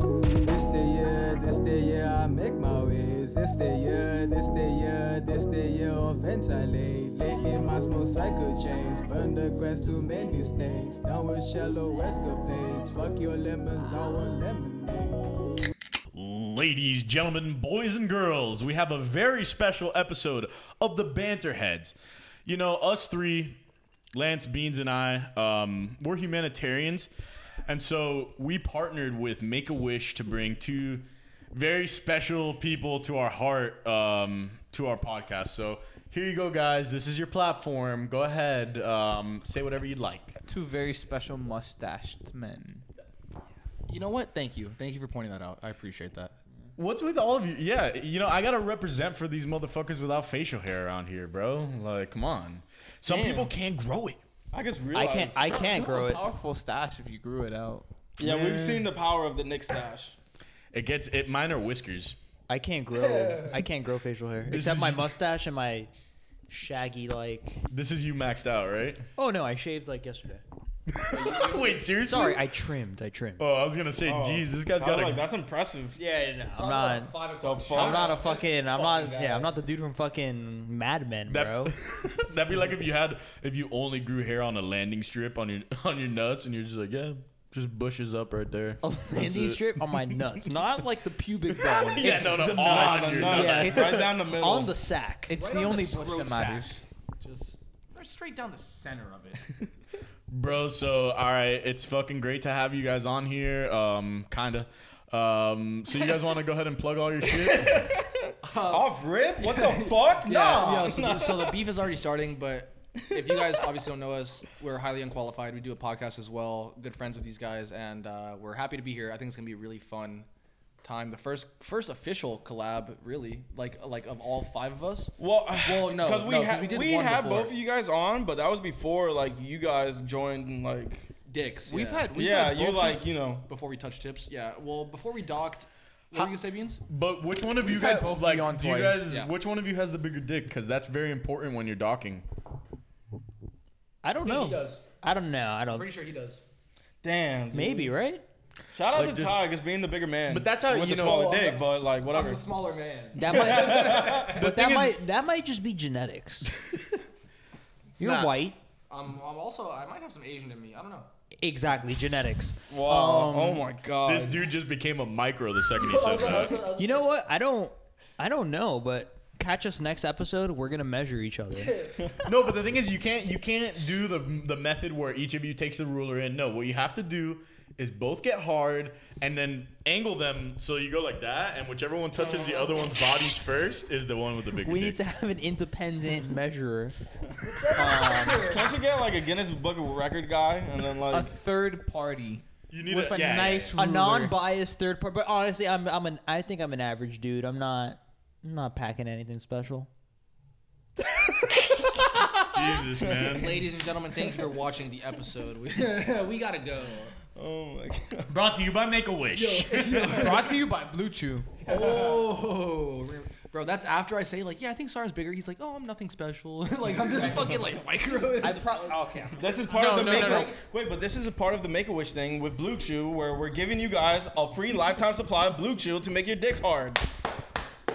This the year, this the year I make my ways. This the year, this the year, this the year of ventilate. Lately my small cycle chains burn the grass too many snakes. Down with shallow escapades. Fuck your lemons, I want lemonade. Ladies, gentlemen, boys, and girls, we have a very special episode of the Banter Heads. You know, us three, Lance, Beans, and I, um, we're humanitarians. And so we partnered with Make a Wish to bring two very special people to our heart, um, to our podcast. So here you go, guys. This is your platform. Go ahead, um, say whatever you'd like. Two very special mustached men. You know what? Thank you. Thank you for pointing that out. I appreciate that. What's with all of you? Yeah, you know, I gotta represent for these motherfuckers without facial hair around here, bro. Like, come on. Some Damn. people can't grow it. I just I realized. can't. I can't grow it. Powerful stash if you grew it out. yeah, Yeah. we've seen the power of the Nick stash. It gets it. Mine are whiskers. I can't grow. I can't grow facial hair This except is- my mustache and my shaggy like. This is you maxed out, right? Oh no, I shaved like yesterday. Wait, seriously? Sorry, I trimmed. I trimmed. oh, I was gonna say, Oh. jeez, this guy's I got was a. like, that's impressive. Yeah, no, I'm not. The fuck? I'm not a fucking. I'm not. Yeah, I'm not the dude from fucking Mad Men, that, bro. that'd be like if you had if you only grew hair on a landing strip on your on your nuts, and you're just like, yeah, just bushes up right there. Oh, A landing it. strip on my nuts, not like the pubic bone. yeah, It's no, no, the on nuts. your The nuts. nuts. Yeah, Right it's down the middle. on the sack. It's Right the on the only bush throat that sack. matters. Just they're straight down the center of it. Bro, so all right, it's fucking great to have you guys on here. Um, kinda. Um, so you guys want to go ahead and plug all your shit? Off rip? What the yeah, fuck? no. yeah, so, so the beef is already starting, but if you guys obviously don't know us, we're highly unqualified. We do a podcast as well. Good friends with these guys, and uh, we're happy to be here. I think it's gonna be a really fun time. The first first official collab, really, like like of all five of us. Well, Well, no, because we, no, 'cause ha- we we, did one had before. both of you guys on, but that was before like you guys joined. And, like, Dicks. We've yeah. had. We've yeah, had you both- like, you know, before we touch tips. Yeah. Well, before we docked, what were you gonna say, Beans? but which one of you We've had guys both of like you on do you twice. guys Yeah. which one of you has the bigger dick? Because that's very important when you're docking. I don't know. I don't know. I don't. Pretty sure he does. damn. dude. Maybe right? Shout out Like, to just- Tigers being the bigger man. But that's how, with you the know- smaller Well, dick. I'm- But like I'm whatever. the smaller man. That might. but that thing is- might. that might just be genetics. You're Nah. white. I'm, I'm also I might have some Asian in me. I don't know. Exactly, genetics. Wow. Um, oh my god. This dude just became a micro the second he said that. You know what? I don't I don't know, but catch us next episode. We're gonna measure each other. No, but the thing is, you can't you can't do the the method where each of you takes the ruler in. No, what you have to do is both get hard and then angle them so you go like that, and whichever one touches the other one's bodies first is the one with the bigger. We dick. need to have an independent measurer. Can't you get like a Guinness Book of Record guy and then a like third party You need with a yeah, yeah, nice A ruler. non-biased third part. But honestly, I'm I'm an I think I'm an average dude. I'm not I'm not packing anything special. yeah. Jesus, man. Ladies and gentlemen, thank you for watching the episode. We, we gotta go. Oh my god. Brought to you by Make a Wish. Brought to you by Blue Chew. Oh, bro, that's after I say like, yeah, I think Sarah's bigger. He's like, oh, I'm nothing special. like I'm just fucking like micro. I pro- okay. This is part No, of the no, make no, no. Wait, but this is a part of the Make a Wish thing with Blue Chew where we're giving you guys a free lifetime supply of Blue Chew to make your dicks hard.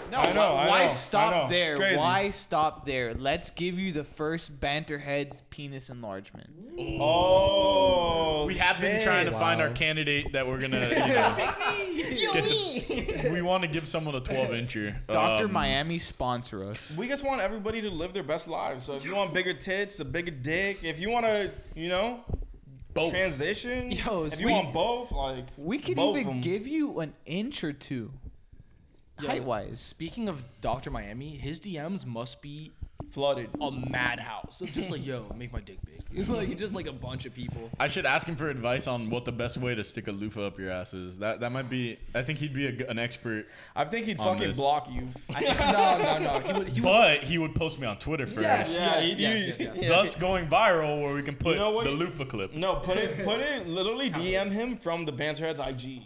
No, I know, I why know, I stop know. It's there? crazy. Why stop there? Let's give you the first banterhead's penis enlargement. Um, Oh. We have been shit. trying to find our candidate that we're gonna. You know, get the- we want to give someone a 12 incher. Doctor Um, Miami sponsor us. We just want everybody to live their best lives. So if you want bigger tits, a bigger dick, if you want to, you know, Both. transition, Yo, if you sweet. want both, like We could both even of 'em. give you an inch or two, Yo, height wise. Speaking of Doctor Miami, his DMs must be flooded. a madhouse. It's just like, yo, make my dick big. like just like a bunch of people. I should ask him for advice on what the best way to stick a loofah up your ass is. That that might be. I think he'd be a g an expert, I think he'd On fucking this. block you. no, no, no. He would. He would but he would post me on Twitter first. Yes. Yeah, Yes, he'd- yes, yes, yes. yeah. Thus going viral, where we can put You know what? the loofah clip. No, put it, put it, literally DM him from the Banterheads IG.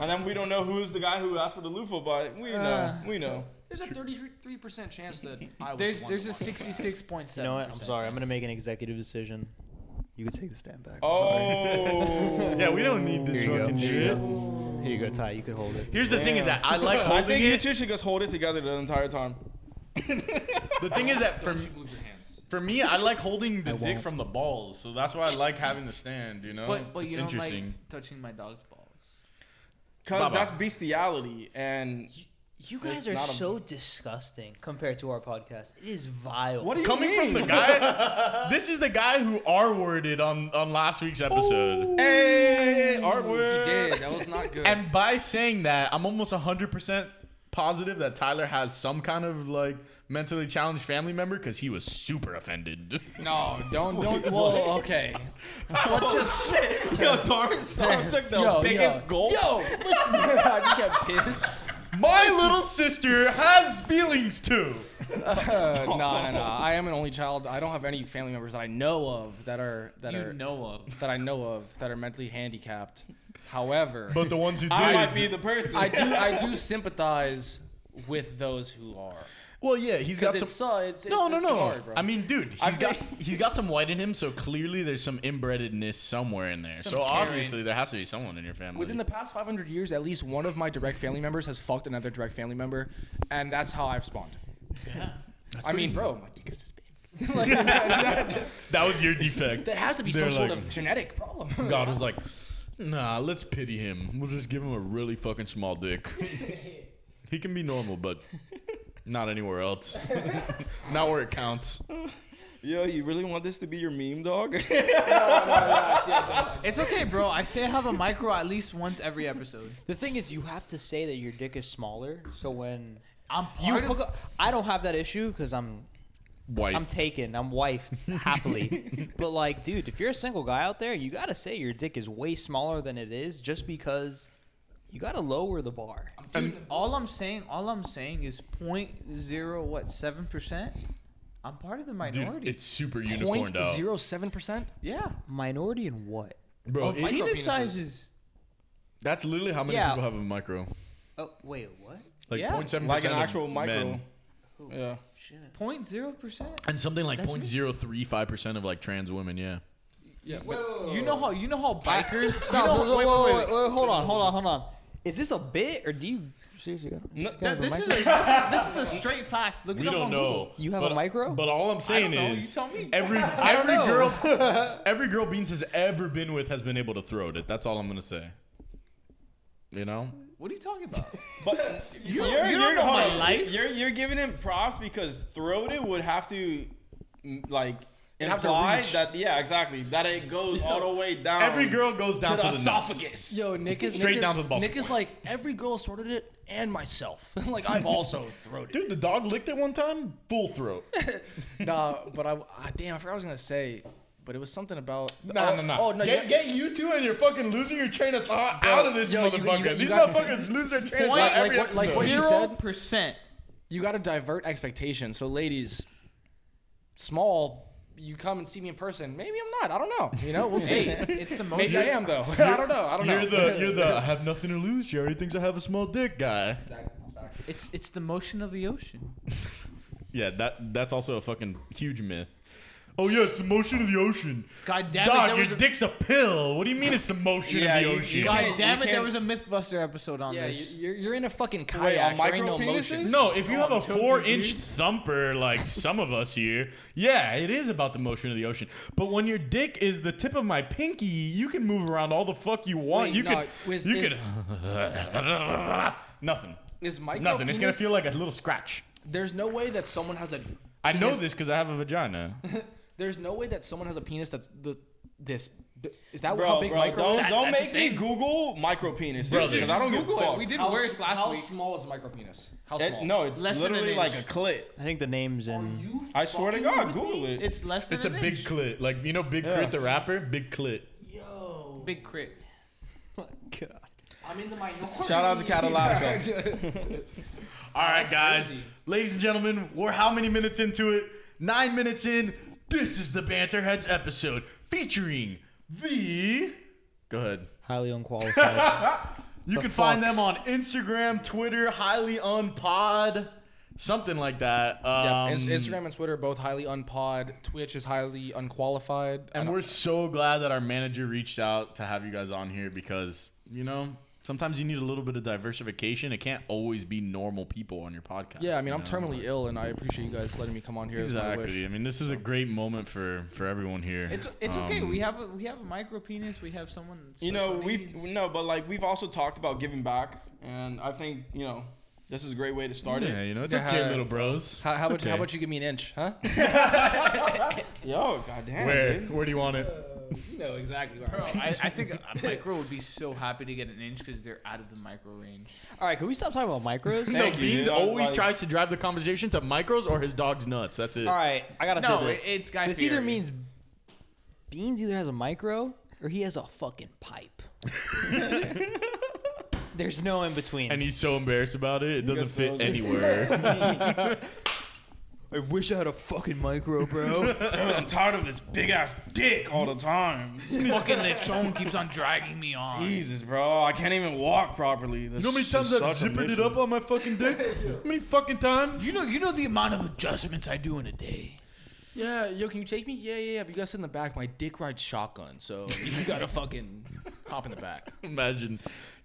And then we don't know who's the guy who asked for the loofah, but we know, Uh. we know. There's a 33 percent chance that I was. There's the one there's to a want it. 66.7. You know what? I'm sorry. I'm gonna make an executive decision. You can take the stand back. Oh, Yeah, we don't need this Here you go. fucking Here you shit. go. Here you you go, Ty. You could hold it. Here's the thing: is Damn. that I like I holding think you it. two should just hold it together the entire time. The thing is that for Don't you move your hands. for me, I like holding the dick won't. from the balls, so that's why I like having the stand. You know, But, but it's you don't like interesting. touching my dog's balls. Cause Baba. that's bestiality, and You It's guys are not a- so disgusting compared to our podcast. It is vile. what do you Coming mean? from the guy, this is the guy who R worded on on last week's episode. Hey, You artwork. did. That was not good. And by saying that, I'm almost 100% positive that Tyler has some kind of like mentally challenged family member because he was super offended. no, don't don't. Well, okay. Let's just shit. Yo, Torrance Storm took the Oh, Yo, biggest yo. gulp. Yo, listen. I just got pissed. My little sister has feelings too. Uh, no, no, no. I am an only child. I don't have any family members that I know of that are that you are know of. that I know of that are mentally handicapped. However, But the ones who I did, might be the person. I do I do sympathize with those who are. well, yeah, he's got Because some. it's, so it's, it's no, no, it's no. Hard, bro. I mean, dude, he's think- got he's got some white in him, so clearly there's some inbredness somewhere in there. so obviously there has to be someone in your family. Within the past 500 years, at least one of my direct family members has fucked another direct family member, and that's how I've spawned. Yeah. I mean, bro, my dick is this big. like, that, that- that was your defect. that has to be They're some like- sort of genetic problem. God was like, nah, let's pity him. We'll just give him a really fucking small dick. he can be normal, but not anywhere else. not where it counts. Yo, you really want this to be your meme, dog? It's okay, bro. I say I have a micro at least once every episode. The thing is, you have to say that your dick is smaller. So when I'm you part hook of up, I don't have that issue because I'm Wife. I'm taken. I'm wifed happily. but like, dude, if you're a single guy out there, you gotta say your dick is way smaller than it is, just because you gotta lower the bar. Dude, all I'm saying, all I'm saying is point zero what seven percent. I'm part of the Dude, minority. it's super Point unicorned out. zero seven percent. yeah, Minority in what? Bro, it- micro penis penises. sizes. that's literally how many Yeah. people have a micro. Oh wait, what? Like Yeah. 0.7% like an of actual micro. men. Yeah. Point zero percent. And something like 0.035% of like trans women, yeah. Yeah, You know how you know how bikers. Stop! You know, wait, wait, wait, wait, wait, wait, hold on, hold on, hold on. Is this a bit or do you seriously? got- just That- gotta have a this is micro? a this, this is a straight fact. Look We it up don't on know. You have but, a micro? But all I'm saying know. You is tell me. every don't every know. girl every girl Beans has ever been with has been able to throw it. That's all I'm gonna say. You know? Google. What are you talking about? But you, are you don't know hold my on. life. You're you're giving him props because throat it would have to mm, like have to imply reach. that yeah exactly that it goes all the way down. Um, Every girl goes to down to, the nuts. esophagus. Yo, Nick is Straight Nick down is, to the bottom. Nick is like every girl sorted it and myself. like I've also throated. Dude, the dog licked it one time, full throat. Nah, but I, I damn, I forgot what I was gonna say, but it was something about. No, oh, no, no. Oh no, get, you, get you two and you're fucking losing your train of thought Bro, out of this yo, you- you- motherfucker. you These got- motherfuckers lose their train Point, of thought like every what- like episode. what you Zero said? percent. you gotta divert expectations. So, ladies, small, you come and see me in person. Maybe I'm not. I don't know. You know, we'll see. Hey, it's the most. Maybe I am though. I don't know. I don't you're know. the you're the I have nothing to lose. She already thinks I have a small dick guy. It's it's the motion of the ocean. Yeah, that that's also a fucking huge myth. Oh yeah, it's the motion of the ocean. God damn it! Dog, There your was a, dick's a pill. What do you mean it's the motion Yeah, of the you- you ocean? can't- God damn You it! There can't- was a MythBuster episode on yeah, this. you- you're, you're in a fucking Wait, on kayak. there ain't no micro motion. penises? No, if you have a joking, four inch dude. thumper like some of us here, yeah, it is about the motion of the ocean. But when your dick is the tip of my pinky, you can move around all the fuck you want. Wait, you no, could, is- you is- could, nothing, Is micro nothing. It's gonna penis- feel like a little scratch. There's no way that someone has a. I know penis- this because I have a vagina. There's no way that someone has a penis that's the this. Is that how Bro, big bro, micro? don't is? don't that's make the me thing. Google micro penis, dude, Brothers. because I don't give a Google fuck. it. We did How, worse last how week. small is a micro penis? How It- small? no, it's Less than an literally like a inch. clit. I think the name's in. I swear to God, Google it. It's less than It's a an big inch. clit, like you know, Big Yeah. Crit the rapper, Big Clit. big crit. God. I'm in the minority. Shout out to Catalatico. All right, guys, crazy. ladies and gentlemen, we're how many minutes into it? Nine minutes in. This is the Banterheads episode featuring the. Go ahead. Highly unqualified. You The can find Fox. them on Instagram, Twitter, highly unpod, something like that. Yeah, Um, Ins- Instagram and Twitter are both highly unpod. Twitch is highly unqualified. I And don't- we're so glad that our manager reached out to have you guys on here because you know Sometimes you need a little bit of diversification. It can't always be normal people on your podcast. Yeah, I mean, you I'm know? terminally ill, and I appreciate you guys letting me come on here. It's my wish. Exactly. I mean, this is a great moment for for everyone here. It's it's okay. Um, We have a we have a micro penis. We have someone. with You know, special we've needs. no, but like we've also talked about giving back, and I think you know this is a great way to start yeah, it. you know, it's Yeah, okay, how- little bros. How, how, It's about, how okay. about you give me an inch, huh? Yo, goddamn, Where dude. where do you want it? no, exactly. Bro, I, I think a micro would be so happy to get an inch because they're out of the micro range. All right, can we stop talking about micros? Thank no, you, Beans dude. I was always like- tries to drive the conversation to micros or his dog's nuts. That's it. All right, I gotta No, say it, this. it's Guy this either Fieri. means Beans either has a micro or he has a fucking pipe. There's no in between. And he's so embarrassed about it. It doesn't guys fit froze it. anywhere. I wish I had a fucking micro, bro. Dude, I'm tired of this big ass dick all the time. fucking lechon keeps on dragging me on. Jesus, bro, I can't even walk properly. This you know how many is times I've such a zippered it mission. up on my fucking dick? How many fucking times? You know, you know the amount of adjustments I do in a day. Yeah, yo, can you take me? Yeah, yeah, yeah. But you gotta sit in the back. My dick rides shotgun, so you gotta fucking hop in the back. Imagine.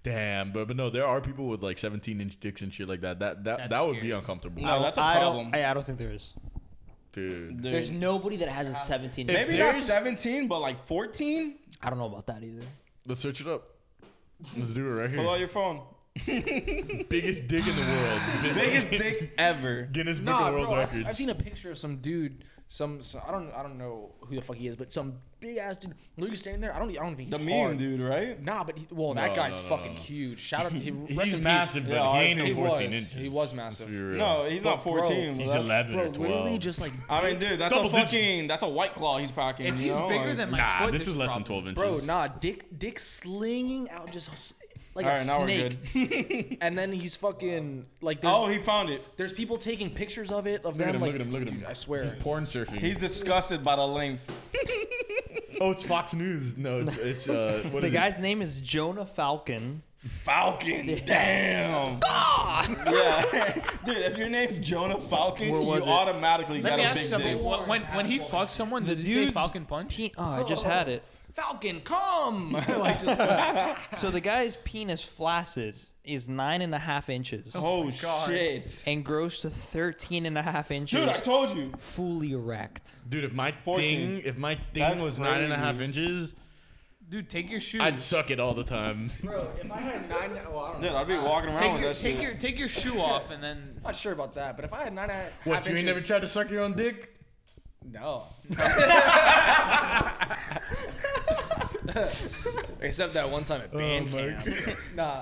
Damn, but but no, there are people with like 17 inch dicks and shit like that. That that, that would be scary. uncomfortable, No, that's a I problem. don't. I, I don't think there is. dude. Dude. There's nobody that has a 17. inch Maybe dick. not 17, but like 14. I don't know about that either. Let's search it up. Let's do it right Pull out here. your phone. Biggest dick in the world. Biggest dick ever. Guinness Book Nah, of World bro. I've, Records. I've seen a picture of some dude. Some, some I don't I don't know who the fuck he is, but some big ass dude. Luke standing there. I don't I don't think he's The meme hard. dude, right? Nah, but he, well, that No, guy's no, no, fucking no. huge. Shout out. He, rest He's in peace. massive, but Yeah, he ain't he no 14 was. inches. He was Let's massive. be real. No, he's not But bro, 14. he's but that's- 11 Bro, or 12. literally just like I mean, dude, that's Double a digit. fucking that's a white claw he's packing. If you he's know? bigger like- than my Nah, foot, this is less than 12 inches. Bro, nah, Dick, Dick slinging out just s- like All a right, now snake, we're good. and then he's fucking like there's, oh, he found it. there's people taking pictures of it of Look at them. him, like, look at him, look at him. dude, I swear. He's porn surfing. He's disgusted by the length. oh, it's Fox News. No, it's it's uh what the is it? guy's name is Jonah Falcon. Falcon. Damn. Ah! Yeah. dude, if your name's Jonah Falcon, you automatically Let got me a ask you big something. dick. When, when, when he fucks someone, does he say dude's- Falcon Punch? Pe- oh, I just had it. Falcon, come! Like, just- So the guy's penis flaccid is nine and a half inches Oh, shit. and grows to 13 and a half inches, Dude, I told you. fully erect. Dude, if my 14. thing if my thing That's was nine and a half crazy. inches, Dude, take your shoe. I'd suck it all the time. bro, if I had nine, well, I don't know. Dude, I'd be walking around take with your that take shit. your take your shoe off and then. I'm not sure about that, but if I had nine and a half What, you ain't never inches, tried to suck your own dick? No. Except that one Oh time at band camp. Nah.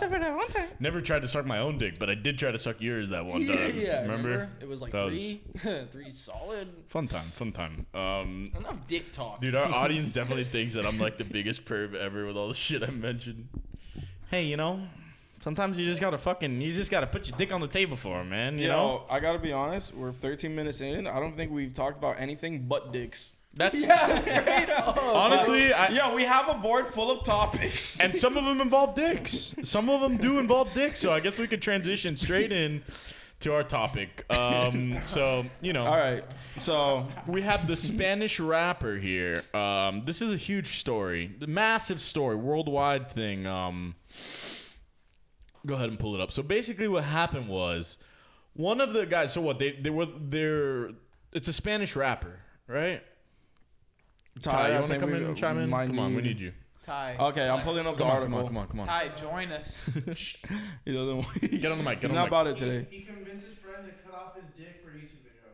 Never tried to suck my own dick, but I did try to suck yours that one time. Yeah, remember? It was like That was- three, three solid. Fun time, fun time. Um Enough dick talk. Dude, our audience definitely thinks that I'm like the biggest perv ever with all the shit I mentioned. Hey, you know, sometimes you just gotta fucking, you just gotta put your dick on the table for him, man. You You know, know, I gotta be honest. We're 13 minutes in. I don't think we've talked about anything but dicks. that's uh, honestly, I, Yo, we have a board full of topics. and some of them involve dicks. Some of them do involve dicks, so I guess we could transition straight in to our topic. Um, so you know, All right, so we have the Spanish rapper here. Um, this is a huge story, the massive story, worldwide thing. Um, go ahead and pull it up. So basically, what happened was one of the guys. So what they they were they're it's a Spanish rapper, right? Ty, I you want to think come we- in and chime in? might Come on, we need you. Ty. Okay, I'm pulling up the Come on, article. come on, come on, come on. Ty, join us. He doesn't. want- Get on the mic. Get He's on the not mic. about it today. He convinced his friend to cut off his dick for a YouTube video.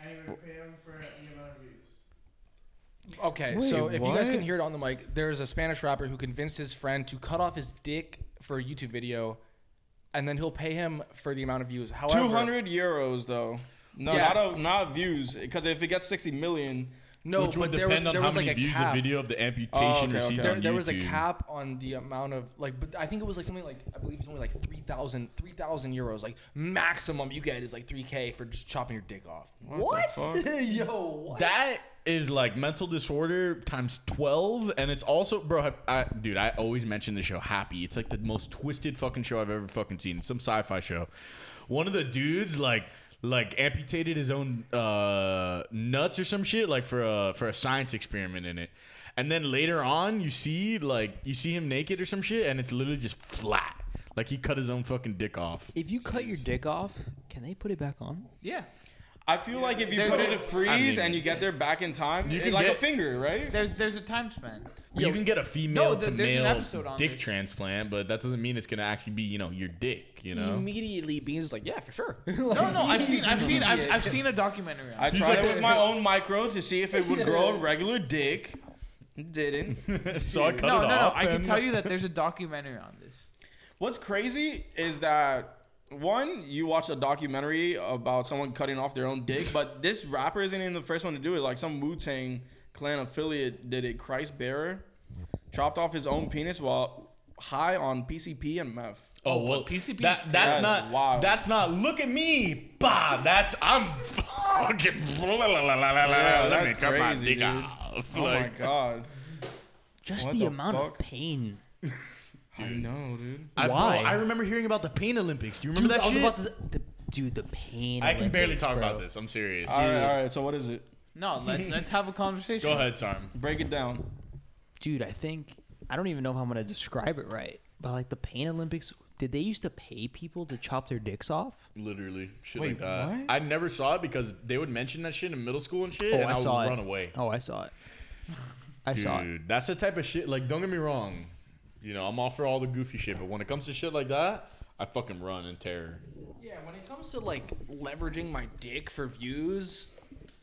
And he would pay him for the amount of views. Okay, so if you guys can hear it on the mic, there's a Spanish rapper who convinced his friend to cut off his dick for a YouTube video, and then he'll pay him for the amount of views. However, Two hundred euros though. No, Yeah. not a, not views. Because if it gets sixty million, No, Which but would there was, depend there on how was many like a views cap. the video of the amputation Oh, okay, received okay. on There, there was a YouTube. cap on the amount of like, but I think it was like something like I believe it's only like 3,000 3,000 euros. Like maximum you get is like three k for just chopping your dick off. what? the fuck? Yo, what? That is like mental disorder times 12 and it's also bro I, dude i always mention the show happy it's like the most twisted fucking show i've ever fucking seen it's some sci-fi show one of the dudes like like amputated his own uh nuts or some shit like for a for a science experiment in it and then later on you see like you see him naked or some shit, and it's literally just flat. Like he cut his own fucking dick off. If you cut your dick off, can they put it back on? Yeah. I feel like if you There's put a- it to freeze mean- and you get there back in time, You it- can like get- a finger, right? There's there's a time span. You can get a female No, th- to there's an male episode on dick this. transplant, but that doesn't mean it's gonna actually be you know your dick. You know. Immediately, Beans is like, yeah, for sure. No, no, I've seen I've seen I've, I've seen a documentary on I it. He's tried like it a- with my own micro to see if it would grow a regular dick. It Didn't. so I cut No, it no, no. off. I can and- tell you that there's a documentary on this. What's crazy is that one, you watch a documentary about someone cutting off their own dick, but this rapper isn't even the first one to do it. Like some Wu Tang Clan affiliate did it. Christ Bearer chopped off his own penis while high on PCP and meth. Oh but well, PCP That, is that's dead. not. Wow. That's not. Look at me, bah. That's I'm fucking. Yeah, Let me that's cut my crazy, dick dude. off. Oh Like, my god! Just What the, the amount fuck? of pain. I know, dude. I, bro, Why? I remember hearing about the pain Olympics. Do you remember Dude, that I was shit? about to. The, dude, the pain. I can barely Olympics, talk bro. about this. I'm serious. All right, all right. So what is it? No, let, let's have a conversation. Go ahead, Sarm. Break it down. Dude, I think I don't even know if I'm gonna describe it right. But like the pain Olympics, did they used to pay people to chop their dicks off? Literally, shit Wait, like that. what? I never saw it because they would mention that shit in middle school and shit, Oh, and I I, saw would it. run away. Oh, I saw it. I Dude, saw it. that's the type of shit. Like, don't get me wrong. You know, I'm all for all the goofy shit, but when it comes to shit like that, I fucking run in terror. Yeah, when it comes to like leveraging my dick for views,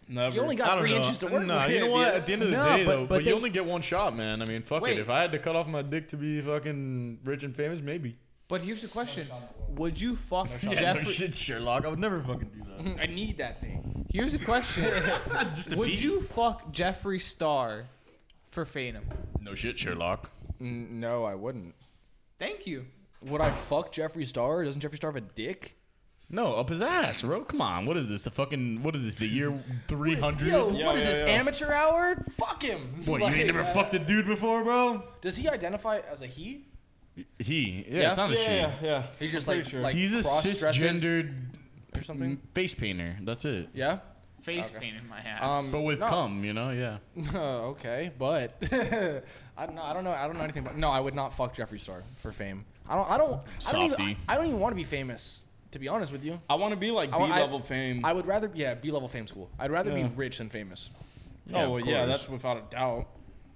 Never. you only got three inches to work No, with. you know what? At the end of the No, day, but- though, but, but you they- only get one shot, man. I mean, fuck Wait. it. If I had to cut off my dick to be fucking rich and famous, maybe. But here's the question: Would you fuck Yeah, no Jeffrey? shit, Sherlock. I would never fucking do I need that thing. here's the question: that. Just Would you fuck Jeffree Star for Phantom? No shit, Sherlock. No, I wouldn't. Thank you. Would I fuck Jeffree Star? Doesn't Jeffree Star have a dick? No, up his ass, bro. Come on. What is this? The fucking what is this? The year three hundred. Yo, Yeah, what is yeah, this? yeah. Amateur hour? Fuck him. What? You Like, ain't never uh, fucked a dude before, bro? Does he identify as a he? He. Yeah, Yeah? it's not a Yeah, she. yeah, yeah. He's just Pretty like, sure. like He's a cross-dresses cisgendered or something. face painter. That's it. Yeah. Face paint in my ass. Um, But with no. cum, you know, yeah. Oh, okay, but I don't know. I don't know. I don't know anything. About, no, I would not fuck Jeffree Star for fame. I don't. I don't. I don't, even, Softy. I don't even want to be famous. To be honest with you, I want to be like I B wa- I- level fame. I would rather yeah be level fame's cool. I'd rather Yeah. be rich than famous. Yeah, oh of well, yeah, course. that's without a doubt.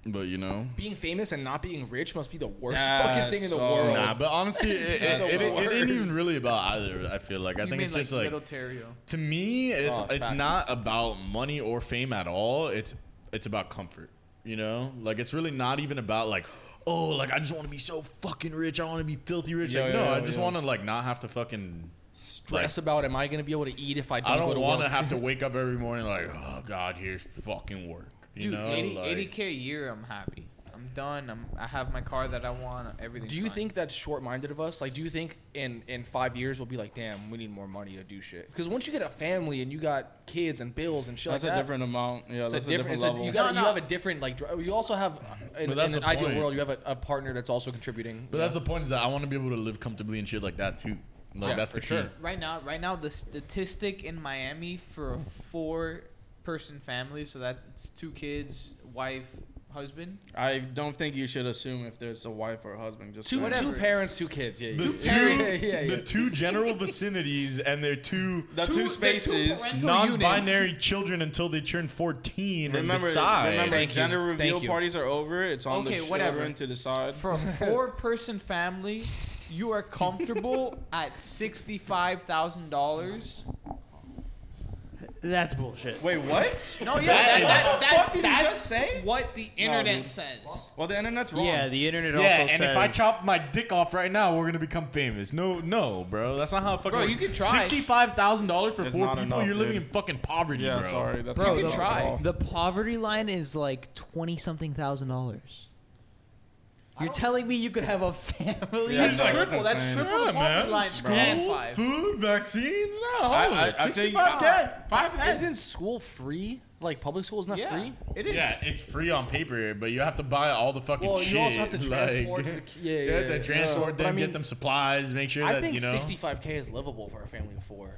But you know. Being famous and not being rich must be the worst Nah, fucking thing in it's the all- world. Nah, but honestly, it, it, That's it, the it, worst. isn't even really about either. I feel like I you think mean it's just like, like Little Terrio. to me, it's Oh, it's facts. not about money or fame at all. It's it's about comfort. You know, like it's really not even about like oh, like I just want to be so fucking rich. I want to be filthy rich. Yeah, like, no, yeah, I just yeah. want to like not have to fucking Stress about am I gonna be able to eat if I don't, I go don't to want to work? have to wake up every morning like oh god, here's fucking work. You Dude, know, 80, like, 80k a year. I'm happy. I'm done. I'm. I have my car that I want. Everything. Do you think that's short-minded of us? Like, do you think in in five years we'll be like, damn, we need more money to do shit? Because once you get a family and you got kids and bills and shit That's like a that, different amount. Yeah, It's that's a different. a different it's a- level. you, gotta, No, you no. have a different like. dr- You also have uh, in, But that's in an the ideal point. world, you have a, a partner that's also contributing. But that's the point is that I want to be able to live comfortably and shit like that too. Like Yeah, that's for the key. sure. Right now, right now, the statistic in Miami for a four-person family, so that's two kids, wife, husband. I don't think you should assume if there's a wife or a husband. Just two saying. whatever. two parents, two kids. Yeah, The yeah. two, parents- yeah, yeah. the two general vicinities and their two the Two- two, the two spaces. parental- non-binary children until they turn 14 and remember, decide. remember, Thank you. gender Thank reveal you. parties are over. It's on the Okay, children whatever. to decide. For a four-person family, you are comfortable at sixty-five thousand dollars. That's bullshit. Wait, what? No, yeah, that, is- that, the that, fuck did you that's just say? what the internet dude. says. Well, the internet's wrong. Yeah, the internet yeah, also and says. if I chop my dick off right now, we're gonna become famous. No, no, bro, that's not how it fucking. Bro, works. you could try. Sixty-five thousand dollars for It's four not people. enough, you're living dude. in fucking poverty, Yeah, bro. sorry. That's Bro, not you enough can at try. all. the poverty line is like twenty something thousand dollars. You're telling me you could have a family? Yeah, That's no, triple. That's, insane. triple Yeah, the poverty man. line. School, And five. food, vaccines. No, I- I think- sixty-five k, five Isn't school free? Like public school is not Yeah, free. it is. Yeah, it's free on paper, but you have to buy all the fucking Well, shit. you also have to like- transport. to the, ki- yeah, yeah, You have yeah, to transport but them, I mean, get them supplies, make sure I that think you know. 65k is livable for a family of four.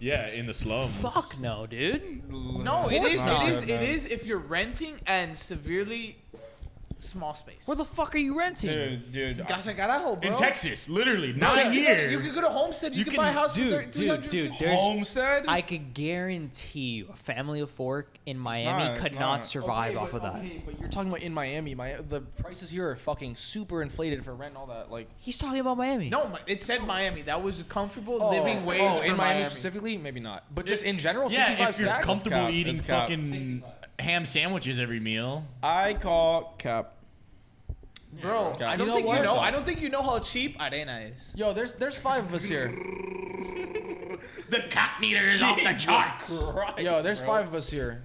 Yeah, in the slums. Fuck no, dude. No, it is. not. It is. No. It is. If you're renting and severely small space. Where the fuck are you renting? Dude, dude. I- Casa Carajo, bro. in Texas, literally, No, not you here. Can, you can go to Homestead. You, You can, can- buy a house dude, for dude, dude, 350. there's- Homestead? I could guarantee you, a family of four in not, Miami it's could not, not. survive Okay, off but- of that. Okay, but you're talking about in Miami. My the prices here are fucking super inflated for rent and all that. Like He's talking about Miami. No, Mi- it said Miami. That was a comfortable living wage oh, for in Miami, Miami. specifically, maybe not. But just in general, yeah, 65 if you're stacks. comfortable cap, eating that's cap. fucking ham sandwiches every meal. I call cap. Bro, Okay. I You don't know think what? you know. I don't think you know how cheap Arena is. Yo, there's there's five of us here. The cop meter is off the charts. Christ, Yo, there's bro. five of us here.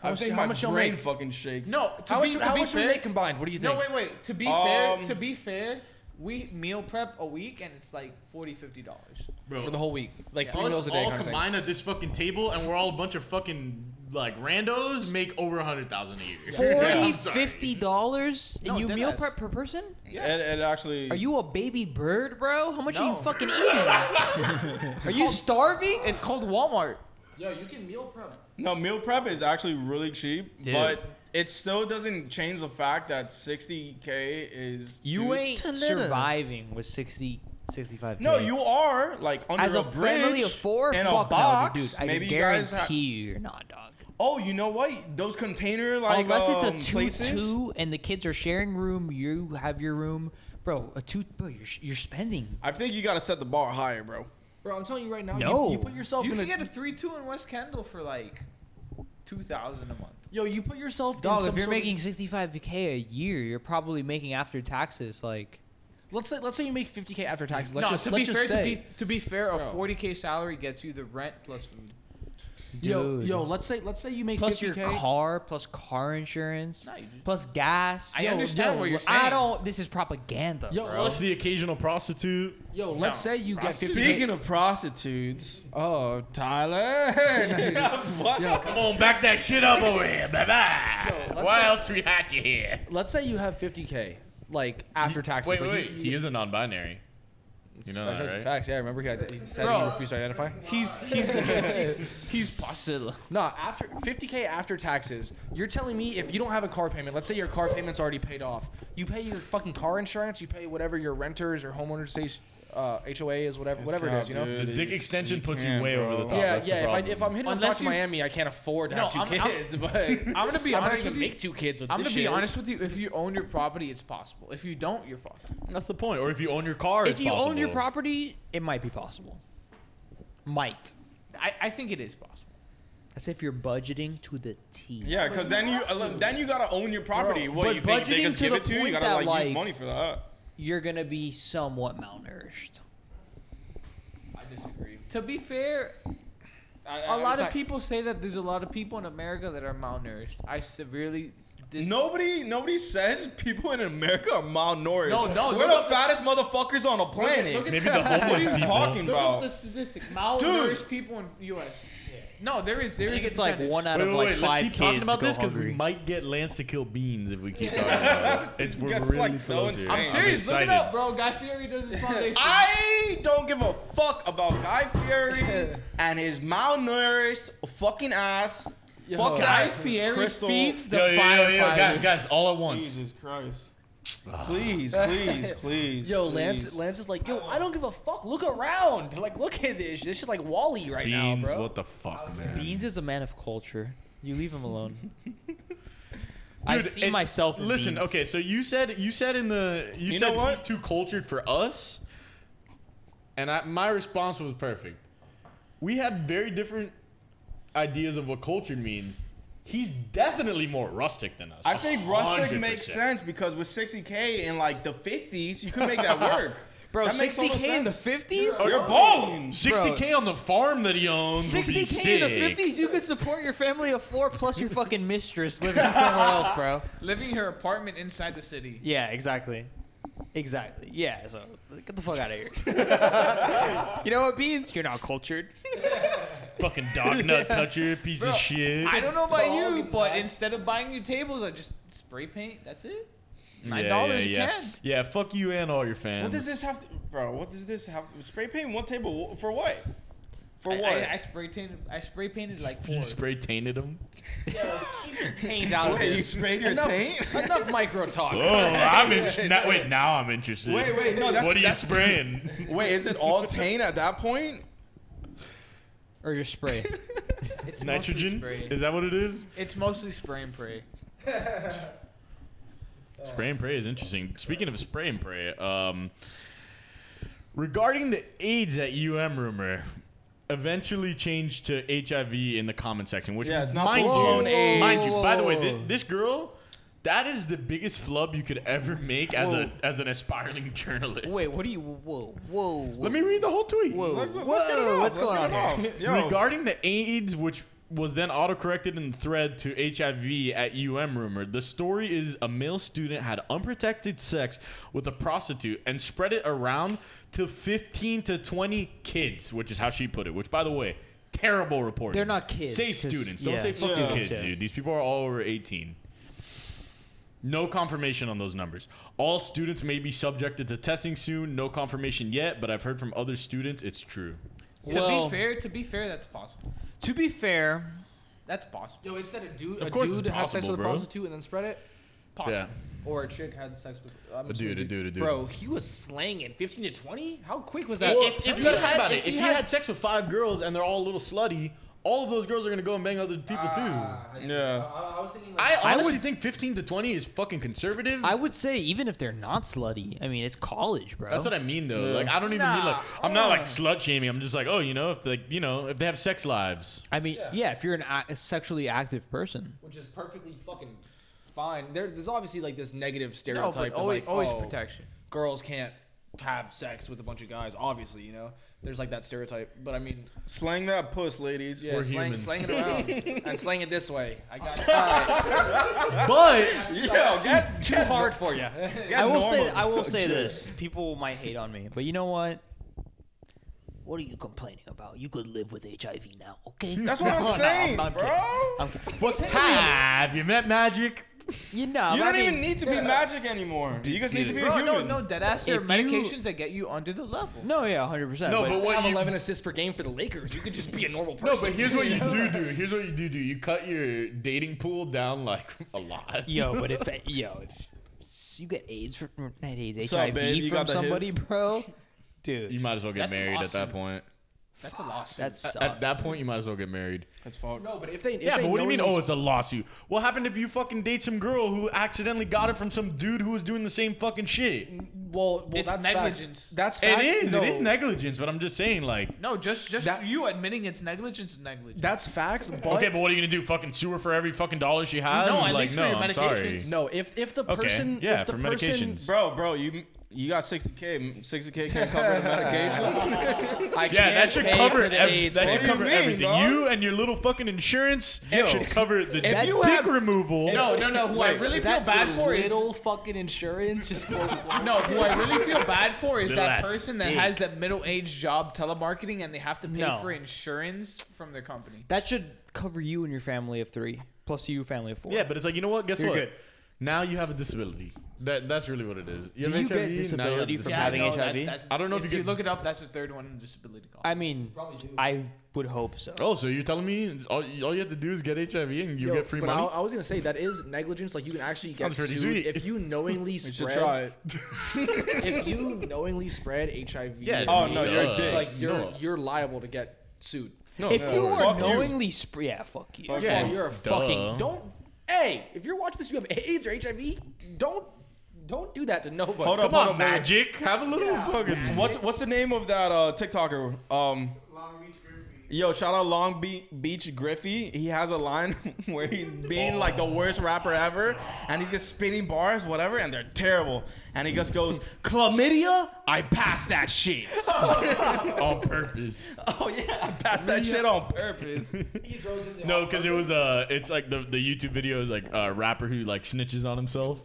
How I much, think how my much y'all brain make? fucking shakes. No, to how be much, to how be much fair, we make combined? What do you think? No, wait, wait. To be fair, Um, to be fair, we meal prep a week and it's like 40 50 dollars. Bro, For the whole week, like three us meals a day. all kind of thing. combined at this fucking table, and we're all a bunch of fucking like randos, make over a hundred thousand a year. Forty, I'm sorry. fifty dollars, and No, you dead meal ass. prep per person? It, it actually. Are you a baby bird, bro? How much are No. you fucking eating? are you starving? It's called Walmart. Yo, you can meal prep. No, meal prep is actually really cheap, Dude. but it still doesn't change the fact that 60k is. You too- ain't surviving with 60, 65. No, you are like under As a, bridge family of four, in fuck a box. no, dude. I maybe can you guys. guarantee Ha- you you're not, dog. oh, you know what? Those container like Unless um, it's a two places. two and the kids are sharing room, you have your room, bro. A two, bro, you're sh- you're spending. I think you gotta set the bar higher, bro. Bro, I'm telling you right now. No. You, you put yourself You in can a, get a 3 2 in West Kendall for like 2000 a month. yo. You put yourself in Dog, some if you're sort of- making 65k a year, you're probably making after taxes like let's say let's say you make 50k after taxes. Let's no, just to let's be just fair, to say. be to be fair, a Bro. 40k salary gets you the rent plus food. Yo, Dude. yo, let's say let's say you make plus 50K. your car, plus car insurance, No, you just- plus gas. I Yo, understand yo, what you're I saying. don't. This is propaganda, Yo, bro. Plus the occasional prostitute. Yo, let's No. say you get 50. Speaking of prostitutes, oh, Tyler. Come on, back that shit up over here. Bye Yo, bye. let's Why not- else we had you here? let's say you have 50k, like after taxes. Wait, wait, like, wait. you- He is a non-binary. You know I showed that, you right? Facts. Yeah, I remember he, had, he said he Bro. refused to identify. He's he's he's possible. No, after 50k after taxes, you're telling me if you don't have a car payment, let's say your car payment's already paid off, you pay your fucking car insurance, you pay whatever your renters or homeowners say, uh, HOA is, whatever, whatever it is, you know. The dick extension puts you way over the top. Yeah, That's the yeah. If I problem. if I'm hitting Unless Unless to you- Miami, I can't afford to No, have 2 I'm- I'm- kids. but I'm I'm gonna be not honest even with you. make two kids with I'm this gonna be shit. honest with you. If you own your property, it's possible. If you don't, you're fucked. That's the point. Or if you own your car, if it's you owned your possible. property, it might be possible. Might. I, I think it is possible. That's if you're budgeting to the T. Yeah, because then you uh, then you gotta own your property. Bro, what but you think they budgeting just to give the it to you? You point gotta that, like, like- use money for that. You're gonna be somewhat malnourished. To be fair, I- a I- lot it's of not- people say that there's a lot of people in America that are malnourished. I severely dis- Nobody nobody says people in America are malnourished. No, no, we're look the up the- fattest motherfuckers on the planet. look at- Maybe the what are homeless you people. talking Look up about? the statistic. Malnourished people in U.S. No, there is there I is. think a it's like percentage. one out Wait, of wait, like wait. 5 Let's keep kids talking about go this because hungry. we might get Lance to kill beans if we keep talking about it. It's we're That's, really like, so close here. insane. I'm I'm serious. Look it up, bro. Guy Fieri does his foundation. I don't give a fuck about Guy Fieri and his malnourished fucking ass. fuck Guy that Fieri crystal- feeds the Yo, yo, yo, yo, guys, firefighters. guys, all at once. Jesus Christ. Please, please, please. Yo, Lance, please. Lance is like, yo, I don't give a fuck. Look around. Like, look at this. This is like Wally right Beans, now, bro. what the fuck, man? Beans is a man of culture. You leave him alone. I Dude, see it's- myself. In Listen, Beans. okay, so you said you said in the you, You said know what? he's too cultured for us, and I, my response was perfect. We have very different ideas of what cultured means. He's definitely more rustic than us. I think rustic 100%. makes sense because with 60k and like the 50s, you can make that work. bro, That makes sixty total k in the sense. fifties. You're balling. 60k on the farm that he owns. would be Sixty k in the sick. fifties, you could support your family of four plus your fucking mistress living somewhere else, bro. living her apartment inside the city. Yeah, exactly. Exactly. Yeah. So get the fuck out of here. you know what, Beans? You're not cultured. Fucking dog nut toucher, piece of shit. I don't know about you, Dog but nuts. instead of buying new tables, I just spray paint. That's it. Yeah, Nine dollars yeah, a yeah. can. Yeah, fuck you and all your fans. What does this have to, bro? What does this have to, spray paint one table for what? For I- what? I, I spray painted. I spray painted like you four. spray tainted him. Taint out of Wait, you this. sprayed your Enough- taint? Enough micro talk. Oh, I'm in, now, wait. Now I'm interested. Wait, wait, no, that's- what are you that's- spraying? Wait, is it all taint at that point? Or just spray it. It's mostly Nitrogen? spray. Is that what it is? It's mostly spray and pray. Spray and pray is interesting. Speaking of spray and pray, um, regarding the AIDS at UM rumor, eventually changed to HIV in the comment section, which Yeah, it's not mind full-blown you, AIDS. mind you. By the way, Whoa. this, this girl, that is the biggest flub you could ever make as a Whoa. as an aspiring journalist. Wait, what are you? Whoa, whoa. whoa. let me read the whole tweet. Whoa. Let- let- Whoa, let's get it off, what's let's going get on it off. Yo, Regarding the AIDS, which was then autocorrected in the thread to HIV at UM rumor, the story is a male student had unprotected sex with a prostitute and spread it around to 15 to 20 kids, which is how she put it, which, by the way, terrible reporting. They're not kids, Say 'cause- students. Don't yeah, say fucking students, kids, yeah. dude. These people are all over 18. No confirmation on those numbers. All students may be subjected to testing soon. No confirmation yet, but I've heard from other students it's true. to Well- be fair, to be fair, that's possible. To be fair, That's possible. Yo, insteid a dude, Of a course dude it's had sex possible, with a bro. prostitute and then spread it, Possible. Yeah. or a chick had sex with I'm A assuming dude, a dude, a dude. Bro, he was slanging 15 to 20. How quick was that? Well, If- if you you gotta think had- about it, if if you you had, sex with five girls and they're all a little slutty, all of those girls are gonna go and bang other people too. Ah, I see. Yeah. I, I- I was thinking. Like, I I honestly would- think 15 to 20 is fucking conservative. I would say even if they're not slutty, I mean it's college, bro. That's what I mean though. Yeah. Like I don't even mean like Nah, I'm not like uh. slut shaming. I'm just like oh you know if like you know if they have sex lives. I mean, yeah. if you're an a- sexually active person, which is perfectly fucking fine. There, there's obviously like this negative No, stereotype. but of, always, like, always oh, protection. Girls can't have sex with a bunch of guys. Obviously, you know, there's like that stereotype. But I mean, slang that puss, ladies. yeah, We're slang, humans. slang it around and slang it this way. I got it. But Yo, get, too hard for you. get I will say normal. I will say Shit. this: people might hate on me, but you know what? What are you complaining about? You could live with HIV now, okay? That's what I'm No, no, saying, not bro. kidding. I'm kidding. Well, technically, have you met magic? you know, you I don't mean, even need to be magic anymore. You guys need to be a Bro, human. no, no, dead ass. There are If you- medications that get you under the level. No, yeah, hundred percent. No, but have what you 11 assists per game for the Lakers. You could just be a normal person. no, but here's what you do do. Here's what you do do. You cut your dating pool down like a lot. yo, but if yo, if you get AIDS from not AIDS, Sup, HIV babe? You from got the somebody, bro, You dude, might as well get That's married awesome. at that point. That's a lawsuit. that sucks. At that point, you might as well get married. That's fucked. No, but if they if Yeah, they but what do you mean? knowingly Oh, it's a lawsuit. What happened if you fucking date some girl who accidentally got it from some dude who was doing the same fucking shit? Well, well It's that's negligence. Facts. That's It facts. is. No, It is negligence. But I'm just saying, like, no, just just That- you admitting it's negligence is negligence. That's facts. But okay, but what are you gonna do? Fucking sue her for every fucking dollar she has? No, at like, least for no, your I'm sorry. medications. no, if if the Okay, person yeah, if the for person, medications. Bro, bro, you you got 60k. 60k can't cover the medication. I Yeah, that can't should pay cover for the ev- AIDS. that What should do you cover mean, everything. dog? You and your little fucking insurance Yo, should cover the if you dick have- removal. no, no, no. Who I Wait, really that feel bad for is little fucking insurance. Just quote, unquote. no. Who I really feel bad for is Little that ass person that dick. has that middle-aged job telemarketing and they have to pay No. for insurance from their company. that should cover you and your family of three, plus you family of four. Yeah, but it's like you know what? Guess You're what? good. Now you have a disability. That that's really what it is. You Do have you HIV, get now you have a disability from disability. having no, HIV? That's, that's, I don't know if if you you could- look it up. That's the third one in disability column. I mean, Probably do. I would hope so. Oh, so you're telling me all, all you have to do is get HIV and you Yo, get free but money? I, I was gonna say that is negligence. Like you can actually get Sounds pretty sued sweet. if you knowingly You should spread. try it. If you knowingly spread HIV, Yeah. Oh, no, you're Duh. a dick. like you're no. you're liable to get sued. No, if no. Oh, you Fuck are you. knowingly, sp- yeah, fuck you. Fuck First of Yeah, all, you're a duh. fucking don't. Hey, if you're watching this, you have AIDS or HIV. Don't don't do that to nobody. Hold Come up, hold on, up, wait. magic. Have a little fucking. Mm-hmm. What's what's the name of that uh, TikToker? Um, Long Beach Groovy. yo, shout out Long Be- Beach Griffey. He has a line where he's being like the worst rapper ever, and he's just spinning bars, whatever, and they're terrible. And he just goes, "Chlamydia, I passed that shit." on purpose? oh yeah, I passed that shit on purpose. No, because it was uh, it's like the the YouTube video is like a rapper who like snitches on himself.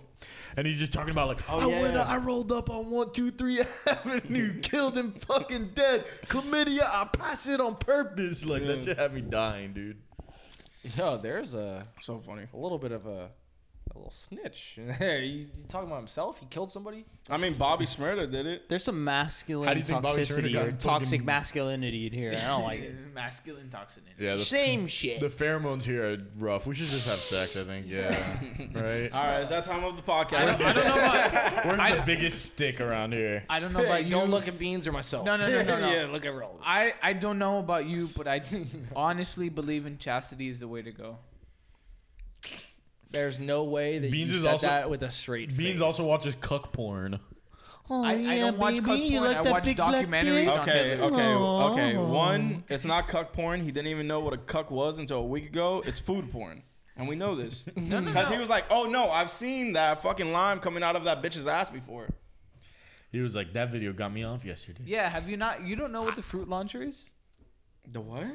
And he's just talking about like, Oh, I went, yeah. I rolled up on one, two, three Avenue, killed him, fucking dead. Chlamydia, I pass it on purpose. Like that shit had me dying, dude. Yo, there's a, so funny. a little bit of a A little snitch. Hey, you, you talking about himself? He killed somebody. I mean, Bobby Smyrna did it. There's some masculine How do you think Bobby Schroeder toxicity got or fucking- toxic masculinity in here. I don't like it. Masculine toxicity. Yeah, the, Same shit. the pheromones here are rough. We should just have sex, I think. Yeah. right? All right, it's that time of the podcast. I don't, I don't know about, Where's I- the biggest stick around here? I don't know Hey, about you. don't look at beans or myself. No, no, no, no, no. yeah, look at roll. I, I don't know about you, but I honestly believe in chastity is the way to go. There's no way that Beans you is said also- that with a straight Beans face. also watches cuck porn. Oh, I, I don't watch cuck porn. I watch documentaries on Okay, Hitler. okay, okay. One, it's not cuck porn. He didn't even know what a cuck was until a week ago. It's food porn. And we know this. No, no, Because no. he was like, oh no, I've seen that fucking lime coming out of that bitch's ass before. He was like, that video got me off yesterday. Yeah, have you not? You don't know what the fruit launcher is? The what?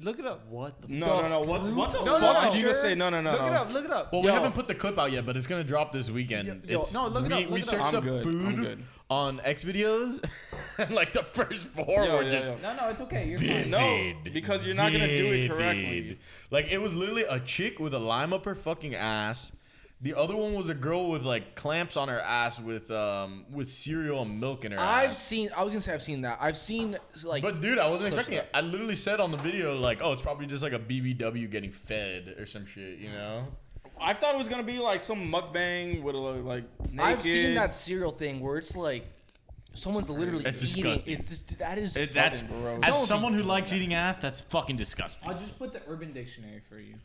Look it up. What the? No, no, no. What, what the No, no, fuck no, did you just sure. say? No, no, no, look no. it up. Look it up. Well, Yo. we haven't put the clip out yet, but it's gonna drop this weekend. yo, It's- no, look it we, up, We look it up. searched I'm up good, food I'm good. on X videos, and like the first four Yo, were yo, just yo. No, no, it's okay. You're fine. No, because you're not gonna do it correctly. Like it was literally a chick with a lime up her fucking ass. The other one was a girl with like clamps on her ass with um with cereal and milk in her I've ass. seen. I was gonna say I've seen that. I've seen like. But dude, I wasn't Close expecting it. I literally said on the video like, "Oh, it's probably just like a BBW getting fed or some shit," you know? I thought it was gonna be like some mukbang with a like naked. I've seen that cereal thing where it's like someone's literally That's eating. disgusting. It's just- that is. It- that's fucking gross. as Don't be- someone who likes eating ass, that's fucking disgusting. I'll just put the Urban Dictionary for you.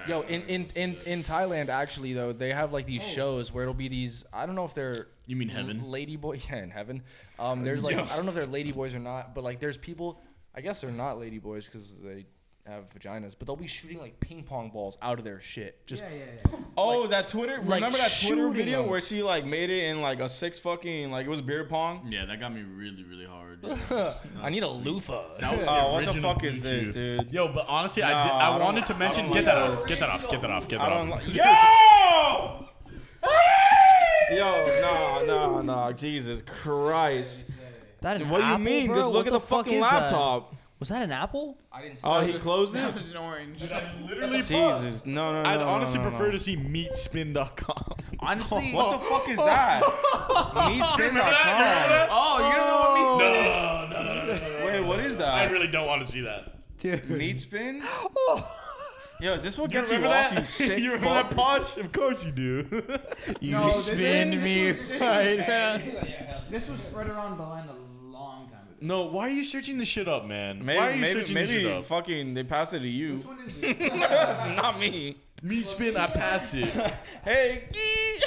Yo, in in, in in Thailand actually though they have like these shows where it'll be these I don't know if they're Oh. You mean heaven? l- lady boy yeah in heaven um there's like I don't know if they're lady boys or not but like there's people I guess they're not lady boys because they have vaginas but they'll be shooting like ping pong balls out of their shit just Yeah, yeah, yeah. Oh, that Twitter. like Remember that Twitter shooting video them. where she like made it in like a six fucking like it was beer pong. Yeah, that got me really, really hard. I need a loofah That was Oh, what the original fuck is Bluetooth. this, dude? Yo, but honestly, Nah, I, did, I I, don't- wanted to I mention. don't Get like that those. off. Get that off. Get that off. Get that I don't off. like. Yo. Yo, nah, nah, nah. Jesus Christ. That an What do you apple, mean? Bro? Just look What at the the fuck fucking is that? laptop. Was that an apple? I didn't see Oh, that. he closed it. That was an orange. I literally. Jesus, no, no, no. I'd no, honestly no, no, prefer no. to see meatspin.com. Honestly, What the fuck is that? Meatspin.com. Oh, you don't know what meatspin is? no, no, no, no, no, no. Wait, what is I that? really don't want to see that. Meatspin? Yo, is this what gets you, remember off? that? You sick you remember fuck? that posh? Of course you do. You No, this- spin this- me this was- right now. This was spread around the line a long time ago. no, why are you searching this shit up, man? Maybe, why are you maybe, searching this maybe shit up? fucking they pass it to you. Which one is this? Not me. Meatspin, I pass it. Hey, gee.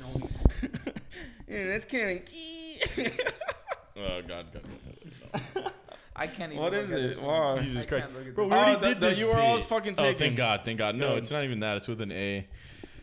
No, Yeah, that's Cannon. Gee. Oh god, god. I can't even. Oh what look is at it? this one. Wow. Jesus I Christ, can't look at bro. this. We already Oh, the- did the this. URL is bit. fucking Oh, taken. thank God, thank God. No, Good. it's not even that. It's with an A.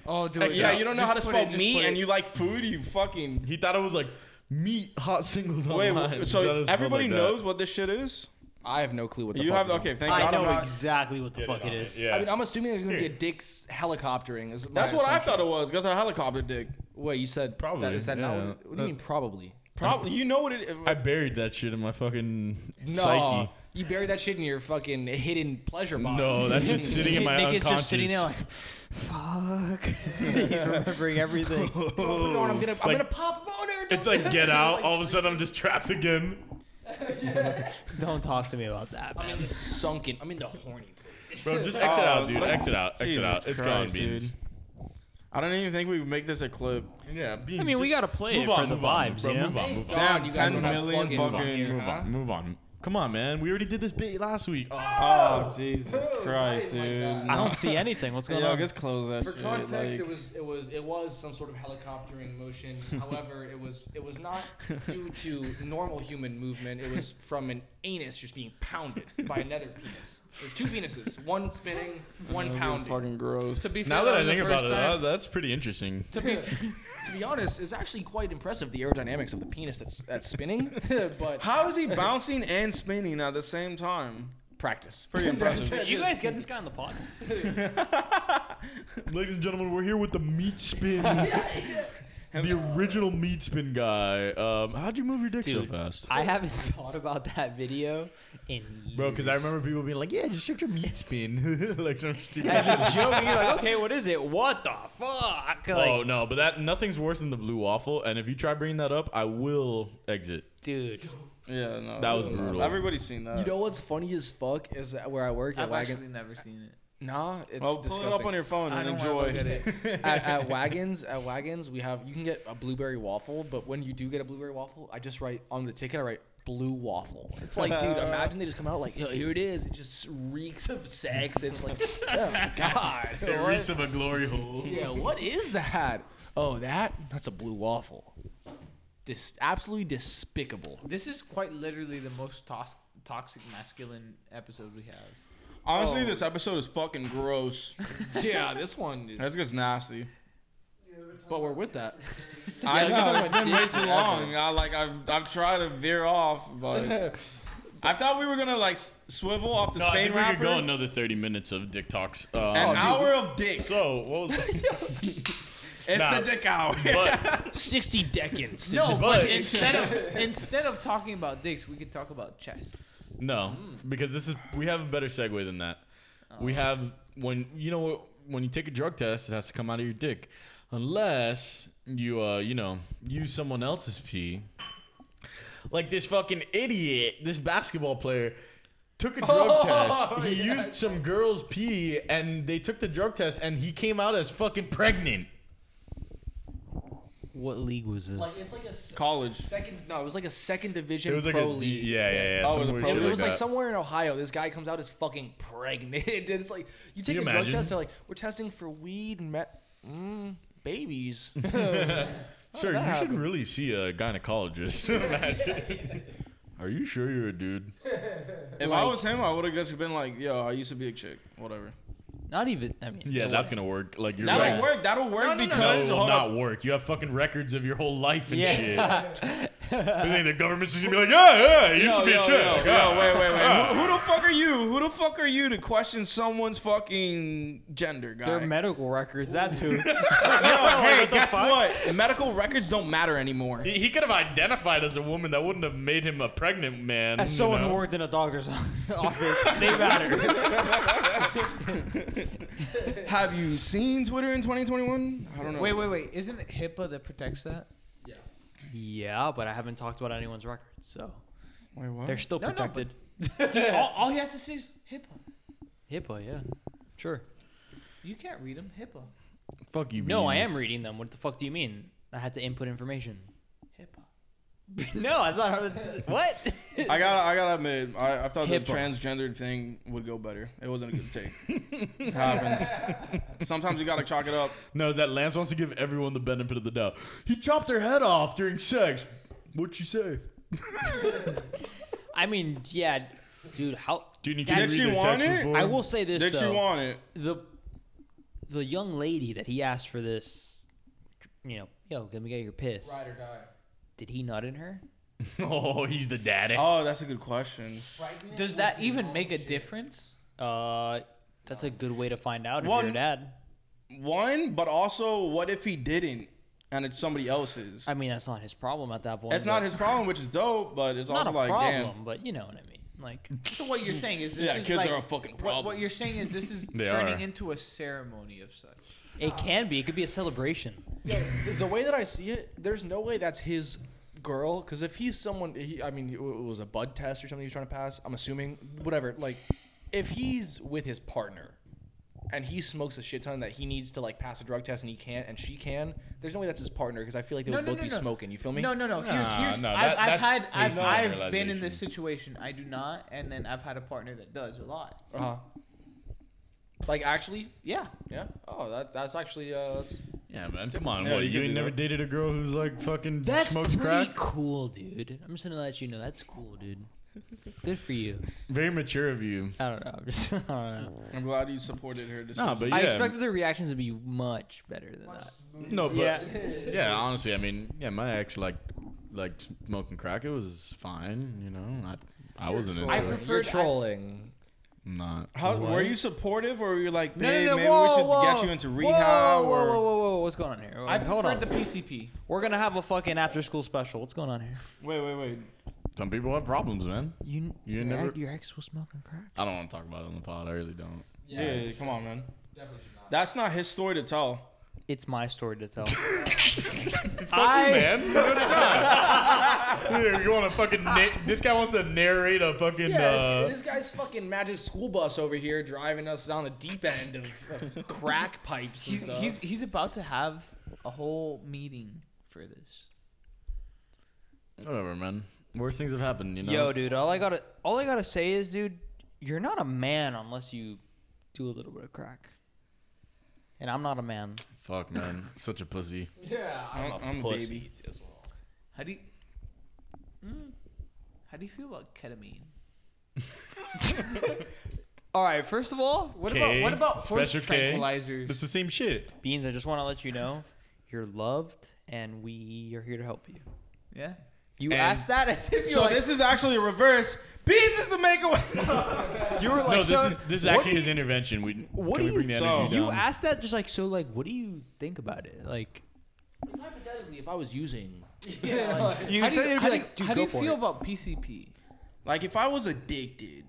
Oh, do Heck it. Yeah, you don't know Just how to put spell it- just meat put it- and you like food. You fucking. He thought it was like meat hot singles Wait, online. He wh- thought it so was spelled everybody like that. knows what this shit is? I have no clue what the You fuck have it is. okay. Thank I God. I'm know not- exactly what the fuck it Yeah. is. Yeah. I mean I'm assuming there's gonna be a Here. dick's helicoptering is That's my what I assumption. thought it was. Because a helicopter dick. wait you said probably Probably, that, is that yeah. Uh, not what, what do you mean probably Probably. You know what it. I buried that shit in my fucking No, psyche. you buried that shit in your fucking hidden pleasure box. No, that shit's sitting in my Nick is unconscious. just sitting there like, fuck. He's remembering everything. Put it on, I'm gonna, I'm Like- gonna pop boner. it's like get out. All of a sudden, I'm just trapped again. Don't talk to me about that, I'm man. in the sunken. I'm in the horny. Bro, Oh, just exit out, dude. look- Exit out. Exit Jesus out. It's Christ, gone, beans. I don't even think we would make this a clip. Yeah, beans. I mean, we just gotta play move it for on, the move on, vibes, bro. you know? Move on, move on. Damn, 10 have million plugins on fucking- here, move huh? on, move on. Come on, man. We already did this bit last week. Oh, Oh, Jesus Christ, dude. I don't see anything. What's going Yo, on? just close that For shit. context, like- it was it was it was some sort of helicoptering motion. However, it was it was not due to normal human movement. It was from an anus just being pounded by another penis. There's two penises, one spinning, one That was pounding. fucking gross. To be fair, now that I was the think about first it, uh, time- that- that's pretty interesting. to be to be honest, it's actually quite impressive the aerodynamics of the penis that's that's spinning. but How is he bouncing and spinning at the same time? practice. Pretty impressive. Did you guys get this guy on the pod? Ladies and gentlemen, we're here with the meat spin. the original meat spin guy. Um, how'd you move your dick so Dude. fast? I haven't thought about that video in years. Bro, because I remember people being like, "Yeah, just search your meat spin," like some stupid. As shit. a joke, and you're like, okay, what is it? What the fuck? Like, oh no, but that nothing's worse than the blue waffle. And if you try bringing that up, I will exit. dude. Yeah, no. That was no, no. brutal. Everybody's seen that. You know what's funny as fuck is that where I work at I've Wagon. actually never seen it. Nah, it's well, Oh, pull disgusting. it up on your phone I and don't enjoy. want to look at it. at, at wagons at wagons we have you can get a blueberry waffle but when you do get a blueberry waffle i just write on the ticket i write blue waffle it's like dude imagine they just come out like Yo, here it is it just reeks of sex it's like oh god It what- reeks of a glory hole. yeah what is that oh that that's a blue waffle Dis- absolutely despicable This is quite literally the most tos- toxic masculine episode we have. Honestly, Oh. this episode is fucking gross. yeah this one is That's just nasty. but we're with that I we know can talk it's about been dick way too forever. long. I like I've I've tried to veer off, but I thought we were gonna like s- swivel off the No, I Spain think we rapper. could go another thirty minutes of dick talks. Um, An Oh, dude. hour of dick. so what was? it's nah. the dick hour. But 60 decans No, just but like- instead of instead of talking about dicks, we could talk about chess. no, Mm. because this is we have a better segue than that. Oh. We have when you know what when you take a drug test, it has to come out of your dick, unless you uh you know use someone else's pee. Like this fucking idiot, this basketball player. Took a drug Oh, test. He used some girl's pee, and they took the drug test, and he came out as fucking pregnant. What league was this? like it's like a College. second no it was like a second division It was like pro a D, league yeah, yeah, yeah. Oh, some with a weird pro- shit It was like that. somewhere in Ohio. This guy comes out as fucking pregnant. and it's like you take you a drug imagine? test. They're like, we're testing for weed, and met mm, babies. Sir, Oh, you that should happened? really see a gynecologist. Imagine. Are you sure you're a dude? if I was him, I would have just been like, "Yo, I used to be a chick. Whatever." Not even. I mean, Yeah, that's gonna work. Like you're That'll right. work. That'll work No, because it will hold not up. work. You have fucking records of your whole life and shit. Yeah. You think the government's just gonna be like, yeah, yeah, you used to Yo, be yo, a yo, chick. Ah. yo, yeah." wait, wait, wait. Who, who the fuck are you? Who the fuck are you to question someone's fucking gender, guy? Their medical records. That's who. Yo, hey, guess what? Medical records don't matter anymore. He, he could have identified as a woman that wouldn't have made him a pregnant man. As you someone know? who worked in a doctor's office, they matter. Have you seen Twitter in 2021? I don't know. Wait, wait, wait. Isn't it HIPAA that protects that? yeah, but I haven't talked about anyone's records, so Wait, what? they're still No, no, but- protected. all, all he has to say is HIPAA. HIPAA, yeah. Sure. You can't read him. HIPAA. Fuck you. No, I Beans. am reading them. What the fuck do you mean? I had to input information. HIPAA. no, that's not how to, what. I gotta, I gotta admit, I, I thought the HIPAA. transgendered thing would go better. It wasn't a good take. It happens. Sometimes you gotta chalk it up. No, is that Lance wants to give everyone the benefit of the doubt. He chopped her head off during sex. What'd you say? I mean, yeah, dude. How? Dude, you Did can't she read their want text it? before? I will say this Did she though. want it? the the young lady that he asked for this, you know, yo, can we get your piss? Ride or die. Did he nut in her? Oh, he's the daddy. Oh, that's a good question. Does that even make a difference? Uh, that's a good way to find out if you're One- a dad. One, but also, what if he didn't, and it's somebody else's? I mean, that's not his problem at that point. It's not but- his problem, which is dope, but it's Not also a like, problem, but you know what I mean. Like, So what you're saying is this Yeah, is kids like- are a fucking What, what problem. you're saying is this is They turning are. into a ceremony of such. it can be. It could be a celebration. the, the way that I see it, there's no way that's his girl. Because if he's someone, he, I mean, it was a bud test or something he was trying to pass. I'm assuming, whatever. Like, if he's with his partner, and he smokes a shit ton that he needs to like pass a drug test and he can't and she can, there's no way that's his partner. Because I feel like they No, would no, both no, be no. smoking. You feel me? No, no, no. Here's, Nah, here's no, that- I've, I've that's had, I've, based on I've been in realization. this situation. I do not, and then I've had a partner that does a lot. Uh huh. Like actually, Yeah. yeah. Oh, that, that's actually uh, that's, Yeah, man. Come on. Yeah, what, you you, could ain't do never that. dated a girl who's like fucking That's smokes pretty crack? cool, dude. I'm just gonna let you know that's cool, dude. Good for you. Very mature of you. I don't know. I'm just, I don't know. damn. I'm glad you supported her. decision. No, but yeah. I expected the reactions to be much better than that. no, but yeah. Yeah. honestly, I mean, yeah, my ex like like smoking crack. It was fine, you know. I I wasn't into it. I prefer- you're preferred- I- trolling. Not. How, were you supportive, or were you like, No, no, babe, no, maybe we whoa, should get whoa. you into Whoa, rehab? Whoa, or whoa, whoa, whoa, What's going on here? I Hold preferred on. the PCP. We're gonna have a fucking after school special. What's going on here? Wait, wait, wait. Some people have problems, man. You, You your, never- ex, your ex was smoking crack. I don't want to talk about it on the pod. I really don't. Yeah, come on, man. Definitely should not. That's not his story to tell. It's my story to tell. I... man. No, it's not. Here, you want to fucking. Na- this guy wants to narrate a fucking. Yeah, this- uh, this, guy's fucking magic school bus over here driving us down the deep end of, of crack pipes and He's, stuff. he's he's about to have a whole meeting for this. Whatever, man. Worst things have happened, you know. Yo, dude, all I gotta all I gotta say is, dude, you're not a man unless you do a little bit of crack. And I'm not a man. Fuck, man. Such a pussy. yeah, I'm, I'm a baby. How do you? Mm. how do you feel about ketamine? All right, first of all, What K, about what about horse special K. tranquilizers? It's the same shit. Beans, I just want to let you know you're loved and we are here to help you. Yeah. You And- asked that as if you're So like, this is actually a reverse. Beans is the makeaway. you were like, no, this so is this is what actually do his you- intervention. We What can do we you bring the energy So- You down? asked that just like so, like, what do you think about it? Like, hypothetically, if I was using, you How do you, excited to how be do you- like, dude, how do go you for feel it. about PCP? like if I was addicted,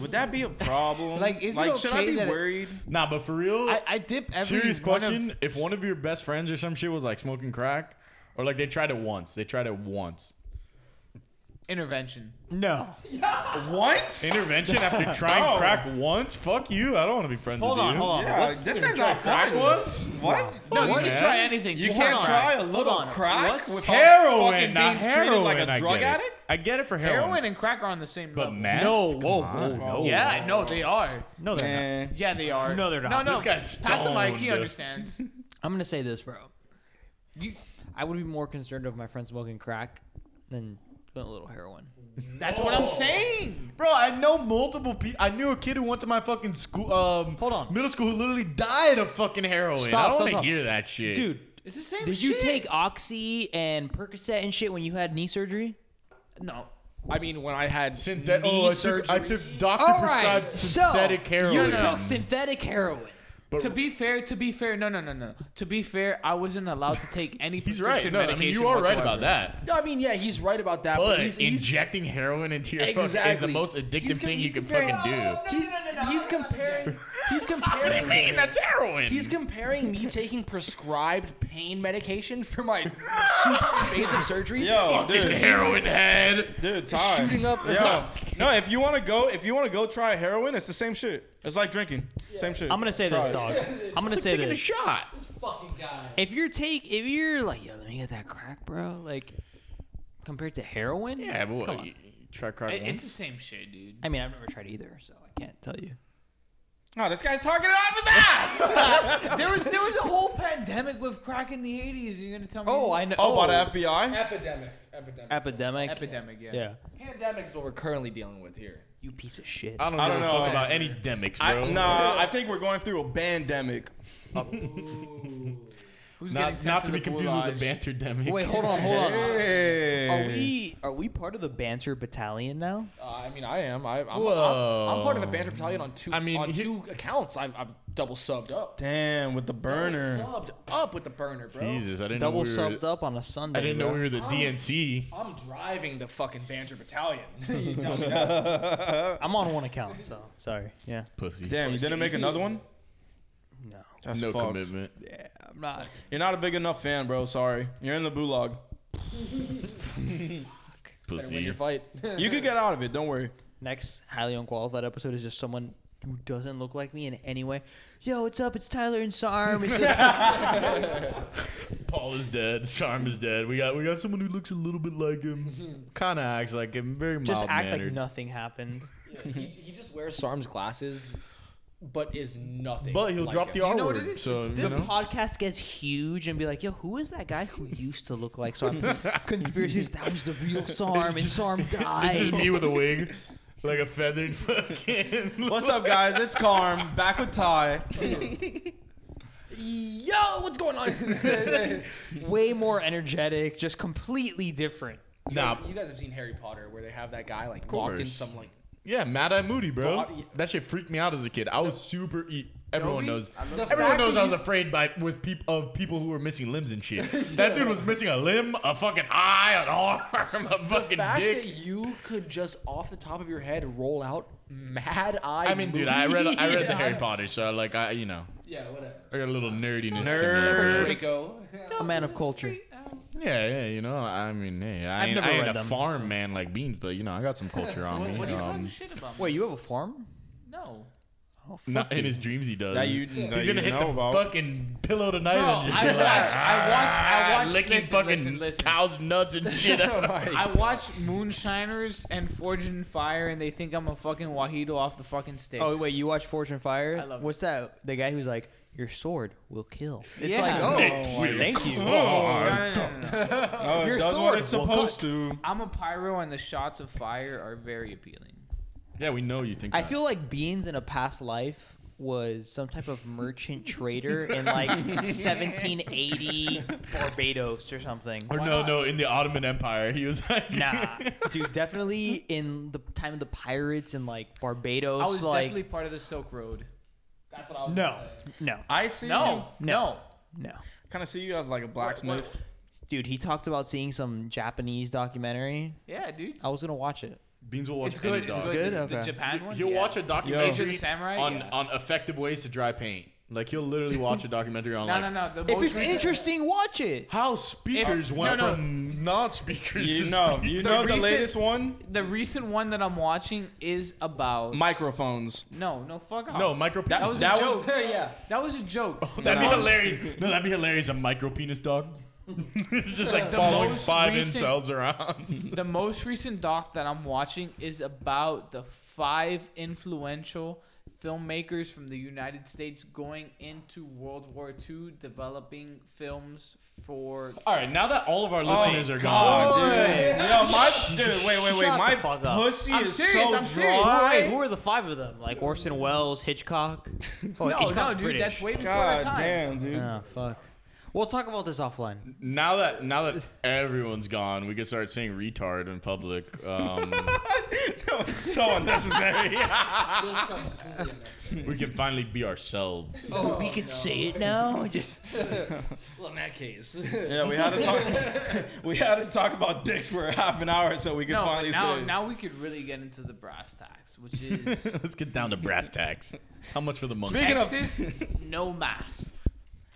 would that be a problem? Like, is it should I okay be that it- worried? Nah, but for real, I, I dip every serious one question. Of, if one of your best friends or some shit was like smoking crack, or like they tried it once, they tried it once. intervention. No. Once? Intervention after trying No. crack once? Fuck you. I don't want to be friends Hold with on, you. hold on. yeah, this guy's not Crack fun. once? What? No, What, you man? can try anything. You Hold can't on. try a little on. crack What's- without Heroin, fucking not being treated heroin. like a I drug get it. addict. I get it for heroin. Heroin and crack are on the same but level. meth? No, Come whoa, on. whoa, no. Yeah, no, they are. No, they're not. Man. Yeah, they are. No, they're not. No, no. This guy's Pass the mic. He stoned. understands. I'm gonna say this, bro. You, I would be more concerned of my friend smoking crack than doing a little heroin. that's what I'm saying. Bro, I know multiple people. I knew a kid who went to my fucking school, um, Hold on. middle school, who literally died of fucking heroin. Stop, I don't stop, want to stop. hear that shit, Dude, It's the same. did you shit. take oxy and Percocet and shit when you had knee surgery? No. I mean, when I had Synthet- knee oh, I took, surgery, I took doctor prescribed synthetic heroin. you took synthetic heroin. But- To be fair, to be fair, no, no, no, no. To be fair, I wasn't allowed to take any. He's right. prescription No, I mean medication you are right whatsoever. about that. I mean, yeah, he's right about that, but, But he's, he's injecting heroin into your fucking is the Exactly. most addictive He's com- thing you he's can comparing- fucking do. Oh, he- he's comparing. He's What do you comparing. mean? That's heroin. He's comparing me taking prescribed pain medication for my super invasive surgery. Yo, fucking dude, heroin head. dude, time. shooting up- Yo, no, if you want to go, if you want to go try heroin, it's the same shit. It's like drinking, same shit. I'm gonna say Try this, it. dog. I'm gonna say Taking a this. shot. if you're take, if you're like, yo, let me get that crack, bro. Like, compared to heroin. Yeah, but Come what? on. You, you try crack It- it's once. the same shit, dude. I mean, I've never tried either, so I can't tell you. No, this guy's talking out of his ass. there was there was a whole pandemic with crack in the '80s. and You're gonna tell me? know. oh, about the FBI. Epidemic. Epidemic. epidemic. Epidemic, yeah. Yeah. Pandemic is what we're currently dealing with here. You piece of shit. I don't, I give don't a fuck know. about any demics, I, bro. nah, I think we're going through a pandemic. Who's getting Not, sent not to the be confused with gulag? the banter demic. Wait, hold on, hold on. Hey. Oh, Are we are we part of the banter battalion now? Uh, I mean, I am. I, I'm, I'm, Whoa. I'm part of a banter battalion on two. I mean, on he- two accounts, I'm, I'm double subbed up. Damn, with the burner. Subbed up with the burner, bro. Jesus, I didn't Double know we were. subbed up on a Sunday. I didn't know bro. we were the DNC. I'm driving the fucking banter battalion. You tell me that. I'm on one account, so sorry. Yeah. Pussy. Damn, you didn't make another one. No. That's no fucked. commitment. Yeah, I'm not. You're not a big enough fan, bro. Sorry, you're in the blue log. Better win Pussy. your fight. You could get out of it. Don't worry. Next highly unqualified episode is just someone who doesn't look like me in any way. Yo, what's up? It's Tyler and Sarm. It's just, Paul is dead. Sarm is dead. We got we got someone who looks a little bit like him. Kind of acts like him. Very mild just act like mannered. nothing happened. he, Mm-hmm. he just wears Sarm's glasses, but is nothing. But he'll like drop him. the R know what word. it is? So It's you The know. podcast gets huge and be like, yo, who is that guy who used to look like Sarm? Conspiracies, that was the real Sarm, and Sarm died. It's just me with a wig, like a feathered fucking. What's up, guys? It's Carm back with Ty. Yo, what's going on? you, guys, Way more energetic, just completely different. Nah, you guys have seen Harry Potter, where they have that guy like locked in course. some like Yeah, Mad Eye Moody, bro. Body- That shit freaked me out as a kid. I was super. E- everyone Yobi? knows. The Everyone fact knows that I was you- afraid by with peop- of people who were missing limbs and shit. That dude was missing a limb, a fucking eye, an arm, a The fucking fact dick. that you could just off the top of your head roll out Mad Eye. I mean, dude, I read I read the Yeah. Harry Potter, so like I, you know, Yeah, whatever. I got a little nerdiness Or to me. Draco. A man of culture. Yeah, yeah, you know, I mean, hey, I I've ain't, never I ain't read a them, farm man like Beans, but you know, I got some culture on What, me. what are you um, talking shit about? Wait, you have a farm? no. not in his dreams, he does. That you, that He's you gonna hit know the about. fucking pillow tonight Bro, and just I be like, watched- I watched- I "Ah," watched- licking listen, fucking listen, listen. Oh cow's nuts and shit. I watch Moonshiners and Forging Fire, and they think I'm a fucking Wahito off the fucking sticks. Oh wait, you watch Fortune Fire? I love it. What's that? The guy who's like, your sword will kill. It's Yeah. like, oh, Nick, thank you. No, no, no, no, no. Oh, it Your does sword what it's will supposed to. I'm a pyro, and the shots of fire are very appealing. yeah, we know you think. I that. feel like Beans in a past life was some type of merchant trader in like 1780 Barbados or something. Or Why no, not? no, in the Ottoman Empire, he was like, Nah, dude, definitely in the time of the pirates and like Barbados. I was like, definitely part of the Silk Road. That's what I was no, no, I see. No, no. uh, no. Kind of see you as like a blacksmith. Dude, he talked about seeing some Japanese documentary. Yeah, dude. I was gonna watch it. Beans will watch It's any good. dog. It's good. good? The- The Okay. Japan one. He'll yeah. watch a Age of documentary the Samurai. on yeah. on effective ways to dry paint. Like he'll literally watch a documentary on no, like no, no. The If most it's recent- interesting, watch it. how speakers If- went no, no. from non-speakers You to know, speak- you The know the recent- latest one. the recent one that I'm watching is about Microphones. No, no, fuck off. No, micro. That that was that a was- joke. yeah, that was a joke. That'd be No. hilarious. No, that'd be hilarious. A micro penis dog. just like The following most five recent- incels around. the most recent doc that I'm watching is about the five influential filmmakers from the United States going into World War II, developing films for. all right, now that all of our listeners are God, gone, dude. Yo, my dude, wait, wait, wait. Shut my the fuck up. pussy I'm is serious, so I'm serious. dry. Wait, who are the five of them? Like Orson Welles, Hitchcock. Oh, no, no, Hitchcock's dude, British. that's way before that God time. damn, dude. Oh fuck. We'll talk about this offline. now that now that everyone's gone, we can start saying retard in public. Um, That was so unnecessary. we can finally be ourselves. Oh, we can say it now. Just Well, in that case. yeah, we had to talk. we had to talk about dicks for half an hour so we could No, finally but now, say. now we could really get into the brass tacks, which is Let's get down to brass tacks. How much for the month? Speaking of, Texas, no mask.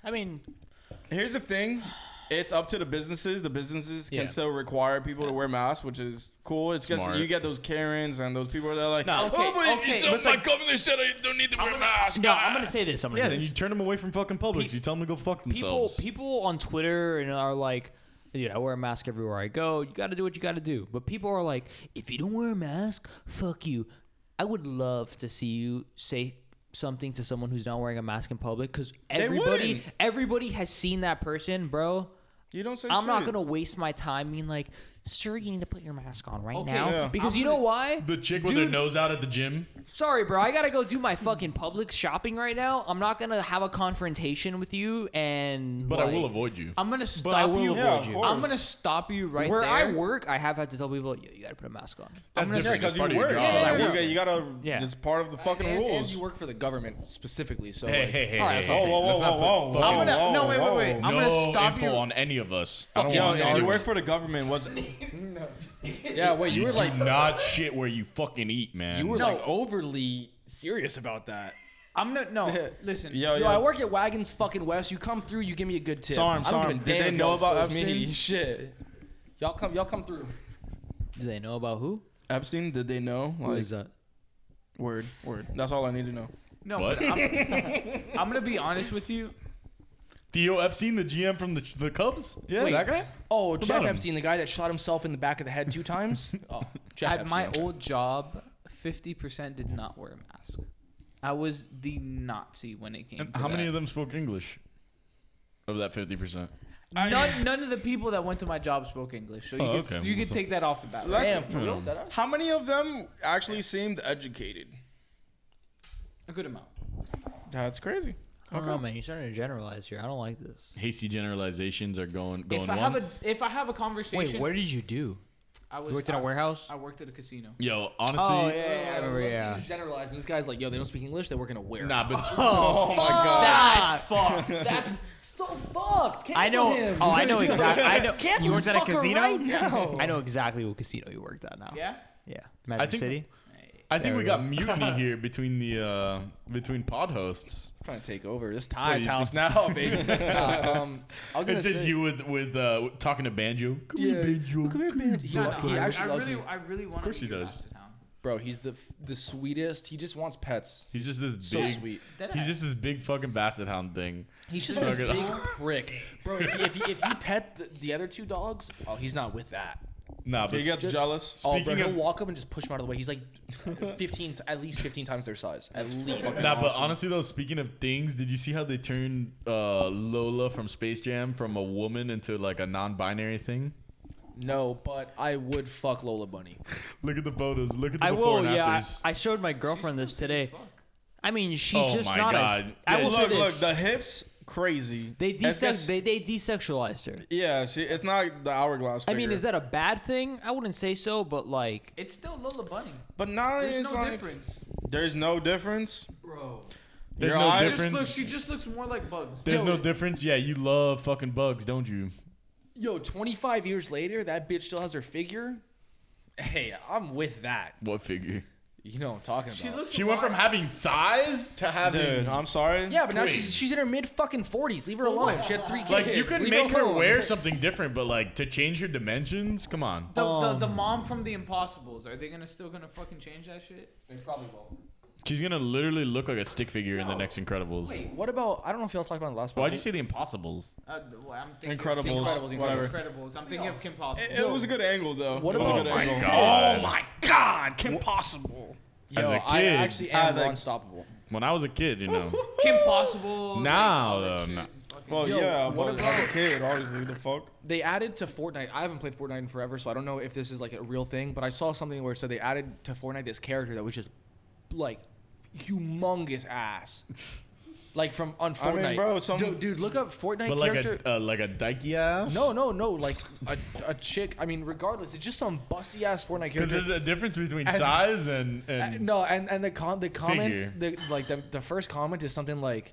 I mean, here's the thing. It's up to the businesses. The businesses can Yeah. still require people to wear masks, which is cool. It's just Smart. you get those Karens and those people that are like, No, oh, okay, but okay, it's so but my Oh governor said I don't need to wear masks. no, I'm gonna say this. I'm gonna yeah, say then you this. turn them away from fucking Publix. You tell them to go fuck people, themselves. people on Twitter and are like, dude, I wear a mask everywhere I go. You got to do what you got to do. But people are like, if you don't wear a mask, fuck you. I would love to see you say something to someone who's not wearing a mask in public because everybody, wouldn't. everybody has seen that person, bro. You don't say. I'm not shit. gonna waste my time being like, sir, you need to put your mask on right Okay, now yeah. because you know why? the chick with her Dude. nose out at the gym. Sorry, bro. I gotta go do my fucking public shopping right now. I'm not gonna have a confrontation with you, and But I will like, avoid you. I'm gonna stop But I will you. Yeah, avoid of you. course. I'm gonna stop you right Where there. I work, I have had to tell people, yeah, you gotta put a mask on. That's gonna- different. That's because part you of your work. job. Yeah, yeah, Like, yeah. you, got- you gotta. Yeah. It's part of the fucking and, rules. and you work for the government specifically, so Hey, like, hey, hey, All right, hey, that's hey, all I'm hey. saying. Let's Whoa, not whoa, whoa, put whoa. fucking I'm gonna. Whoa, no, wait, wait, whoa. wait. I'm no gonna stop info you. on any of us. I don't Yo, want if you anyone. work for the government, what's yeah, wait, you You were do like, not shit where you fucking eat, man. you were No. like overly serious about that. I'm gonna. No, listen. Oh, yo, Yo, I yo? work at Wagons fucking West. You come through, you give me a good tip. Sarm, I don't Sarm, give a did they damn if know y'all about expose Epstein? Me. Shit, y'all come, y'all come through. Do they know about who? Epstein? Did they know? Who Like, is that? word, word. That's all I need to know. No, What? but I'm, I'm gonna be honest with you. Theo Epstein, the GM from the, the Cubs? Yeah, Wait. that guy? Oh, Jeff about him? Epstein, the guy that shot himself in the back of the head two times. Oh, Jeff At Epstein. my old job, 50% did not wear a mask. I was the Nazi when it came. And to how many that. of them spoke English? Of that 50%. None, none of the people that went to my job spoke English, so you Oh, could, okay. you Well, could so- take that off the bat. Let's- Damn, for Hmm. real? That How many of them actually seemed educated? A good amount. That's crazy. I don't know, man. You're starting to generalize here. I don't like this. Hasty generalizations are going going If I have once. a if I have a Wait, conversation, what did you do? I was You worked in a I- warehouse. I worked at a casino. Yo, honestly, Oh, I remember. Let's Yeah. just generalize, and this guy's like, yo, they don't speak English. They work in a warehouse. nah, but Oh my god. That's fucked. That's so fucked. Cancel I know. Him. Oh, I know exactly. I know. Cancel you this worked at a fucker casino. right now. I know exactly what casino you worked at now. Yeah. Yeah. Magic think- City. I think There we, we got mutiny here between the uh, between pod hosts. trying to take over this Ty's you house now, baby. Nah, um, I was gonna It's just say, you with with uh, talking to banjo. Come Yeah. here, banjo. Come here, man. He, No, no, he I, actually I loves really, me, I really want. course he does. bro. He's the f- the sweetest. He just wants pets. He's just this So big. sweet. He's just this big fucking basset hound thing. He's just Suck this it big up. prick, bro. If you, if you, if you pet the, the other two dogs, oh, he's not with that. Nah, but He gets Just- jealous. Oh, bro, Speaking he'll of- walk up and just push him out of the way. He's like 15, t- at least 15 times their size. At least. Nah, but honestly though, speaking of things, did you see how they turned uh, Lola from Space Jam from a woman into like a non-binary thing? No, but I would fuck Lola Bunny. Look at the photos. Look at the I before will. and Yeah. afters. I, I showed my girlfriend this today. I mean, she's Oh just my not as. God. I Yeah, will say Look, this. look, the hips crazy. they, It's desex- just- they they desexualized her. Yeah, she, it's not the hourglass. I figure. mean, is that a bad thing? I wouldn't say so, but like, It's still Lola Bunny. But now There's it's no like difference, there's no difference. bro. There's Your no eyes- She just, difference. looks, she just looks more like Bugs. There's Yo. no difference. Yeah, you love fucking bugs, don't you? Yo, 25 years later, that bitch still has her figure. Hey, I'm with that. What figure? You know what I'm talking about. She looks. She a went lot- from having thighs to having. Dude, I'm sorry. yeah, but now Great. she's, she's in her mid fucking 40s. Leave her alone. She had three kids. like you could Leave make her alone. wear something different, but like to change her dimensions, come on. The, the, the mom from The Impossibles. Are they gonna still gonna fucking change that shit? They probably will. She's gonna literally look like a stick figure in the No. next Incredibles. Wait, what about? I don't know if y'all talked about it last. Why'd you say the Impossibles? Uh, th- well, I'm thinking Incredibles, Of Incredibles, whatever. Incredibles. I'm thinking of Kim Possible. It, it was a good angle though. What It was a about- good Oh my angle. God. Oh my God! Kim Possible. Yo, As a I kid. actually am As a- unstoppable. When I was a kid, you know. Kim Possible. like, Now, all that though, shit. no. Fucking- Well, Yo, yeah, what but about- as a kid, obviously, the fuck. They added to Fortnite. I haven't played Fortnite in forever, so I don't know if this is like a real thing. But I saw something where it said they added to Fortnite this character that was just like humongous ass, like from on I mean, Fortnite. bro, some- dude, dude, look up Fortnite But like character. a uh, like a dykey ass. no, no, no. Like a, a chick. I mean, regardless, it's just some busty ass Fortnite because character. there's a difference between And- size and Uh, and no, and and the com- the comment, Figure. the, like the the first comment is something like,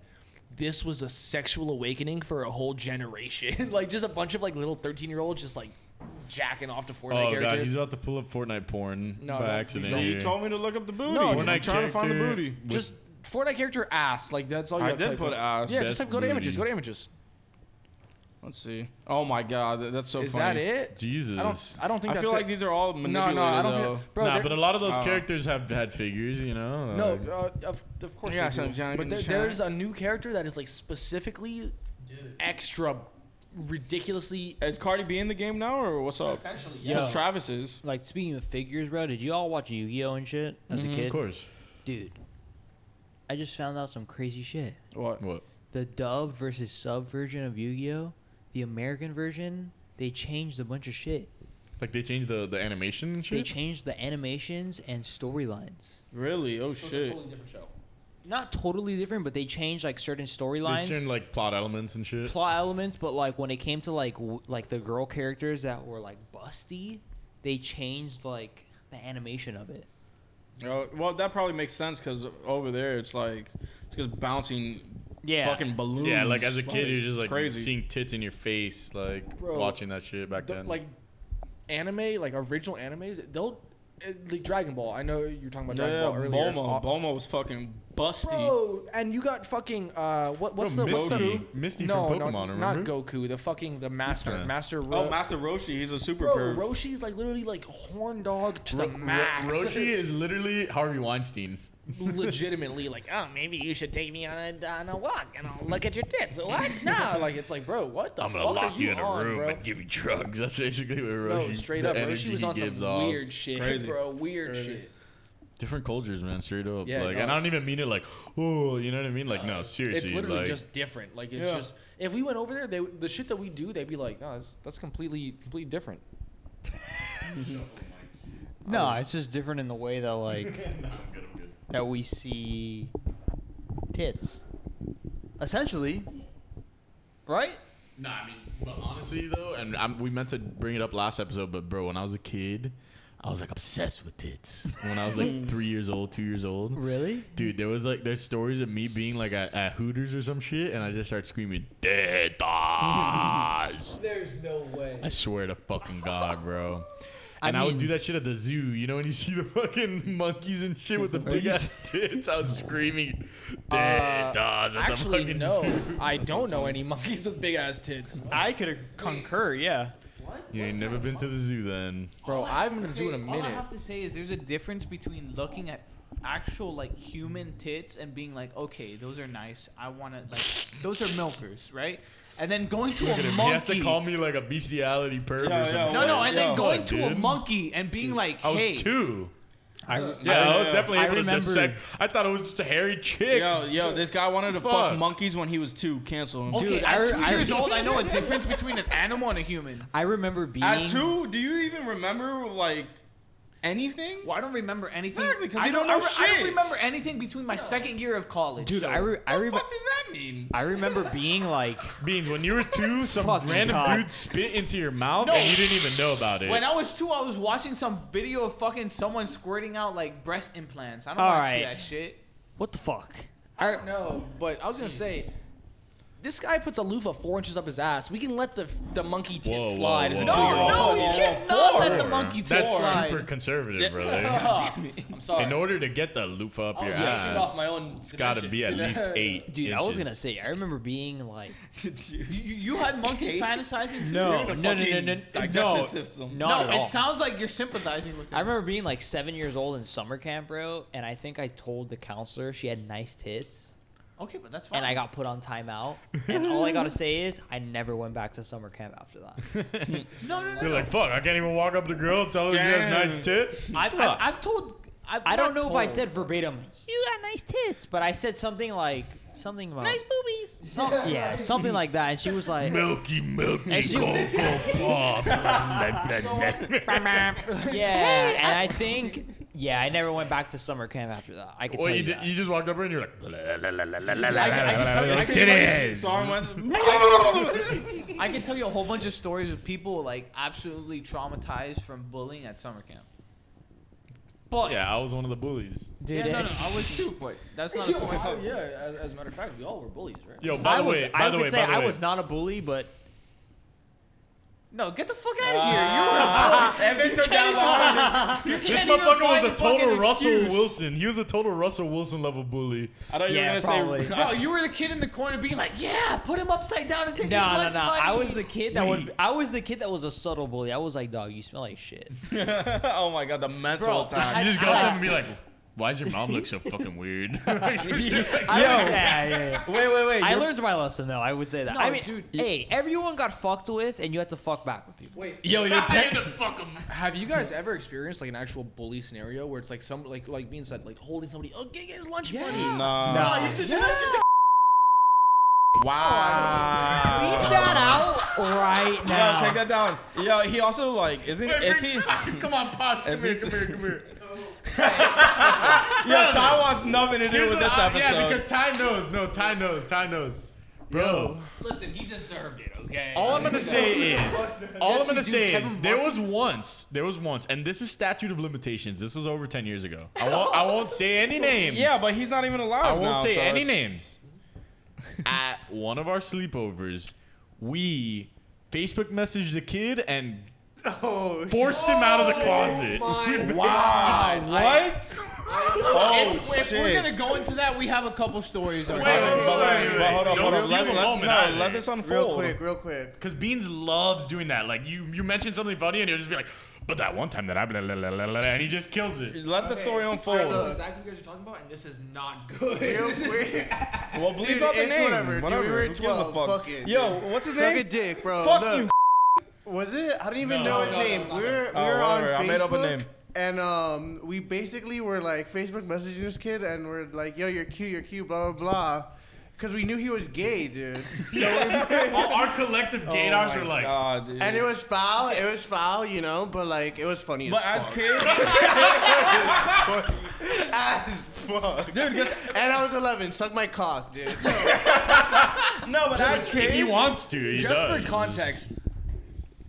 "This was a sexual awakening for a whole generation." like just a bunch of like little thirteen year olds just like jacking off to Fortnite oh god, characters. he's about to pull up Fortnite porn No, by no, accident. You here. told me to look up the booty. No, I'm trying Fortnite to find the character booty. with- just Fortnite character ass. Like that's all you I have to did type put in. ass. Yeah, just That's type, go to images. Go booty. to images. Let's see. Oh my God, that- that's so is that funny. it? Jesus. I don't. I don't think I that's feel it. like these are all no, manipulated no, I don't though. feel. Bro, nah, there- but a lot of those Oh. characters have had figures, you know. no, like- uh, of, of course. Yeah, they some do. giant But there, giant- there's a new character that is like specifically extra, ridiculously Is Cardi B in the game now, or what's up? Essentially, yeah. Because Travis is. like speaking of figures, bro, did you all watch Yu-Gi-Oh and shit as a kid? of course. dude. I just found out some crazy shit. What? What? The dub versus sub version of Yu-Gi-Oh, the American version, they changed a bunch of shit. Like they changed the the animation and They shit. changed the animations and storylines. Really? Oh It's a shit. totally different show. Not totally different, but they changed like certain They storylines. turned like plot elements and shit. plot elements, but like when it came to like w- like the girl characters that were like busty, they changed like the animation of it. Oh, well, that probably makes sense because over there it's like it's just bouncing Yeah. fucking balloons. yeah, like as a Like, kid, you're just it's like crazy. seeing tits in your face, like Bro, watching that shit back The- then. like anime, like original animes, they'll uh, like Dragon Ball. I know you were talking about Yeah, Dragon Ball earlier. Bulma. Uh, Bulma was fucking busty. Bro, and you got fucking uh, what? What's Bro, the what's the Misty. Misty no, from no, Pokemon, not remember? Goku. The fucking the master, kinda- master. Ro- Oh, Master Roshi, he's a super Bro, perv. Roshi's like literally like horn dog to Ro- the Ro- max. Roshi is literally Harvey Weinstein. legitimately like, oh, maybe you should take me on a on a walk and I'll look at your tits. What? No, like it's like, bro, what the I'm gonna fuck lock are you, you in a on, room bro? and give you drugs. That's basically what Roshi. Bro, straight the up, energy Roshi was he on gives some off. weird shit, Crazy. bro. Weird Crazy. shit. Different cultures, man. Straight up. Yeah, like, no. and I don't even mean it like, oh, you know what I mean? Like, no, seriously. It's literally like, just different. Like it's Yeah. just if we went over there, they would- the shit that we do, they'd be like, no, that's, that's completely completely different. No, it's just different in the way that like that we see tits. Essentially, right? Nah, I mean, but honestly though, and I'm, we meant to bring it up last episode, but bro, when I was a kid, I was like obsessed with tits. When I was like three years old, two years old, Really? dude, there was like there's stories of me being like at, at Hooters or some shit, and I just start screaming tetas. There's no way. I swear to fucking god, bro. I And I, would mean- do that shit at the zoo, you know, when you see the fucking monkeys and shit with the Are you big ass tits. I was screaming, "Tetas!" at the Actually, fucking no. zoo. I don't know any monkeys with big ass tits. I could concur, yeah. You ain't never been to the zoo then. Bro, All I I've been to have the to zoo in a say- All I minute. have to say is there's a difference between looking at actual like human tits and being like, okay, those are nice. I want to like, those are milkers, right? And then going to Look at a him. He has to monkey. call me like a bestiality perv Yo, or yo, something. no, no, What? and then Yo. going What, to a dude? monkey and being like, I was hey, two. I, Yeah, I, was yeah. definitely I able remember- to dissect. I thought it was just a hairy chick. Yo, yo, this guy wanted to fuck Fuck. monkeys when he was two. Cancel him. okay, Dude, at I- two I- years old, I know a difference between an animal and a human. I remember being At two, do you even remember like anything? Well, I don't remember anything. Exactly, 'cause I you don't I know re- I shit. don't remember anything between my second year of college. Dude, so- I re- I, What the re- fuck does that mean? I remember being like Beans, when you were two, some Fuck random God. dude spit into your mouth No. and you didn't even know about it. When I was two, I was watching some video of fucking someone squirting out like breast implants. I don't All want to see right. that shit. What the fuck? I don't know, but I was gonna say, this guy puts a loofah four inches up his ass. We can let the the monkey tit Whoa, whoa, slide as a whoa. two year No, old. no, you Oh, cannot four. let the monkey tits That's slide. super conservative, brother. Yeah. I'm sorry. In order to get the loofah up I your was yeah. off ass, my own. it's got to be at least eight. Dude, I was gonna inches. say I remember being like Dude, You, you had monkey Hey. fantasizing too. No, you're in a no, no, no, fucking no, no, digestive no, system. not no, at it all. sounds like you're sympathizing with it. I remember being like seven years old in summer camp, bro, and I think I told the counselor she had nice tits, okay, but that's fine. and I got put on timeout. And all I gotta say is I never went back to summer camp after that. no, no, no. You're no. like, fuck, I can't even walk up to the girl and tell her she has Damn. nice tits. I, I, I've told. I've I not don't know if I told. said verbatim, "You got nice tits," but I said something like something about nice boobies. some, yeah, something like that, and she was like, Milky, milky, she- cocoa puff. "Yeah," and I think, yeah, I never went back to summer camp after that. I could Well, tell you, you, did, that. you just walked up and you're like, I like it can tell you is. Song went. I can tell you a whole bunch of stories of people like absolutely traumatized from bullying at summer camp. But Yeah, I was one of the bullies. yeah, Dude, no, no, I it's- was too, but that's not a point. yeah, as, as a matter of fact, we all were bullies, right? Yo, by I the was, way, I by the could way, say by the I way, was not a bully, but No, get the fuck out of here. Ah, Evan took down the hardest. This can't even motherfucker was find a a total fucking Russell excuse. Wilson. He was a total Russell Wilson level bully. I thought you Yeah, were gonna probably. say. You're, bro, you were the kid in the corner being like, yeah, put him upside down and take no, his no, lunch no. money. I was the kid that would. I was the kid that was a subtle bully. I was like, dog, you smell like shit. oh my god, the mental Bro, time. You just I- go up to I- him and be like, "Why does your mom look so fucking weird?" Like, some shit like I, that. was- yeah, yeah, yeah. Wait, wait, wait. I you're- learned my lesson though. I would say that. No, I mean, dude. hey, everyone got fucked with, and you had to fuck back with people. Wait, Yo, your I parents. had to fuck him. have you guys ever experienced like an actual bully scenario where it's like some like like being said like holding somebody? Oh, get, get his lunch money. Nah. No. Wow. Leave that out right Yo, now. take that down. Yo, he also like isn't is he? Come on, Pops. Come Is here, he- come here, come here. Yo, Ty wants nothing to do Here's with what this I- episode. yeah, because Ty knows. No, Ty knows. Ty knows. Bro, Listen, he deserved it. Okay. all I'm gonna say is, all Yes, I'm gonna you do, say is, Kevin there Martin. was once, there was once, and this is statute of limitations. This was over ten years ago. I won't, I won't say any names. yeah, but he's not even allowed. I won't now, say so any it's- names. At one of our sleepovers, we Facebook messaged the kid and forced him out of the closet. Wow. What? Oh if, if shit. we're gonna go into that, we have a couple stories. Wait, already. But- wait, but- wait, but wait. Hold on, Don't hold on. steal Let, the let- moment no, either. let this unfold. Real quick, real quick. Because Beans loves doing that. Like you, you mention something funny and he'll just be like, "But that one time that I blah, blah, blah, blah, blah," and he just kills it. Let the story unfold. look. exactly what you guys are talking about, and this is not good. Real quick. Well, bleep Dude, out the it's name. whatever, dude. We were Who gives a 12. fuck? Fuck it, Yo, dude. what's his Suck a name? dick, bro. Fuck Look. you. Was it? I don't even No, know his no, no, name. it's not we were, Oh, we were on whatever, Facebook, I made up a name. and um, we basically were like Facebook messaging this kid, and we're like, "Yo, you're cute, you're cute," blah blah blah, because we knew he was gay, dude. All our collective gaydars Oh are my like, God, dude. and it was foul. It was foul, you know. But like, it was funny. But as as fuck. kids, as fuck, dude, 'cause- And I was 11. Suck my cock, dude. No, but I Just if he wants to. He Just does. for context,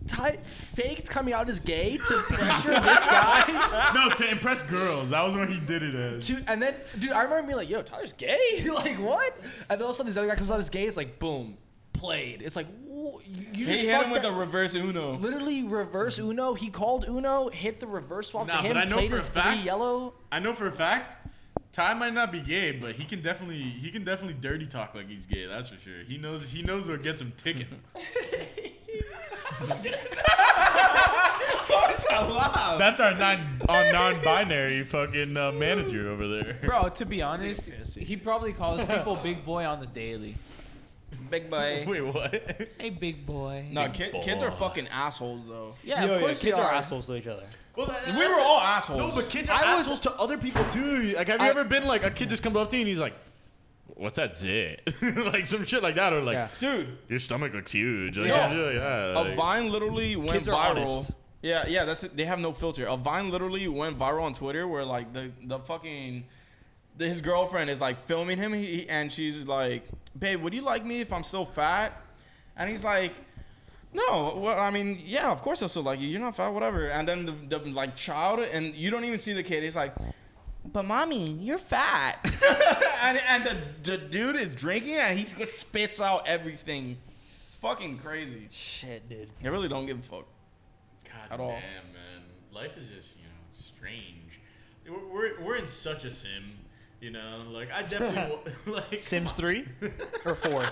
Ty faked coming out as gay to pressure this guy. No, to impress girls. That was what he did it as. To, and then, dude, I remember being like, "Yo, Tyler's gay." like, what? And then all of a sudden, this other guy comes out as gay. It's like, boom, played. It's like, whoa, you He just hit him fucked with the up. reverse Uno. literally reverse Uno. He called Uno, hit the reverse swap Nah, to him, but I know played for his a three fact- yellow. I know for a fact, Ty might not be gay, but he can definitely he can definitely dirty talk like he's gay. That's for sure. He knows he knows what gets him ticking. That's our non our non-binary fucking uh, manager over there. Bro, to be honest, he probably calls people big boy on the daily. Big boy. Wait, what? Hey, big boy. No, kid, kids are boy. fucking assholes though. Yeah, Yo, yeah, of course kids kids are are. assholes to each other. Well, that, We were all assholes. no, but kids are I was- assholes to other people too. Like, have you I- ever been like a kid just comes up to you and he's like, "What's that zit?" like some shit like that, or like, Yeah. dude, "Your stomach looks huge." Like, Yeah. some shit like that, a like- vine literally went Kids are viral. honest. Yeah, yeah, that's it. They have no filter. A vine literally went viral on Twitter where like the the fucking the, his girlfriend is like filming him he, and she's like, "Babe, would you like me if I'm still fat?" And he's like, "No, well, I mean, yeah, of course I still like you. You're not fat, whatever." And then the, the like child and you don't even see the kid. He's like. But mommy, you're fat, and, and the, the dude is drinking and he just spits out everything. It's fucking crazy. Shit, dude. I really don't give a fuck. God at all. damn, man. Life is just, you know, strange. We're, we're, we're in such a sim, you know? Like, I definitely. wa- like, Sims 3 or 4.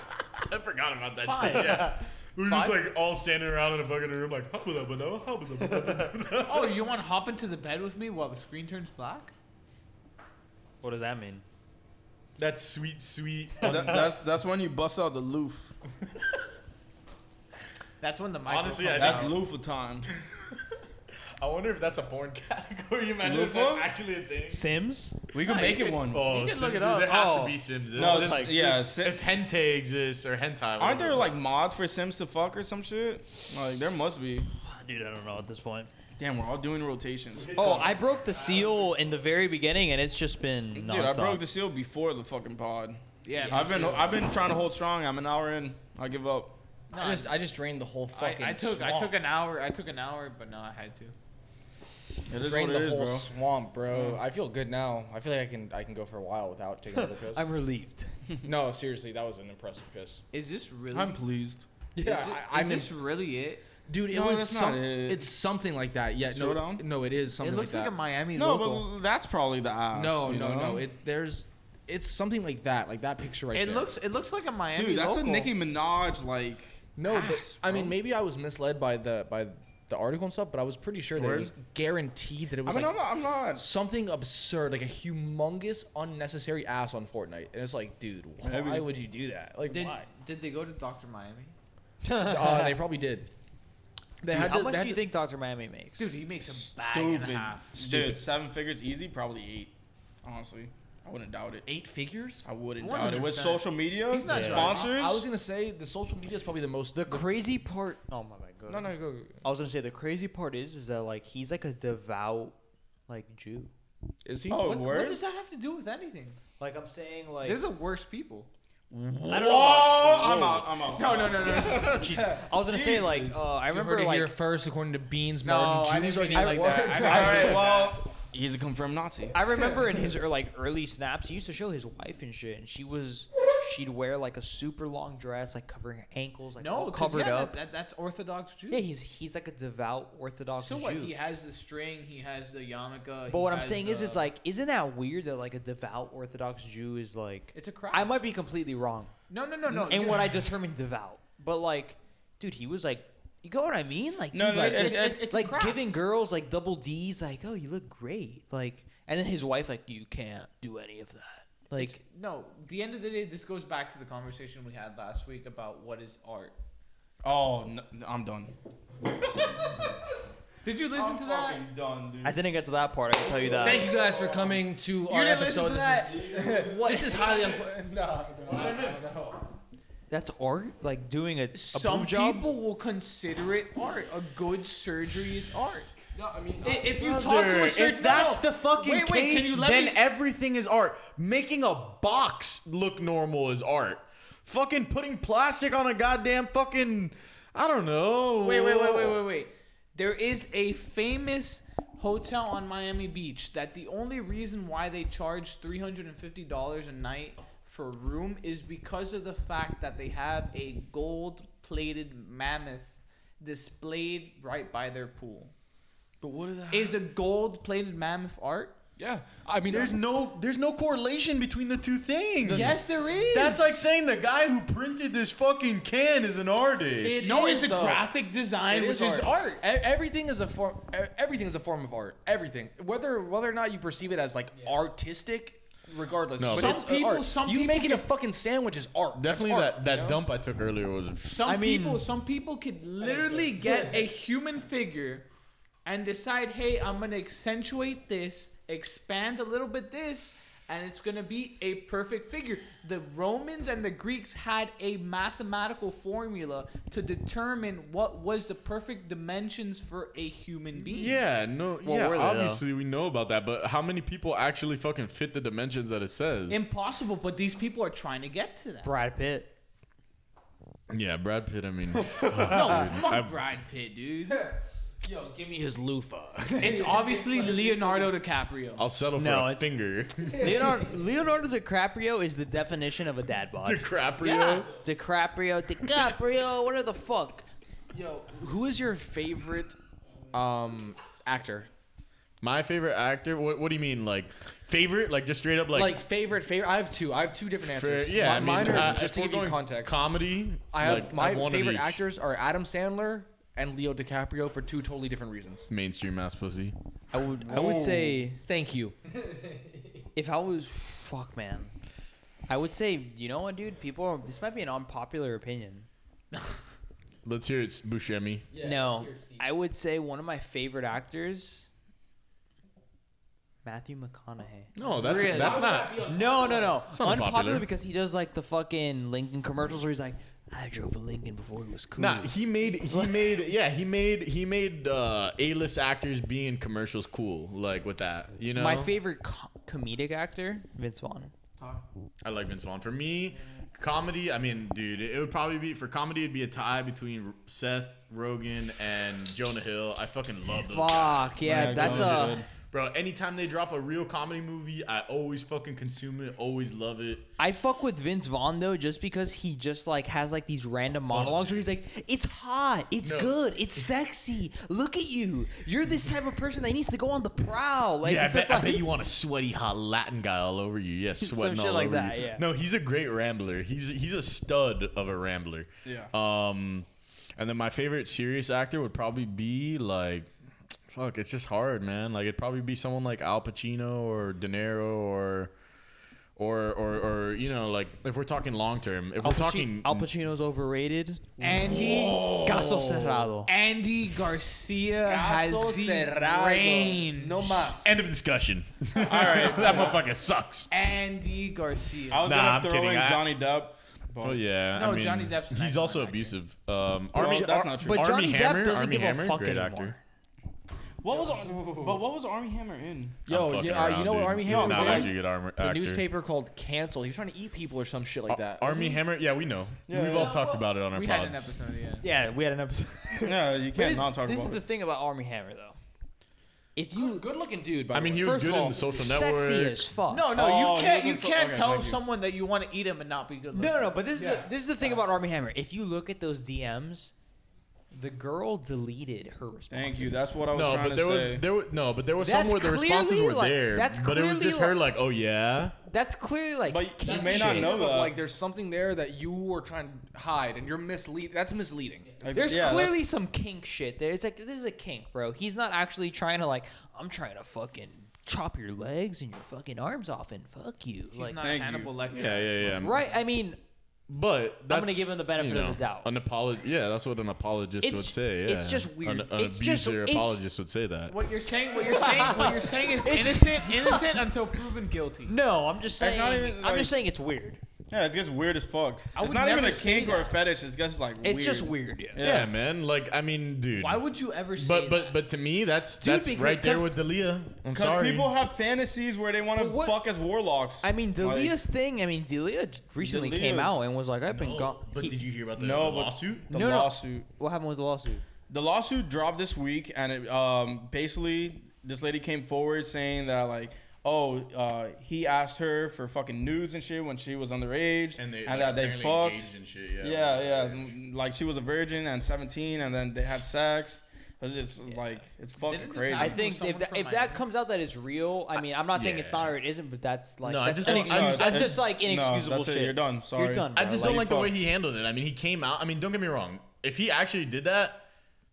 I forgot about that shit. Yeah. We were just like all standing around in a fucking room, like, hubba da ba da, hubba da ba da ba da. Oh, you want to hop into the bed with me while the screen turns black? What does that mean? That's sweet, sweet. That- that's that's when you bust out the loof. That's when the mic. Honestly, I That's Yeah. loofah time. I wonder if that's a porn category. Imagine if Lufa? that's actually a thing. Sims? We could make it one. Oh, look Sims, it up. there has Oh. to be Sims. No, There's- this, like- yeah. there's- Sim- if hentai exists or hentai, aren't whatever. there like mods for Sims to fuck or some shit? Like there must be. Ah, Dude, I don't know at this point. Damn, we're all doing rotations. Oh, I broke the seal in the very beginning, and it's just been dude, nonstop. I broke the seal before the fucking pod. Yeah, I've been I've been trying to hold strong. I'm an hour in. I give up. No, I just, I just drained the whole I, fucking. I took I swamp. took an hour. I took an hour, but no, I had to. It is what drained it the is, whole bro. swamp, bro. I feel good now. I feel like I can I can go for a while without taking another piss. relieved. no, seriously, that was an impressive piss. Is this really? I'm pleased. Is, it- I, is am this really it? dude. It No, was that's some, not it. It's something like that. Yeah, no, Showdown? no, it is something. it looks like, like, a that. Miami No, local. but that's probably the ass. No, you no, know? no. It's there's. It's something like that, like that picture right it there. looks it looks like a Miami dude. That's local. a Nicki Minaj like. No, but ass, I bro. mean, maybe I was misled by the by the article and stuff, but I was pretty sure that Where it was is- guaranteed that it I was mean, like I'm not. I'm not. something absurd, like a humongous unnecessary ass on Fortnite, and it's like, dude, why Maybe. would you do that? Like, Did why? did they go to Doctor Miami? uh, they probably did. They had how to, much they had do you think Dr. Miami makes? Dude, he makes a bag and a Stupid. half. Dude, seven figures easy, probably eight. Honestly, I wouldn't doubt it. to- eight figures? I wouldn't doubt it. With 100%. social media, He's not sponsors. I was gonna say the social media is probably the most. the crazy part. Oh my god. no, no, go. go. I was gonna say the crazy part is, is that like he's like a devout, like Jew. Is he? Oh, what- word? What does that have to do with anything? Like I'm saying, like They're the worst people. Whoa! don't know about- I'm out. I'm out. No, no, no, no. no. I was gonna say, like uh, I I remember remember heard it like here first, according to Beans No, I Martin. didn't Jews are mean the it like that. I All right. Well, he's a confirmed Nazi. I remember in his er, like early snaps, he used to show his wife and shit, and she was she'd wear like a super long dress, like covering her ankles, like No, all 'cause covered yeah, up. That, that, that's Orthodox Jew. yeah, he's he's like a devout Orthodox so Jew. what? He has the string. He has the yarmulke. but what he I'm has uh, saying is, the- is like, isn't that weird that like a devout Orthodox Jew is like? it's a crime. I might be completely wrong No, no, no, no. in you- what I determined devout, but like, dude, he was like, you go what I mean? Like, No, dude, no, like, it- just- it- it's a like craft. giving girls like double D's, like, oh, you look great, like, and then his wife like, you can't do any of that, like. No, the end of the day, this goes back to the conversation we had last week about what is art. Oh, no, I'm done. Did you listen to that? fucking done, dude. I didn't get to that part. I can tell you that. Thank you guys for coming to You our didn't listen episode. to This that. is this is highly unpleasant. That's art, like doing a, a Some boob job. people will consider it art. A good surgery is art. No, I mean, uh, I- If you talk Brother, to a surgeon, if that's no, the fucking wait, wait, can case, you let then me- everything is art. Making a box look normal is art. fucking putting plastic on a goddamn fucking. I don't know. Wait, wait, wait, wait, Oh. wait, wait. There is a famous hotel on Miami Beach that the only reason why they charge $350 a night for a room is because of the fact that they have a gold plated mammoth displayed right by their pool. But what is that? Is a gold plated mammoth art? Yeah, I mean, There's no there's no correlation between the two things. Yes, there is. That's like saying the guy who printed this fucking can is an artist. It No, is, it's a though. graphic It design, is which is art. art. E- Everything is a form. e- Everything is a form of art. Everything, whether whether or not you perceive it as like artistic, regardless. No, but Some it's a people- art. some you people making a fucking sandwich is art. That's Definitely art, that, that you know? dump I took earlier was. Some I mean- people, some people could literally get a human figure and decide, hey, I'm gonna accentuate this, expand a little bit this, and it's gonna be a perfect figure. The Romans and the Greeks had a mathematical formula to determine what was the perfect dimensions for a human being. Yeah, no, What yeah. were they, though? obviously, we know about that, but how many people actually fucking fit the dimensions that it says? Impossible, but these people are trying to get to that. Brad Pitt. yeah, Brad Pitt. I mean, No, fuck I- Brad Pitt, dude. Yo, give me his loofah. It's obviously Leonardo DiCaprio. I'll settle for No, a it's- finger. Leonardo, Leonardo DiCaprio is the definition of a dad bod. DiCaprio. Yeah. DiCaprio, DiCaprio, whatever the fuck. Yo, who is your favorite um actor? My favorite actor. What, what do you mean, like favorite? Like just straight up, like, Like, favorite favorite. I have two. I have two different fa- answers. yeah. Mi- I mean, mine are uh, just if to we're give you going context. Comedy. I have like, my one of favorite each. actors are Adam Sandler and Leo DiCaprio for two totally different reasons. Mainstream ass pussy. I would, I would say Thank you. if I was fuck man, I would say you know what, dude. People, are, this might be an unpopular opinion. Let's hear it's Buscemi. no, I would say one of my favorite actors, Matthew McConaughey. No, that's that's not. No, no, no. It's not Unpopular. unpopular. because he does like the fucking Lincoln commercials where he's like, "I drove a Lincoln before it was cool." Nah, he made he made yeah he made he made uh, A-list actors being in commercials cool like with that you know. My favorite co- comedic actor, Vince Vaughn. I like Vince Vaughn. For me, comedy. I mean, dude, it would probably be for comedy. It'd be a tie between Seth Rogen and Jonah Hill. I fucking love those. guys. Fuck yeah, Yeah, that's Jonah Hill's a. good. Bro, anytime they drop a real comedy movie, I always fucking consume it. Always love it. I fuck with Vince Vaughn though, just because he just like has like these random monologues where he's like, "It's hot, it's No. good, it's sexy. Look at you, you're this type of person that needs to go on the prowl." Like, yeah, I it's bet, just like, I bet you want a sweaty hot Latin guy all over you. Yes, Some sweating shit all like over that, you. yeah. No, he's a great rambler. He's he's a stud of a rambler. Yeah. Um, and then my favorite serious actor would probably be like, fuck, it's just hard, man. Like it'd probably be someone like Al Pacino or De Niro or. Or, or, or, you know, like if we're talking long term, if we're Al, Paci- talking Al Pacino's overrated. Andy Caso cerrado. Andy Garcia has the range. No mas. end of discussion. All right, that motherfucker sucks. Andy Garcia. I was Nah, gonna I'm throw kidding. in I- Johnny Depp. Oh yeah, No, I mean, Johnny Depp's an he's also excellent actor. abusive. Um, Army, Well, that's not true. But Army Johnny Hammer, Depp doesn't Army give Hammer, a fuck great anymore. actor. What was but what was Army Hammer in? I'm Yo, fucking yeah, uh, around, you know what dude. Army He's Hammer not was actually in? a good armor The actor. newspaper called Cancel. He was trying to eat people or some shit Uh, Uh, like that. Army Hammer, yeah, we know. Yeah, We've yeah. all talked about it on our we had an pods. episode, yeah. Yeah, we had an episode. Yeah, you But can't not talk this about is it. the thing about Army Hammer though. If you You good looking dude. By I the mean, way. he was First good of all, in the social network. sexy as fuck. No, no, Oh, you he can't. You wasn't so- can't okay, tell thank you. someone that you want to eat him and not be good. No, looking. no, no. But this is Yeah. the, this is the thing about Army Hammer. If you look at those DMs, the girl deleted her response. Thank you. That's what I was no, trying but to there was say. there was no, but there was That's some where the responses clearly were like- there. that's but it was clearly just her like, oh yeah. That's clearly like. But you kink may not shit. know But, that. like, there's something there that you were trying to hide, and you're mislead. That's misleading. Like, There's yeah, that's- clearly some kink shit there. It's like this is a kink, bro. He's not actually trying to like. I'm trying to fucking chop your legs and your fucking arms off and fuck you. he's like not Thank Hannibal Lecter. Yeah, yeah, Mm. yeah. right? I mean, But that's, gonna give him the benefit you of know, the doubt. An apolog- yeah, that's what an apologist It's- would say. Yeah. it's just weird. An, an It's just- abuser it's- apologist would say that. What you're saying, what you're saying, what you're saying is innocent, innocent until proven guilty. no. I'm just That's saying. not even, I'm like- just saying it's weird. Yeah, it gets weird as fuck. it's would not even never a say kink or a that. fetish. It's just like It's weird. just weird. Yeah. Yeah, man. Like, I mean, dude. Why would you ever say But but that? but to me, that's that's because- right there with Dalia. I'm Because sorry. people have fantasies where they want to But what- fuck as warlocks. I mean, Like, Delia's thing. I mean, Delia j- recently came Delia- out and was like, "I've been gone." No, Oh, but He- did you hear about the, no, the but lawsuit? The No, no. lawsuit. what happened with the lawsuit? The lawsuit dropped this week, and it um, basically this lady came forward saying that like, oh, uh, he asked her for fucking nudes and shit when she was underage, that they fucked. and shit. Yeah, yeah, yeah, mm, like she was a virgin and 17, and then they had sex. It's just like it's fucking Didn't this crazy. I happen? From think someone if that, from if Miami. that comes out that it's real, I mean, I'm not saying it's Yeah. not or it isn't, but that's like No, I that's, just an don't- ex- I'm- that's I just like no, inexcusable that's it, shit. You're done. Sorry. You're done. I bro. just don't like Like, the way fuck. he handled it. I mean, he came out. I mean, don't get me wrong. If he actually did that,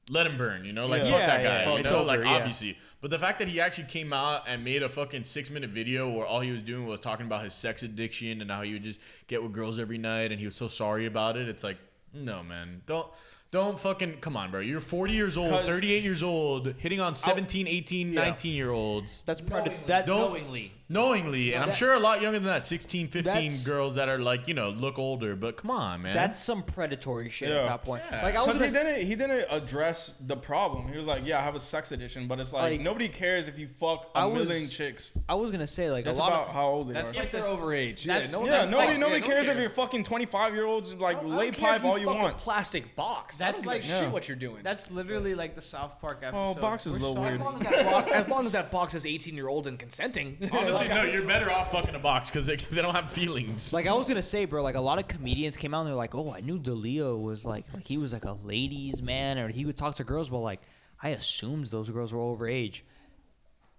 let him burn. You know, like Yeah. fuck Yeah, that yeah, guy. fuck you it's know, over, like yeah. obviously. But the fact that he actually came out and made a fucking six minute video where all he was doing was talking about his sex addiction and how he would just get with girls every night and he was so sorry about it. It's like, no, man, don't. Don't fucking come on, bro. You're 40 years old, 'Cause- 38 years old, hitting on 17, 18, 19 year olds that's part of that. Don't- knowingly. knowingly. And I'm That- sure a lot younger than that, 16, 15 That's- girls that are like, you know, look older. But come on, man. That's some predatory shit Yeah. at that point. Like I was Because gonna he didn't, he didn't address the problem. He was like, "Yeah, I have a sex addiction," but it's like, Like- nobody cares if you fuck a I was- million chicks. I was gonna say like That's a lot about of how old they That's are. like they're That's- overage. that's- yeah, no, yeah, that's nobody, like- nobody yeah, no cares, if cares. you're fucking 25 year olds. Like, I don't lay care if pipe all you fuck a want. Plastic box. That's That's like like- Yeah. shit. What you're doing. That's literally like the South Park episode. Oh, box is a We're little sorry. as weird. long as that box, as long as that box is 18 year old and consenting. Honestly, no, you're better off fucking a box because they, they don't have feelings. Like I was gonna say, bro. Like a lot of comedians came out and they're like, "Oh, I knew DeLeo was like, like he was like a ladies' man, or he would talk to girls, but like I assumed those girls were overage."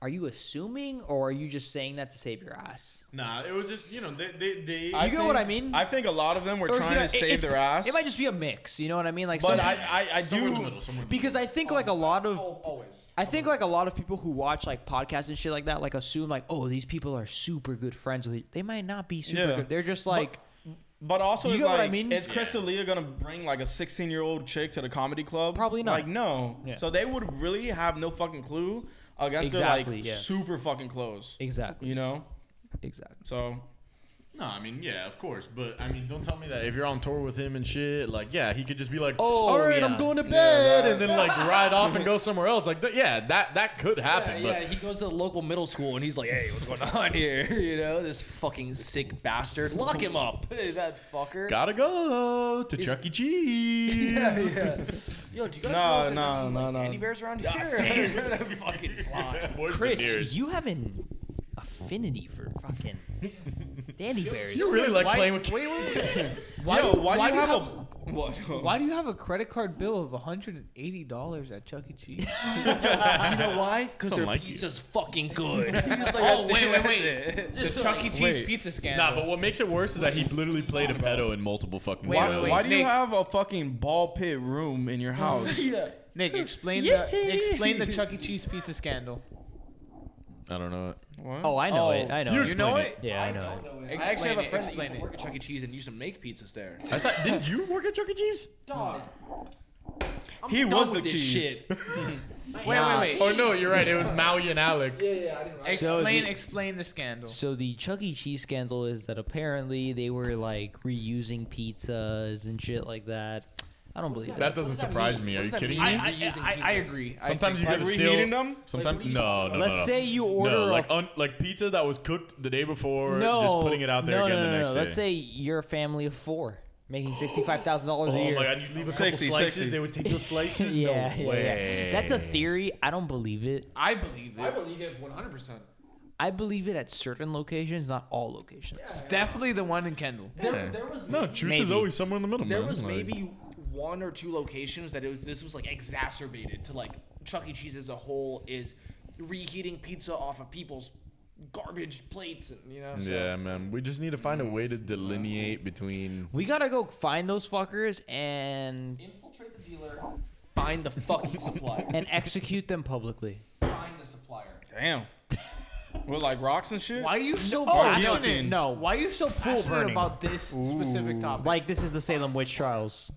Are you assuming, or are you just saying that to save your ass? nah, it was just, you know, they. they, they I You get what I mean? I think a lot of them were Or, you trying know, to it- save it's- their ass. It might just be a mix. You know what I mean? Like, but some- I, Oh, I, I somewhere in the do. middle. Somewhere in the because I think like a lot of always. I think like a lot of people who watch like podcasts and shit like that like assume like oh these people are super good friends with you. They might not be super Yeah. good. They're just like But also, You it's get what I like, mean? is Crystal Leah gonna bring like a 16 year old chick to the comedy club? Probably not. Like, no. Yeah. So they would really have no fucking clue against their Exactly, like yeah. super fucking close. exactly You know. exactly. So No, I mean, yeah, of course. But, I mean, don't tell me that if you're on tour with him and shit, like, yeah, he could just be like, Oh, all right, yeah. I'm going to Yeah, bed. that- and then, like, ride off and go somewhere else. Like, th- yeah, that, that could Yeah, happen. yeah, but he goes to the local middle school and he's like, "Hey, what's going on here? You know, this fucking sick bastard. Lock him up, Hey, that fucker." gotta go to Chuck E. Cheese. Yeah, yeah. Yo, do you guys know if there's No, no, any, no, like, no. teddy bears around here? Damn. fucking slot. Where's the Chris, nearest? you have an affinity for fucking Danny Bears. You really like Why- playing with wait, wait, wait. why, Yo, why, do you have, a what? Why do you have a credit card bill of $180 at Chuck E. Cheese? You know why? Because Something their like you. pizza's fucking good. oh, wait, wait, wait. Just The Chuck E. Cheese Wait. pizza Nah, scandal. but what makes it worse is that he literally played a pedo in multiple fucking Wait, why, wait, shows. wait. why do you Nick. have a fucking ball pit room in your house? Nick, explain the explain the Chuck E. Cheese pizza scandal. I don't know. What? Oh, I know Oh, it. I know you it. explain know it. Yeah, I know it. I actually have a friend that Explain used to it. work at Chuck E. Cheese and used to make pizzas there. I thought, didn't you work at Chuck E. Cheese? Dog. I'm He done was with this the cheese. Shit. Wait, Nah. wait, wait. Oh no, you're right. It was Maui and Alec. Yeah, yeah, I didn't Ex- So Explain the- explain the scandal. So the Chuck E. Cheese scandal is that apparently they were like reusing pizzas and shit like that. I don't believe That that. doesn't surprise me. Are you that kidding mean? me? I- reusing pizzas. agree. Sometimes you Like gotta steal. reheating them? Sometimes Like, what are you no, talking no, no. about? Let's no. say you order no, a like f- un, like pizza that was cooked the day before. no, just putting it out there no, again no, no, the next no. day. Let's say you're a family of four, making sixty-five thousand dollars a Oh year. my god, you leave a couple 60, slices. 60. They would take those slices. yeah, no yeah, yeah. way. That's a theory. I don't believe it. I believe I it. believe it 100%. I believe it at certain locations, not all locations. Definitely the one in Kendall. There, E. there was No, maybe- truth is Maybe. always somewhere in the middle. There man. was Like- maybe one or two locations that it was this was like exacerbated to like Chuck E. Cheese as a whole is reheating pizza off of people's garbage plates and you know. So. Yeah, man. We just need to find a way to delineate between. We gotta go find those fuckers and Infiltrate the dealer. Find the fucking supplier. and execute them publicly. find the supplier. Damn. With like rocks and shit. Why are you so Oh, passionate? guillotine. No, why are you so passionate burning. about this specific topic? Like this is the Salem witch trials.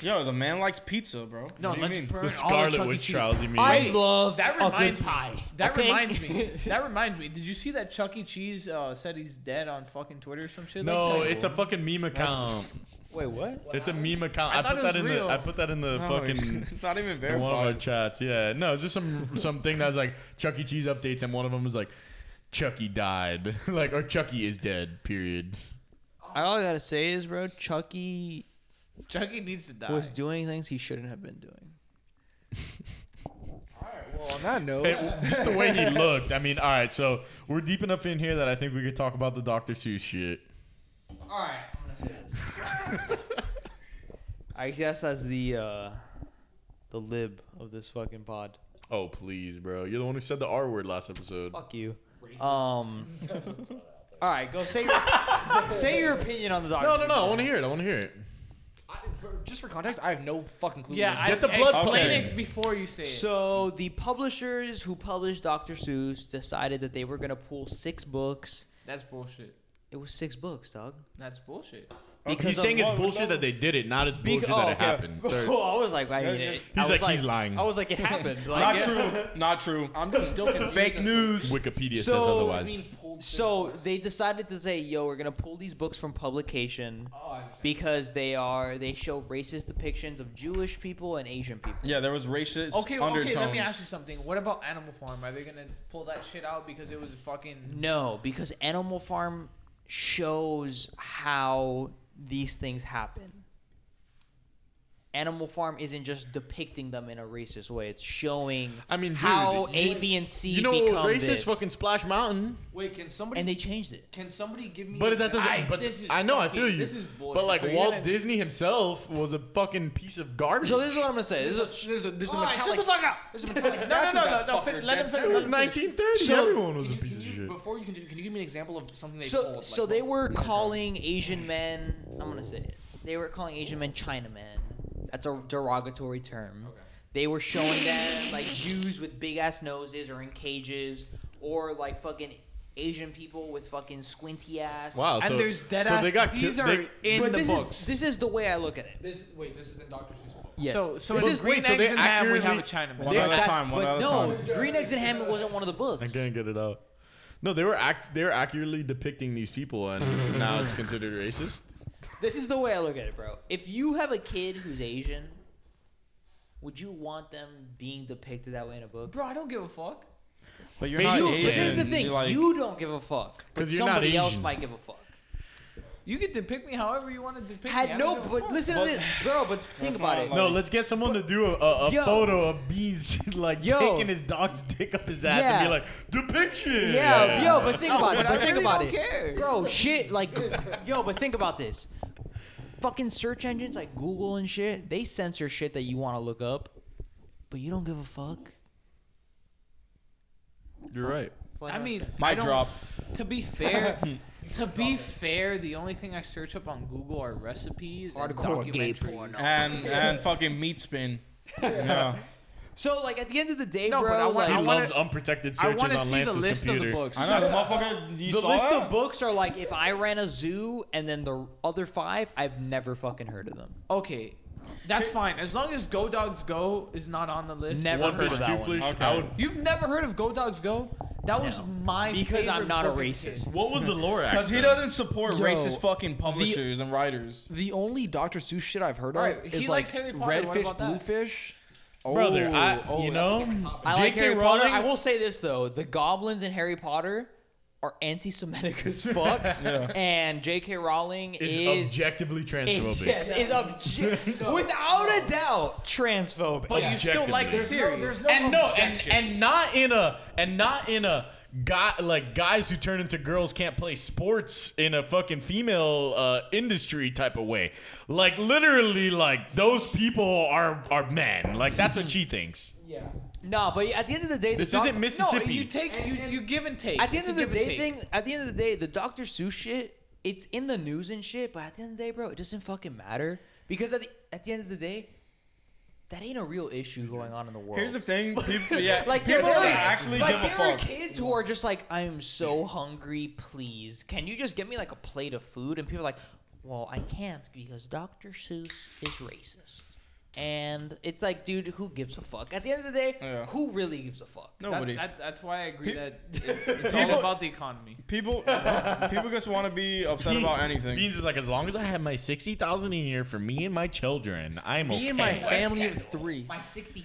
Yo, the man likes pizza, bro. No, What do you let's mean? burn The all the Scarlet Chuck E. Witch Cheese. trials, you mean? I Wait, love that a reminds good me. pie. That okay? reminds me. That reminds me. Did you see that Chuck E. Cheese uh, said he's dead on fucking Twitter or some shit? No, like that? it's a fucking meme account. Wait, what? It's a meme account. I I, thought put it that was in real. the I put that in the No, fucking it's not even in one of our verified. chats. Yeah, no, it's just some something that was like Chuck E. Cheese updates, and one of them was like Chucky died, like or Chucky is dead. Period. I all I gotta say is, bro, Chucky Chuck E. needs to die. was doing things he shouldn't have been doing. Well, on that note, It- just the way he looked. I mean, all right. So we're deep enough in here that I think we could talk about the Dr. Seuss shit. All right, I'm gonna say this. I guess as the uh, the lib of this fucking pod. Oh please, bro! You're the one who said the R word last episode. Fuck you. Um. all right, go say your, say your opinion on the doctor. No, no, no! I want to hear it. I want to hear it. I, for, just for context, I have no fucking clue. yeah, I, Get the blood explain pumping. it before you say it. So the publishers who published Dr. Seuss decided that they were gonna pull six books. That's bullshit. It was six books, dog. That's bullshit. Because he's Oh, of saying what it's bullshit level? that they did it, not it's bullshit oh, that it okay. happened. Oh, I was like, I mean, it, He's I was like, he's lying. I was like, it happened. Like, Not yeah. true. Not true. I'm just still confused. Fake news. Wikipedia says So- I mean, otherwise. So they decided to say, "Yo, we're gonna pull these books from publication Oh, I understand. because they are they show racist depictions of Jewish people and Asian people." Yeah, there was racist Okay, undertones. okay. Let me ask you something. What about Animal Farm? Are they gonna pull that shit out because it was a fucking? No, because Animal Farm shows how these things happen. Animal Farm isn't just depicting them in a racist way; it's showing I mean, dude, how you- A, B, and C You know what become was racist? this. Fucking Splash Mountain. Wait, can somebody and they changed it. can somebody give me? But an that doesn't. I- but this is I know. I fucking- feel you. this is bullshit. But like So you're Walt gonna- Disney himself was a fucking piece of garbage. So this is what I'm gonna say. This There's is a there's a there's a All right, metallic. shut the fuck up. There's a metallic No, statue. no, no, of that no, no, fucker fin- let him finish, dead it center. was 1930. So- Everyone was Can a you- piece of can you- shit. Before you continue, can you give me an example of something they so, pulled? so like, they what- were calling Asian men. I'm gonna say it. They were calling Asian men Chinamen. That's a derogatory term. They were showing them like Jews with big ass noses or in cages, or like fucking Asian people with fucking squinty ass. Wow. and so, there's dead so ass. they got these killed- are they- in but the this books. is this is the way I look at it. This wait, this is in Doctor Seuss. book. Yes. So, so This in is- Green wait, so Eggs they and Ham, we have a accurately- Chinaman. One But at a that's- time, one but at a no, time. Green Eggs and Ham wasn't one of the books. I can't get it out. No, they were act. They were accurately depicting these people, and now it's considered racist. This is the way I look at it, bro. If you have a kid who's Asian, would you want them being depicted that way in a book? Bro, I don't give a fuck. But you're But not you- You, Asian. but here's the You're thing: like- you don't give a fuck, but 'Cause you're not somebody else Asian. might give a fuck. You can depict me however you want to depict me. I don't Had no, give a but fuck. listen But- to this, bro. But think about not it. like- No, let's get someone to do a, a, a Yo. photo of Beans like Yo. taking his dog's dick up his ass and Yeah. be like, depiction. Yeah, yo, but think about it. But I But think really about don't it, care. bro. Shit, like, yo, but think about this. Fucking search engines like Google and shit, they censor shit that you want to look up, but you don't give a fuck. You're right. That's all I gotta mean, say. My I don't- drop. To be fair, to be fair, the only thing I search up on Google are recipes and Hardcore gay porn. documentaries. And and fucking meat spin. Yeah. so like at the end of the day, No, bro. but I want- He like, wanna- loves unprotected I searches want to on see the Lance's list computer. of the books. I know, motherfucker. You the saw list that? of books are like if I ran a zoo and then the other five, I've never fucking heard of them. Okay, that's fine as long as Go Dogs Go is not on the list. Never One heard fish, of that two one. fish. Okay. I would. You've never heard of Go Dogs Go? That was No. my Because I'm favorite not a book as kid. racist. What was the lore? Because he doesn't support Yo, racist fucking publishers and writers. The only Doctor Seuss shit I've heard of Alright, he is likes like Harry Potter, what redfish, about that? bluefish. brother. Oh, I, oh, you that's a know, different I J.K. like Harry Rowling. Potter. I will say this though: the goblins in Harry Potter are anti-Semitic as fuck, and J.K. Rowling is, is. objectively is- transphobic. yes, is obje- without a doubt transphobic. But you still like the Objectively. series. and no, and, and not in a and not in a guy like guys who turn into girls can't play sports in a fucking female uh, industry type of way. Like literally, like those people are are men. Like that's what she thinks. no, but at the end of the day, the This doc- isn't no, Mississippi. you take you, you give and take. At the It's end of a the give and day, take. thing. At the end of the day, the Dr. Seuss shit. It's in the news and shit. But at the end of the day, bro, it doesn't fucking matter because at the at the end of the day, that ain't a real issue going on in the world. Here's the thing. People, yeah, like people there, that there- actually like, give a there are fuck. kids who are just like, I'm so hungry. Please, can you just get me like a plate of food? And people are like, well, I can't because Dr. Seuss is racist. And it's like, dude, who gives a fuck? At the end of the day, Yeah. who really gives a fuck? Nobody. That, that, that's why I agree Pe- that it's, it's all People- about the economy. people, people just want to be upset about anything. Uh, Beans is like, as long as I have my sixty thousand a year for me and my children, I'm Me okay. and my family of Capital. three. My 65.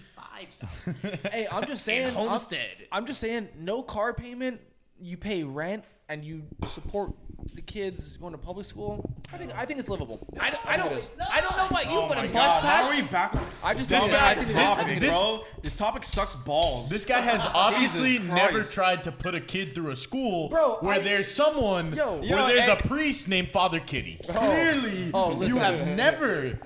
Hey, I'm just saying. I'm, Homestead. I'm just saying, no car payment. You pay rent and you support the kids going to public school. I think I think it's livable. I, don't- I don't. I don't know about you, Oh but my a bus God, pass. How are we backwards? I just this think guy, I think this- topic, this- bro. This topic sucks balls. This guy has obviously Jesus never Christ. tried to put a kid through a school Bro, where I- there's someone, Yo. where Yo, there's hey. a priest named Father Kitty. Clearly, Oh, you listen. have never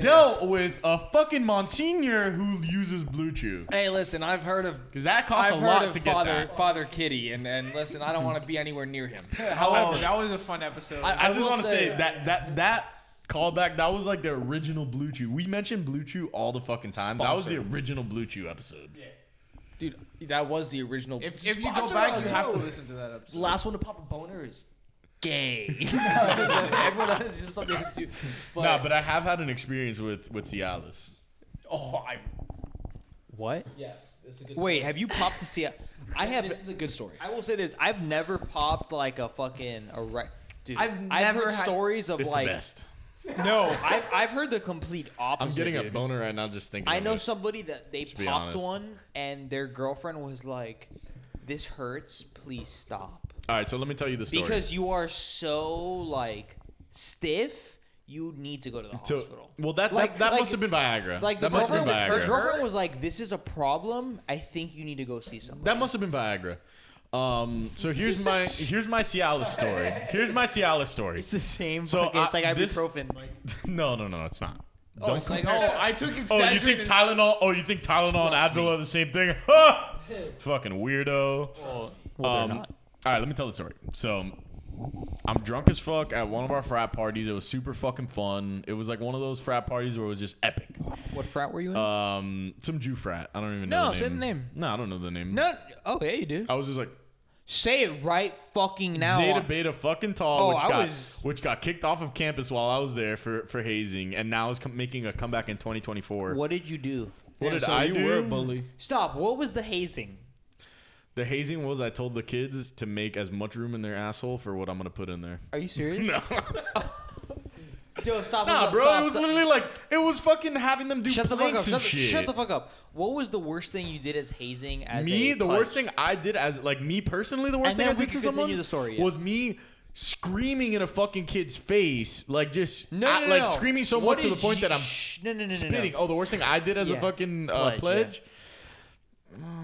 dealt with a fucking Monsignor who uses Blue Chew. Hey, listen, I've heard of Because that costs I've a heard lot of to get Father that. Father Kitty, and and listen, I don't want to be anywhere near him. However, that was a fun episode. I, I just will want to say, say- that that that callback that was like the original Blue Chew. We mentioned Blue Chew all the fucking time. That was the original Blue Chew episode. Dude, that was the original. if, if you go Sponsor back, us, you have to yo. listen to that episode. Last one to pop a boner is gay. Everyone else is just something stupid. But, Nah, but I have had an experience with with Cialis. oh, I What? yes, it's a good. Wait, have you popped to see? I story. have. this is a good story. I will say this: I've never popped like a fucking a re- dude. I've never heard had- stories of It's like the best. no, I've I've heard the complete opposite. I'm getting a dude. boner right now just thinking. I of know it. somebody that they be popped honest. one, and their girlfriend was like, "This hurts. Please stop." All right, so let me tell you the story. Because you are so like stiff, you need to go to the So- hospital. well, that Like- that, that like- must have been Viagra. Like the that must have girlfriend, been her Viagra. girlfriend was like, "This is a problem. I think you need to go see somebody." that must have been Viagra. Um, so here's my here's my Cialis story. Here's my Cialis story. the same. So fucking- it's it's I- like like uh, this- ibuprofen. Like, No, no, no, it's not. oh, it's like, oh, I took Excedrin. Oh, you think and- Tylenol? Oh, you think Tylenol and Trust Advil me. are the same thing? Ha! Fucking weirdo. Well, they're Um, not. All right, let me tell the story. So, I'm drunk as fuck at one of our frat parties. It was super fucking fun. It was like one of those frat parties where it was just epic. What frat were you in? Um, some Jew frat. I don't even know. No, the say the name. No, I don't know the name. no. Oh yeah, you do. I was just like Say it right fucking now. Zeta Beta fucking tall, Oh, which I got was- which got kicked off of campus while I was there for for hazing, and now is com- making a comeback in 2024. What did you do? What Damn, did so I you do? were a bully. Stop. What was the hazing? The hazing was I told the kids to make as much room in their asshole for what I'm gonna put in there. Are you serious? no. Yo, stop. Nah, stop, bro, stop, it was stop. literally like it was fucking having them do Shut the fuck up. planks Shut and the, shit. shut the fuck up. What was the worst thing you did as hazing? As me, a the pudge? worst thing I did as like me personally, the worst And thing then I we did to can someone continue the story, yeah. was me screaming in a fucking kid's face, like just No, at- no, no, like no. screaming so What much to the did point you- that I'm Shh, no, no, no, no, no. spitting. Oh, the worst thing I did as a Yeah. fucking uh, pledge. Pledge,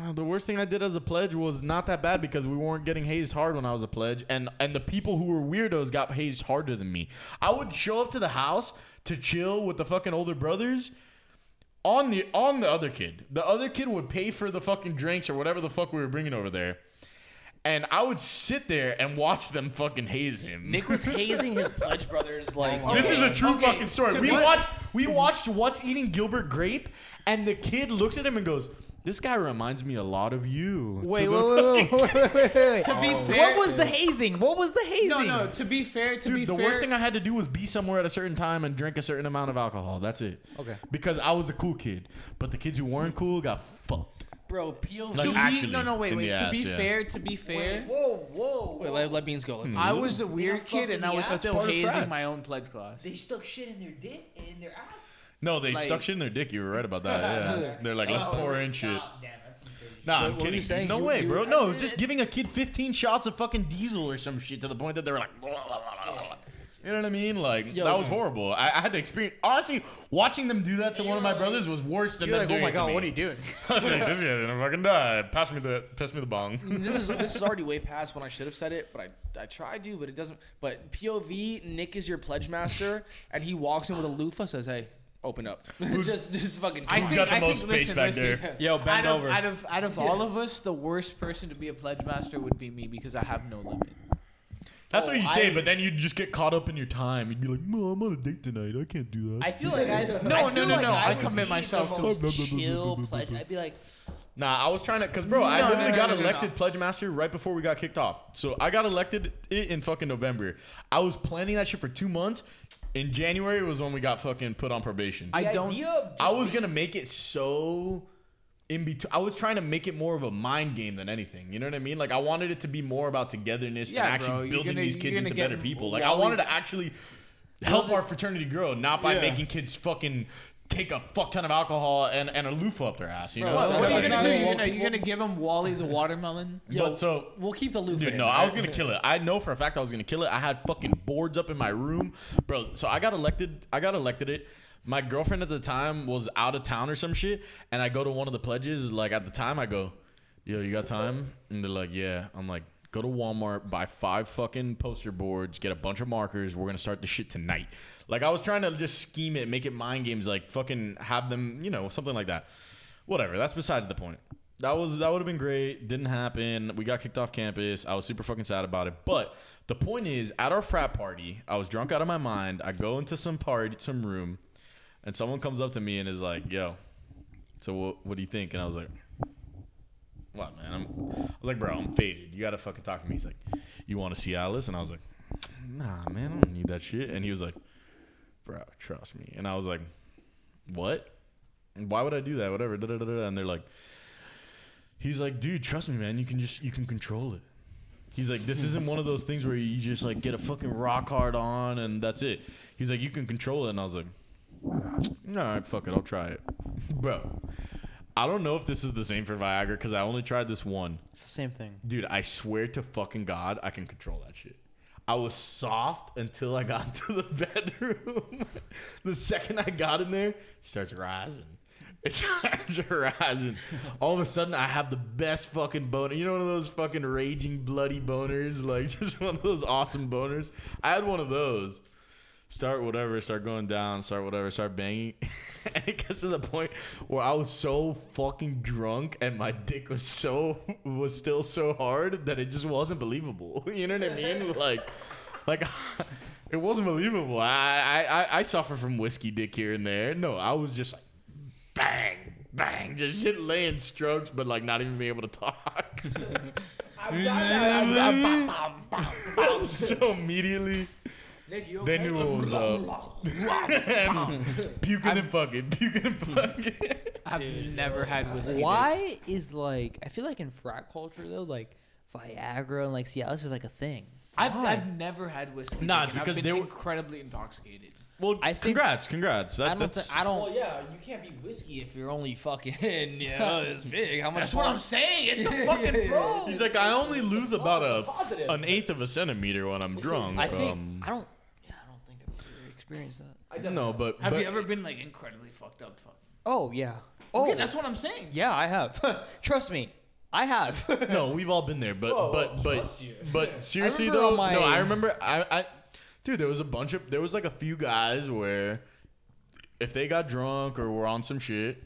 Uh, the worst thing I did as a pledge was not that bad because we weren't getting hazed hard when I was a pledge, and and the people who were weirdos got hazed harder than me. I would show up to the house to chill with the fucking older brothers. On the on the other kid, the other kid would pay for the fucking drinks or whatever the fuck we were bringing over there, and I would sit there and watch them fucking haze him. Nick was hazing his pledge brothers like. This is a true okay, fucking story. to We what- watched we watched What's Eating Gilbert Grape, and the kid looks at him and goes, "This guy reminds me a lot of you." Wait, To wait, the- wait, wait, wait, wait, wait, wait. To be fair, What was the hazing? What was the hazing? no, no. To be fair, to be Dude, the fair, worst thing I had to do was be somewhere at a certain time and drink a certain amount of alcohol. That's it. Okay. Because I was a cool kid, but the kids who weren't cool got fucked. Bro, POV. Like, to be, actually, no, no, wait, in wait. the To be ass, yeah. fair, to be fair, Whoa, whoa. Wait, let, let Beans go. Let Beans I go. was a weird kid and I was That's still part of hazing frats. my own pledge class. They stuck shit in their dick and in their ass. No, they Like- Oh, stuck shit in their dick. You were right about that. Yeah. They're like, let's pour in shit. God Oh, damn, that's some crazy shit. Nah, What- I'm what were you kidding. saying? No You- way, you- bro. No, it was just giving a kid 15 shots of fucking diesel or some shit to the point that they were like, blah, blah, blah, blah, blah. you know what I mean? Like Yo, that was man. horrible. I, I had to experience. Honestly, watching them do that to one of my brothers was worse than You're them like, oh doing my it to god, me. what are you doing? I was like, this guy's gonna fucking die. Pass me the, pass me the bong. this is this is already way past when I should have said it, but I I tried to, but it doesn't. But POV, Nick is your pledge master, and he walks in with a loofah, says, "Hey, open up." just just fucking. I Who's think got the I most think, space listen, back listen, there? Yo, Out bend of, over. out of out of all of us, the worst person to be a pledge master would be me because I have no limit. That's what you Oh, say, I- but then you just get caught up in your time. You'd be like, "No, I'm on a date tonight. I can't do that." I feel like I No, no, I feel no, like no, I would commit be myself the to- most chill pledge. I'd be like, Nah, I was trying to, cause bro, I No, no, literally no, got no, no, elected no. pledge master right before we got kicked off. So I got elected i- in fucking November. I was planning that shit for two months. In January was when we got fucking put on probation. I, I don't. idea of just was gonna make it so in between. I was trying to make it more of a mind game than anything. You know what I mean? Like I wanted it to be more about togetherness Yeah, and bro, actually you're building gonna- these you're kids gonna into get better people. Like I Wally- wanted to actually help our fraternity grow, not by Yeah. making kids fucking take a fuck ton of alcohol and, and a loofah up their ass. You know? Bro, what are that's you not gonna do? even You're walk- gonna, you're gonna give him Wally the watermelon? but so We'll keep the loop. Dude, no, I was gonna kill it. I know for a fact I was gonna kill it. I had fucking boards up in my room, bro. So I got elected. I got elected it. My girlfriend at the time was out of town or some shit, and I go to one of the pledges. Like at the time, I go, "Yo, you got time?" And they're like, "Yeah." I'm like, "Go to Walmart, buy five fucking poster boards, get a bunch of markers. We're gonna start the shit tonight." Like I was trying to just scheme it, make it mind games, like fucking have them, you know, something like that. Whatever. That's besides the point. That was that would have been great. Didn't happen. We got kicked off campus. I was super fucking sad about it. But the point is, at our frat party, I was drunk out of my mind. I go into some party, some room, and someone comes up to me and is like, "Yo, so what, what do you think?" And I was like, "What, man?" I'm, I was like, "Bro, I'm faded. You gotta fucking talk to me." He's like, "You want to see Alice?" And I was like, "Nah, man, I don't need that shit." And he was like, "Bro, trust me." And I was like, "What? Why would I do that? Whatever." Da, da, da, da. da." And they're like. He's like, dude, trust me, man. You can just you can control it. He's like, this isn't one of those things where you just like get a fucking rock hard on and that's it. He's like, you can control it, and I was like, all right, fuck it, I'll try it, bro. I don't know if this is the same for Viagra because I only tried this one. It's the same thing. Dude, I swear to fucking God, I can control that shit. I was soft until I got to the bedroom. the second I got in there, it starts rising. It starts rising. All of a sudden, I have the best fucking boner. You know, one of those fucking raging bloody boners, like just one of those awesome boners. I had one of those start whatever, start going down, start whatever, start banging. and it gets to the point where I was so fucking drunk and my dick was so was still so hard that it just wasn't believable. You know what I mean? Like like it wasn't believable. I I I- I suffer from whiskey dick here and there. No, I was just like bang, bang, just shit laying strokes, but like not even being able to talk. so immediately they knew what was up. puking and fucking, puking and fucking. I've never had whiskey. Why is like I feel like in frat culture though, like Viagra and like Cialis is like a thing. I've, I've never had whiskey. Nah, Nah, it's because because I've been they were- incredibly intoxicated. Well, I think- congrats, congrats. That, I don't. that's Th- I don't. Well, yeah, you can't be whiskey if you're only fucking you know, this big. How much? That's what more- I'm saying. It's a fucking bro. He's like, I only lose about it's a a positive. an eighth of a centimeter when I'm drunk. I think. um, I don't. Yeah, I don't think I've ever experienced that. no, um, but Have but- you ever been like incredibly fucked up? Fuck. Oh yeah. Oh Yeah, that's what I'm saying. yeah. I have. Trust me, I have. No, we've all been there, but but but but seriously remember on though, no, my- I remember I, I dude, there was a bunch of there was like a few guys where if they got drunk or were on some shit,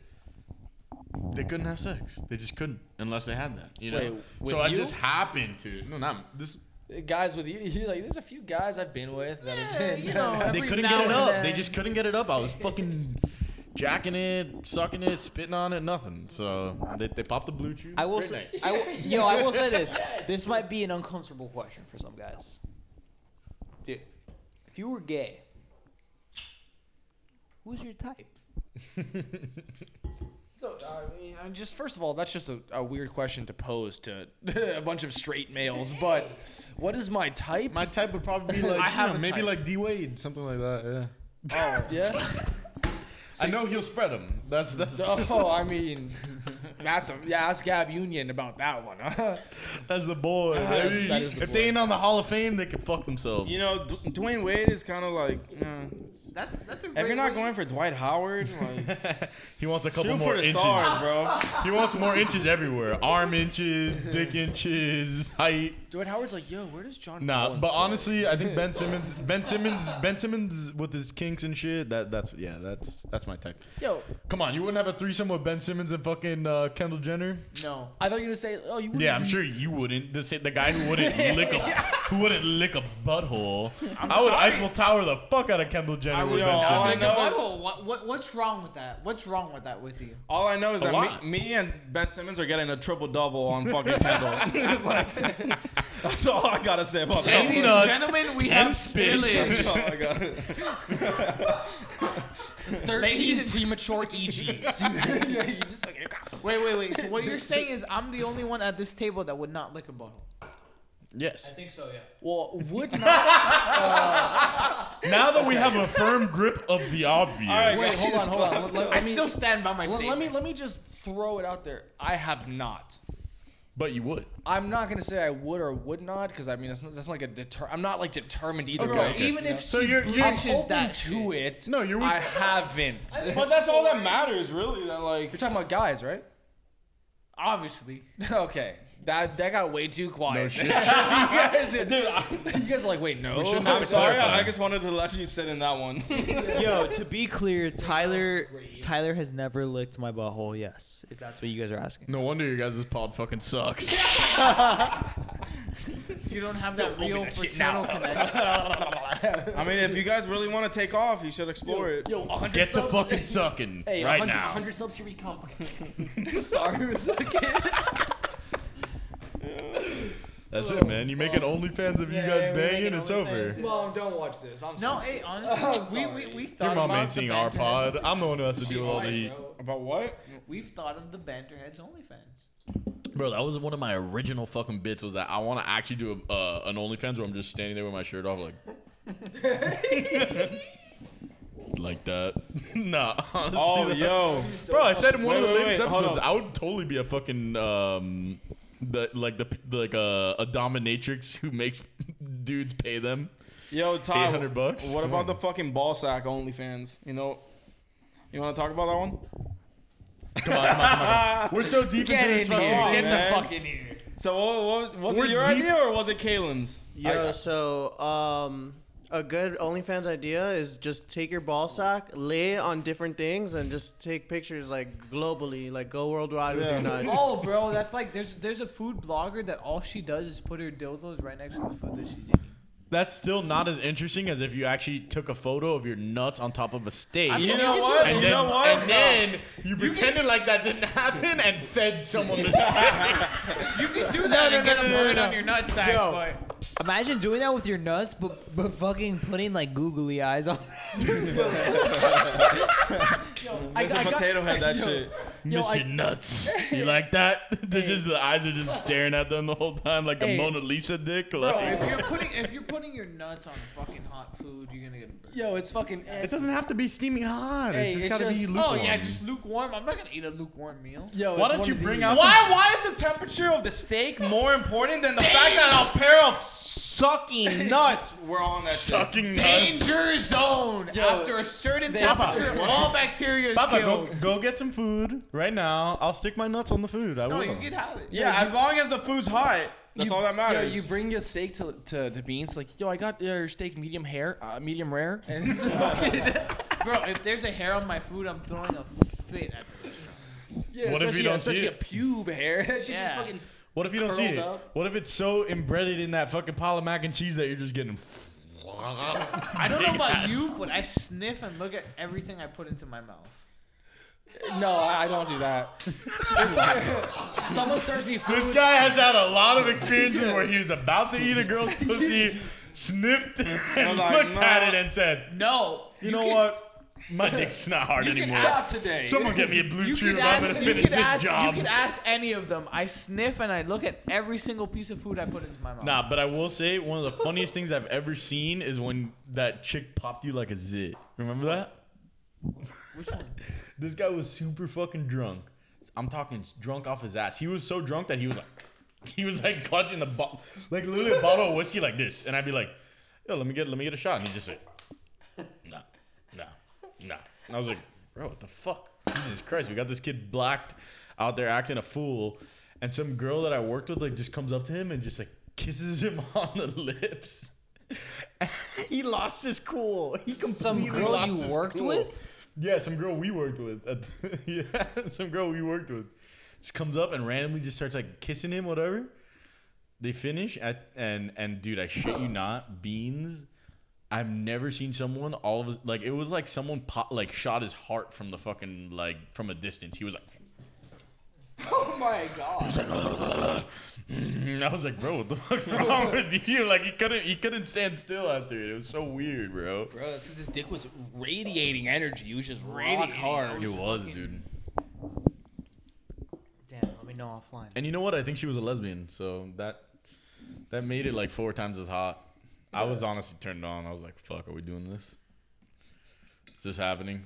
they couldn't have sex. They just couldn't unless they had that, you know. Wait, with so I you? just happened to. No, not this. Guys with you, you like there's a few guys I've been with that have been, you know, They Every couldn't now get it and up. then. They just couldn't get it up. I was fucking jacking it, sucking it, spitting on it, nothing. So they, they popped the blue chew. I will Great say. night. I will, yo, I will say this. This might be an uncomfortable question for some guys. Dude, if you were gay, who's your type? So I mean, I'm just first of all, that's just a, a weird question to pose to a bunch of straight males. But what is my type? My type would probably be like I you have know, a maybe type. like D Wade, something like that. Yeah. oh yeah. I know he'll spread them. That's that's Oh, I mean, that's a yeah. Ask Gab Union about that one. huh? that's the boy. that's- baby. that is the if boy. they ain't on the Hall of Fame, they can fuck themselves. You know, D- Dwayne Wade is kind of like, you know, That's that's a. if you're great not way- going for Dwight Howard, like, he wants a couple shoot more for the inches. stars, bro. He wants more inches everywhere. Arm inches, dick inches, height. Dwight Howard's like, yo, where does John? Nah, Collins but play?" honestly, I think Ben Simmons, Ben Simmons, Ben Simmons with his kinks and shit. That that's yeah, that's that's my type. yo, Come on, you wouldn't have a threesome with Ben Simmons and fucking uh, Kendall Jenner. No. I thought you were gonna say, oh, you. wouldn't Yeah, I'm be- sure you wouldn't. The, sa- the guy who wouldn't lick a who wouldn't lick a butthole. I would Eiffel Tower the fuck out of Kendall Jenner. I with would- Ben Yo, all I Simmons. know- Why- whoa, what, what, what's wrong with that? What's wrong with that with you? All I know is A that lot. me, me and Ben Simmons are getting a triple double on fucking Kendall. Like, that's all I gotta say about that. Ladies one. nuts, and gentlemen, we ten have spins. spillage. That's all I gotta- 13 premature E EGs. Wait, wait, wait. So what you're saying is I'm the only one at this table that would not lick a butthole. Yes. think so, yeah. well, would not. Now that we have a firm grip of the obvious, right, Wait, hold on, hold on. Let, let- I let me, still stand by my let, statement. let me let me just throw it out there. I have not. but you would. I'm not gonna say I would or would not because I mean that's not, that's not like a deter. I'm not like determined either way. okay. Even if So she you're- you're- I'm breaches open that to shit. it. No, you're- I haven't. We're But that's all that matters, really. That like, talking about guys, right? obviously. Okay, that that got way too quiet. No shit. you, guys, you guys are like, wait, no. shouldn't I'm have Oh, sorry. clarify. I just wanted to let you sit in that one. Yo, to be clear, Tyler Tyler has never licked my butthole. Yes, if that's what you guys are asking. No wonder your guys' pod fucking sucks. You don't have that real fraternal connection. I mean, if you guys really want to take off, you should explore it. Yo, 100 Get to subs. fucking sucking Hey, right 100, now. 100 subs, here we come. Sorry, it was okay. That's it, man. You making OnlyFans of you Yeah, guys we're making banging, it's over. OnlyFans. Mom, don't watch this. I'm No, sorry. hey, I'm honestly, Oh, we, sorry. we, we thought Your mom about ain't the seeing our Banterheads. pod. I'm the one who has to deal with all the Why, heat. bro? About what? We've thought of the Banterheads OnlyFans. Bro, that was one of my original fucking bits. Was that I want to actually do a, uh, an OnlyFans where I'm just standing there with my shirt off, like, like that. nah, honestly. Oh, that- yo. bro, I said in one Wait, of the wait, latest wait, hold episodes, up. I would totally be a fucking um, the like the like a, a dominatrix who makes dudes pay them. Yo, Ty. 800 bucks? What about the fucking ball sack OnlyFans? You know, you want to talk about that one? Come on, come on, come on. We're so deep into this fucking here. thing. Get the man. fuck in here. So, what, what, was We're it your deep- idea or was it Kalen's? Yo, so um, a good OnlyFans idea is just take your ball sack, lay it on different things, and just take pictures like globally, like go worldwide with your Yeah. nuts. Oh, bro, that's like there's there's a food blogger that all she does is put her dildos right next to the food that she's eating. That's still not as interesting as if you actually took a photo of your nuts on top of a stage. You know what? And you then, know what? And then you pretended like that didn't happen and fed someone the steak. You can do that and get a bird on your nutsack, Yo. but Imagine doing that with your nuts, but but fucking putting like googly eyes on. Mr. Potato Head, that shit. Mr. Nuts. You like that? They're just the eyes are just staring at them the whole time like the Hey. Mona Lisa dick. bro, Like, Oh, if you're putting if you're putting your nuts on fucking hot food, you're gonna get a bird. Yo, it's fucking. it doesn't have to be steaming hot. Hey, it's just it's gotta be just- Oh lukewarm. yeah, just lukewarm. I'm not gonna eat a lukewarm meal. Yo, Why it's don't one you of bring these. out Why? Why is the temperature of the steak more important than the fact that a pair of sucking nuts were on that shit? sucking nuts? Danger zone. Yo, After a certain temperature, all bacteria is Papa, go, killed. go get some food right now. I'll stick my nuts on the food. I No, will. you can have it. Yeah, as long as the food's hot, that's You- all that matters. Yo, you bring your steak to, to, to Beans, like, yo, I got your steak medium hair, uh, medium rare, and it's fucking. Bro, if there's a hair on my food, I'm throwing a fit at the restaurant. Yeah, What if you especially- don't especially see a pube hair. That shit just Yeah. fucking. What if you don't see curled it? up. What if it's so embedded in that fucking pile of mac and cheese that you're just getting? I don't know about you, but I sniff and look at everything I put into my mouth. No, oh, I, I don't do that. It's like- someone serves me food. This guy has had a lot of experiences where he was about to eat a girl's pussy, sniffed and like, looked at it "No." and said, No. "You, know can- what? My dick's not hard you can anymore. ask today. Someone get me a blue You tube. could I'm ask. gonna You finish could this ask. You job." could ask any of them. I sniff and I look at every single piece of food I put into my mouth. Nah, but I will say one of the funniest things I've ever seen is when that chick popped you like a zit. Remember that? Which one? This guy was super fucking drunk. I'm talking drunk off his ass. He was so drunk that he was like, he was like clutching the bottle, like literally a bottle of whiskey like this, and I'd be like, "Yo, let me get, let me get a shot," and he just like, "Nah, nah, nah," and I was like, "Bro, what the fuck? Jesus Christ, we got this kid blacked out there acting a fool," and some girl that I worked with like just comes up to him and just like kisses him on the lips. he lost his cool. He Some completely girl lost you his worked cool. with? Yeah, some girl we worked with. at the- yeah, some girl we worked with. Just comes up and randomly just starts like kissing him, whatever. They finish at and and dude, I shit you not, beans. I've never seen someone all of a- like it was like someone pop, like shot his heart from the fucking like from a distance. He was like, Oh my god. And I was like, bro, what the fuck's wrong with you? Like he couldn't he couldn't stand still after it. It was so weird, bro. Bro, this is His dick was radiating energy. He was just rock hard. It was, dude. Damn, let me know offline. And you know what? I think she was a lesbian, so that that made it like four times as hot. I was honestly turned on. I was like, fuck, are we doing this? Is this happening?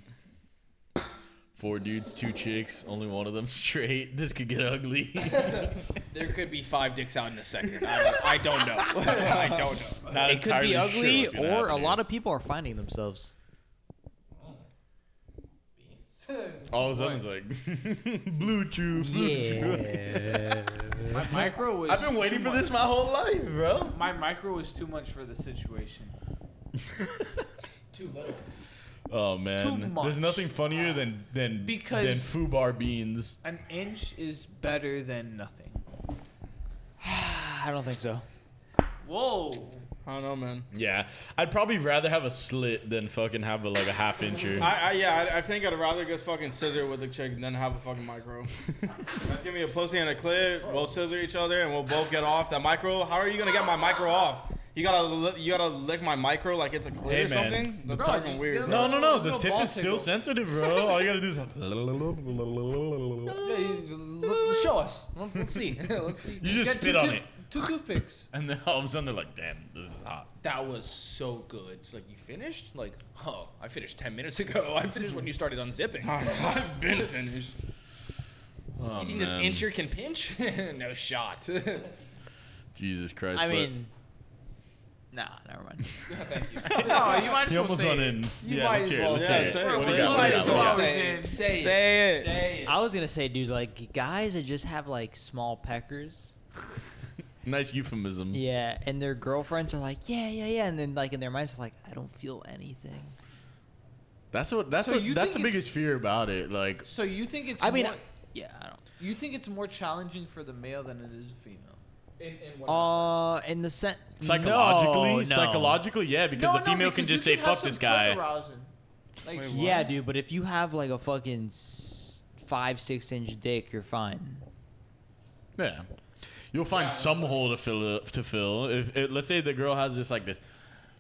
Four dudes, two chicks, only one of them straight. This could get ugly. There could be five dicks out in a second. I don't, I don't know. I don't know. Not It could be ugly, or a lot of. of people are finding themselves. All of a sudden, it's like blue chew, blue chew. Yeah. My micro was. I've been waiting too for much. this my whole life, bro. My micro was too much for the situation. Too little. Oh man, much. there's nothing funnier than than than Because- foo bar beans. An inch is better than nothing. I don't think so. Whoa. I don't know, man. Yeah, I'd probably rather have a slit than fucking have a, like a half incher. I, I yeah, I, I think I'd rather just fucking scissor with a chick than have a fucking micro. Just give me a pussy and a clip. We'll scissor each other and we'll both get off that micro. How are you gonna get my micro off? You gotta li- you gotta lick my micro like it's a clip Hey, or man. something. That's Bro, fucking just weird. give bro. no, no, no. The Little tip ball is still tickle. sensitive, bro. All you gotta do is Yeah, you- l- l- show us. Let's, let's see. let's see. you just Get two spit on tooth- it, Two toothpicks. and then all of a sudden they're like, "Damn, this is hot." That was so good. It's Like you finished? Like, oh, I finished ten minutes ago. I finished when you started unzipping. I've been finished. Oh, you think this man. incher can pinch? no shot. no, Jesus Christ. I but- mean, nah, never mind. thank you. no, you might as he well almost say went it. in. You yeah, might let's as hear it. well Let's say hear it. it. What do you Say it. Say it. got? What do Might you as got? well What do you got? say it. Say it. Say it. Say it. I was gonna say, dude, like guys that just have like small peckers. Nice euphemism. Yeah, and their girlfriends are like, yeah, yeah, yeah, and then like in their minds, like, I don't feel anything. That's what. That's So what. you That's the think it's- biggest fear about it. Like, So you think it's I mean, more, I- yeah, I don't. you think it's more challenging for the male than it is the female? Um, In, in what Uh, in the sense psychologically, no, no. psychologically, yeah, because No, the no, female can because you just say could have "fuck this some guy." clitoris arousing. Like, Wait, what? Yeah, dude, but if you have like a fucking s- five, six inch dick, you're fine. Yeah, you'll find some hole to fill. To fill. If, if let's say the girl has this like this,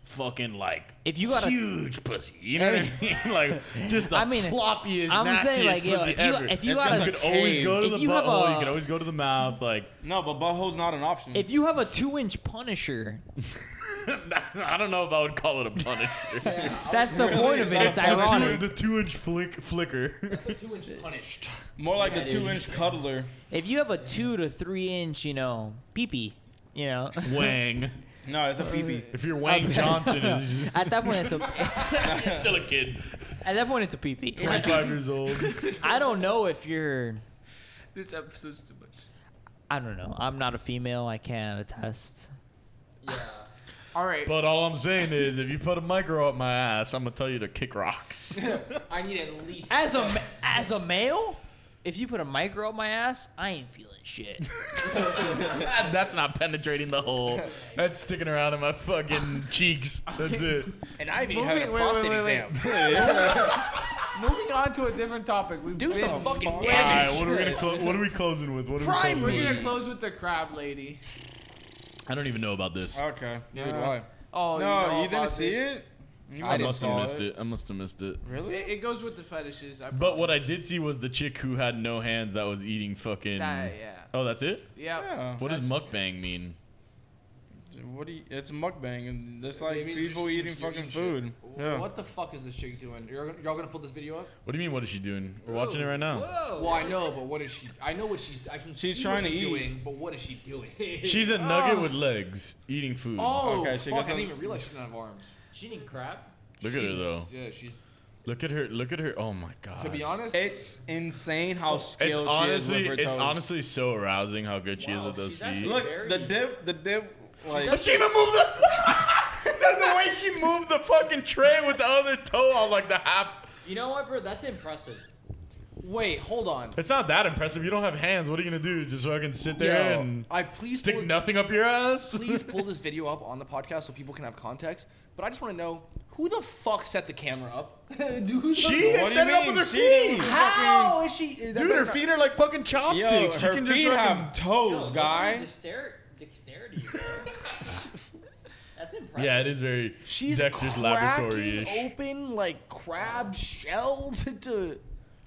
fucking like If you got a- huge pussy, you know what I mean? Like just the I mean, floppiest, I'm saying, nastiest like, yo, pussy if you- ever. if you It's got just- a could always cave. go to If the you have butthole, a- you could always go to the mouth. Like No, but butthole's not an option. If you have a two inch Punisher, I don't know if I would call it a punisher. that's the point of it. It's The two- ironic. The two-inch flick flicker. That's two inch punished. More like the two-inch cuddler. If you have a two to three inch, you know, peepee, you know, Wang. No, it's a BB. If you're Wang Johnson, is at that point it's a, still a kid. at that point it's a peepee. 25 years old. I don't know if you're. this episode's too much. I don't know. I'm not a female. I can't attest. All right. But all I'm saying is, if you put a micro up my ass, I'm gonna tell you to kick rocks. I need at least. As a ma- as a male, if you put a micro up my ass, I ain't feeling shit. That's not penetrating the hole. That's sticking around in my fucking cheeks. That's it. and I even Moving- had a wait, wait, prostate wait, wait. exam. Moving on to a different topic. We've Do been some fucking far- All right, damage. what are we gonna clo- What are we closing with? What are we Prime. closing with? We're gonna close with the crab lady. I don't even know about this. Okay. Dude, Uh, why? Oh, you, no, know you didn't about see this. it. You I must have must have saw missed it. I must have missed it. Really? It, it goes with the fetishes. I But what I promise. did see was the chick who had no hands that was eating fucking. That, yeah. Oh, that's it. Yeah. Yeah. What does mukbang mean? What do you, it's a mukbang, and it's like Maybe people just- eating you're fucking shit. food. Yeah. What the fuck is this chick doing? You're, gonna- y'all gonna pull this video up? What do you mean? What is she doing? We're watching it right now. Well, I know, but what is she? I know what she's. I can She's see what trying to she's eat. doing, but what is she doing? She's a nugget with legs eating food. Oh, Okay, she fuck! I goes on- didn't even realize she didn't have arms. She need crap. Look at her She's- though. Yeah, she's. Look at her. Look at her. Oh my god. To be honest, It's insane how it's skilled she honestly, is with her it's toes. honestly so arousing how good she is Wow, with those she's actually- feet. Look, Very- the dip, the dip, like But she even moved the. the way she moved the fucking tray with the other toe on like the half. You know what, bro? That's impressive. Wait, hold on. It's not that impressive. You don't have hands. What are you gonna do? Just fucking sit there Yo, and I please stick pull- nothing up your ass? please pull this video up on the podcast so people can have context. But I just want to know who the fuck set the camera up? Dude, she What do set you it up with mean? her She didn't feet. Oh, how is she? Dude, that better her not- feet are like fucking Yo, chopsticks. her she can feet just fucking- have toes, guy. Dexterity. That's impressive. Yeah, it is very She's Dexter's laboratory cracking open like crab shells into.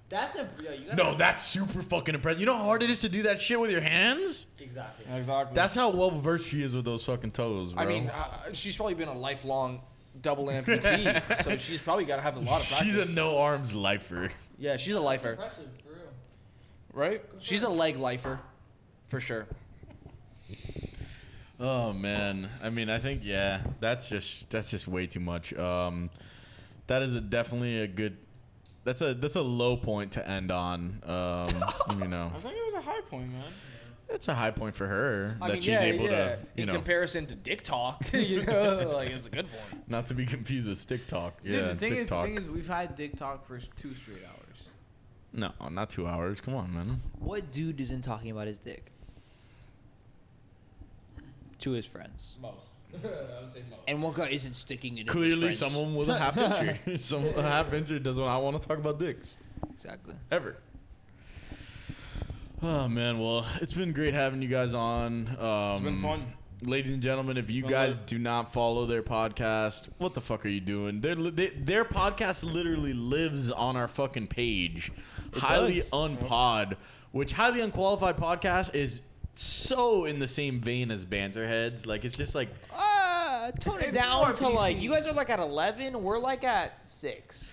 That's a yeah, you gotta No, that's super fucking impressive. You know how hard it is to do that shit with your hands? exactly. Exactly. That's how well versed she is with those fucking toes, bro. I mean, uh, she's probably been a lifelong double amputee, so she's probably got to have a lot of practice. she's a no arms lifer. yeah, she's a lifer. Impressive for real. right. She's a leg lifer, for sure. Oh man, I mean, I think yeah, that's just that's just way too much. Um, that is a, definitely a good. That's a that's a low point to end on. Um, you know, I think it was a high point, man. that's a high point for her I that mean, she's yeah, able yeah. to you in know comparison to dick talk, you know, like it's a good point. not to be confused with stick talk. Dude, yeah, the thing dick is, talk. the thing is, we've had dick talk for two straight hours. no, not two hours. Come on, man. What dude isn't talking about his dick? To his friends. Most, I would say most. And what guy isn't sticking it Clearly, in his friends? someone with a half injury, some a half injury does not want to talk about dicks. Exactly. ever. Oh man, well, it's been great having you guys on. Um, It's been fun. ladies and gentlemen. If you been guys lit. do not follow their podcast, what the fuck are you doing? Their li- they, their podcast literally lives on our fucking page, highly does. unpod, which highly unqualified podcast is so in the same vein as banterheads. Like it's just like Uh, tone it It's more down to like PC. you guys are like at eleven. We're like at six.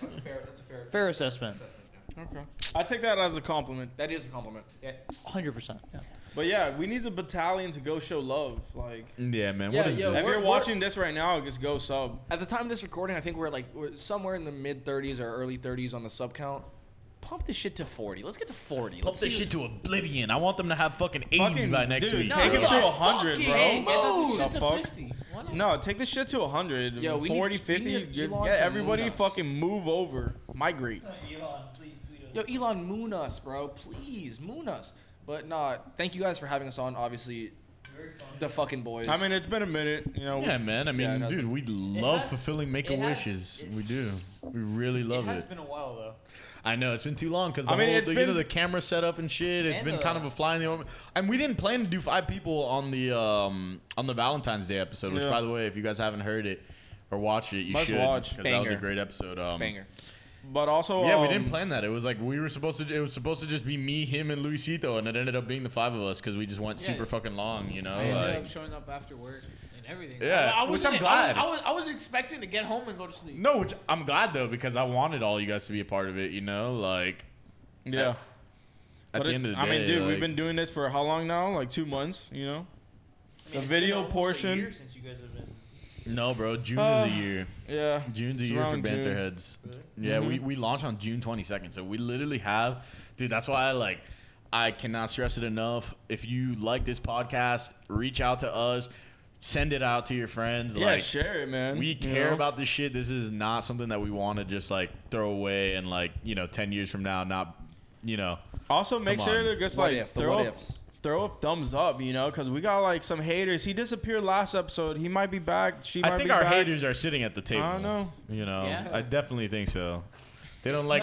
That's a fair. That's a fair. Fair assessment. Okay. I take that as a compliment. That is a compliment. Yeah. 100%. Yeah. But yeah, we need the battalion to go show love. Like, yeah, man. Yeah, what is yo, if this? we're- you're watching this right now, just go sub. At the time of this recording, I think we're like we're somewhere in the mid 30s or early 30s on the sub count. Pump this shit to 40. Let's get to 40. Pump Let's this see- shit to oblivion. I want them to have fucking eighty Fucking- by next dude, week. take bro. it to hundred, fucking bro. get that Move. shit The to fuck? 50. Why not? No, take this shit to 100. Yo, we need- 40, we 50. need you're- Elon yeah, to everybody moon us. fucking move over. Migrate. Elon, please tweet us. Yo, Elon, moon us, bro. Please, moon us. But nah, thank you guys for having us on. Obviously, the fucking boys. I mean, it's been a minute. You know, Yeah, man. I mean, I know. dude, we love has- fulfilling make a it has- wishes. it- We do. We really love it. been a while though. I know it's been too long because the I mean, whole it's the, you know, been- the camera setup and shit. It's And been the- kind of a fly in the ointment. And we didn't plan to do five people on the um on the Valentine's Day episode. Which, Yeah. by the way, if you guys haven't heard it or watched it, you Must should. watch. 'cause That was a Banger. great episode. Um, banger. but also, Yeah, we um, didn't plan that. It was like we were supposed to. It was supposed to just be me, him, and Luisito, and it ended up being the five of us because we just went Yeah. super fucking long. You know, I ended like up showing up after work and everything. Yeah, I, I which wasn't- I'm glad. I was, I was, I was expecting to get home and go to sleep. no, which I'm glad though because I wanted all you guys to be a part of it. You know, like Yeah. at But the it's- end of the I day, mean, dude, like, we've been doing this for how long now? Like two months, you know? The video portion- since you guys have been. no, bro. June Uh, is a year. Yeah. June's a It's year for around June. Mm-hmm. banter heads. Yeah, we, we launched on June 22nd, so we literally have, dude. That's why I like. I cannot stress it enough. If you like this podcast, reach out to us. Send it out to your friends. Yeah, like, share it, man. We you care know? about this shit. This is not something that we want to just like throw away and like you know ten years from now not you know Also, make Come sure on. to just What like if? The throw what a, ifs. throw a thumbs up, you know, because we got like some haters. He disappeared last episode. He might be back. She might I think be our back. haters are sitting at the table. don't know. You know, Yeah. I definitely think so. They don't like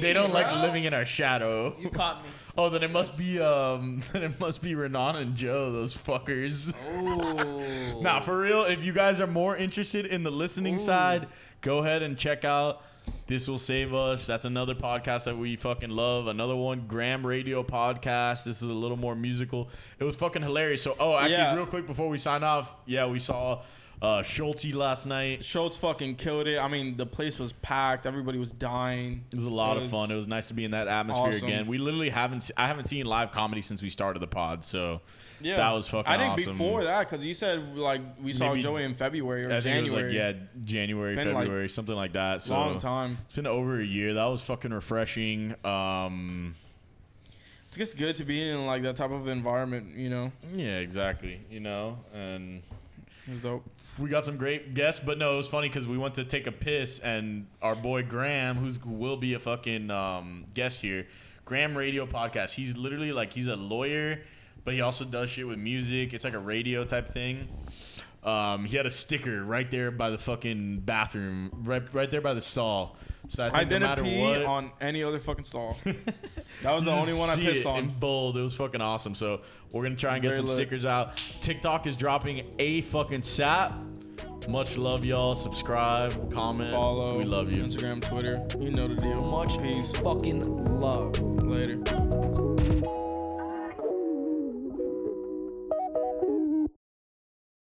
they don't like living in our shadow. You caught me. Oh, then it must be um then it must be Renan and Joe, those fuckers. Ooh. Oh. Nah, for real, if you guys are more interested in the listening side, go ahead and check out This Will Save Us. That's another podcast that we fucking love. Another one, Graham Radio Podcast. This is a little more musical. It was fucking hilarious. So, oh, actually, Yeah. real quick before we sign off, yeah, we saw uh, Schulte last night. Schultz fucking killed it. I mean, the place was packed. Everybody was dying. It was a lot It of was fun. It was nice to be in that atmosphere awesome. again. We literally haven't. se- I haven't seen live comedy since we started the pod. So Yeah, that was fucking. I think awesome. before that, because you said like we saw Maybe- Joey in February or I think January. it was like yeah, January, Been, like, February, something like that. So long time. It's been over a year. That was fucking refreshing. Um, It's just good to be in like that type of environment, you know. yeah, exactly. You know, and It was dope. We got some great guests, but no, it was funny because we went to take a piss, and our boy Graham, who's who will be a fucking um, guest here, Graham Radio Podcast. He's literally like he's a lawyer, but he also does shit with music. It's like a radio type thing. Um, he had a sticker right there by the fucking bathroom, right right there by the stall. So I think I no didn't matter pee what, on any other fucking stall. that was the you only one I see pissed it on. In bold, it was fucking awesome. So we're gonna try and get Very some lit. stickers out. TikTok is dropping a fucking sap. Much love, y'all. Subscribe, comment. Follow. We love you. Instagram, Twitter. You know the deal. Much peace. fucking love. Later.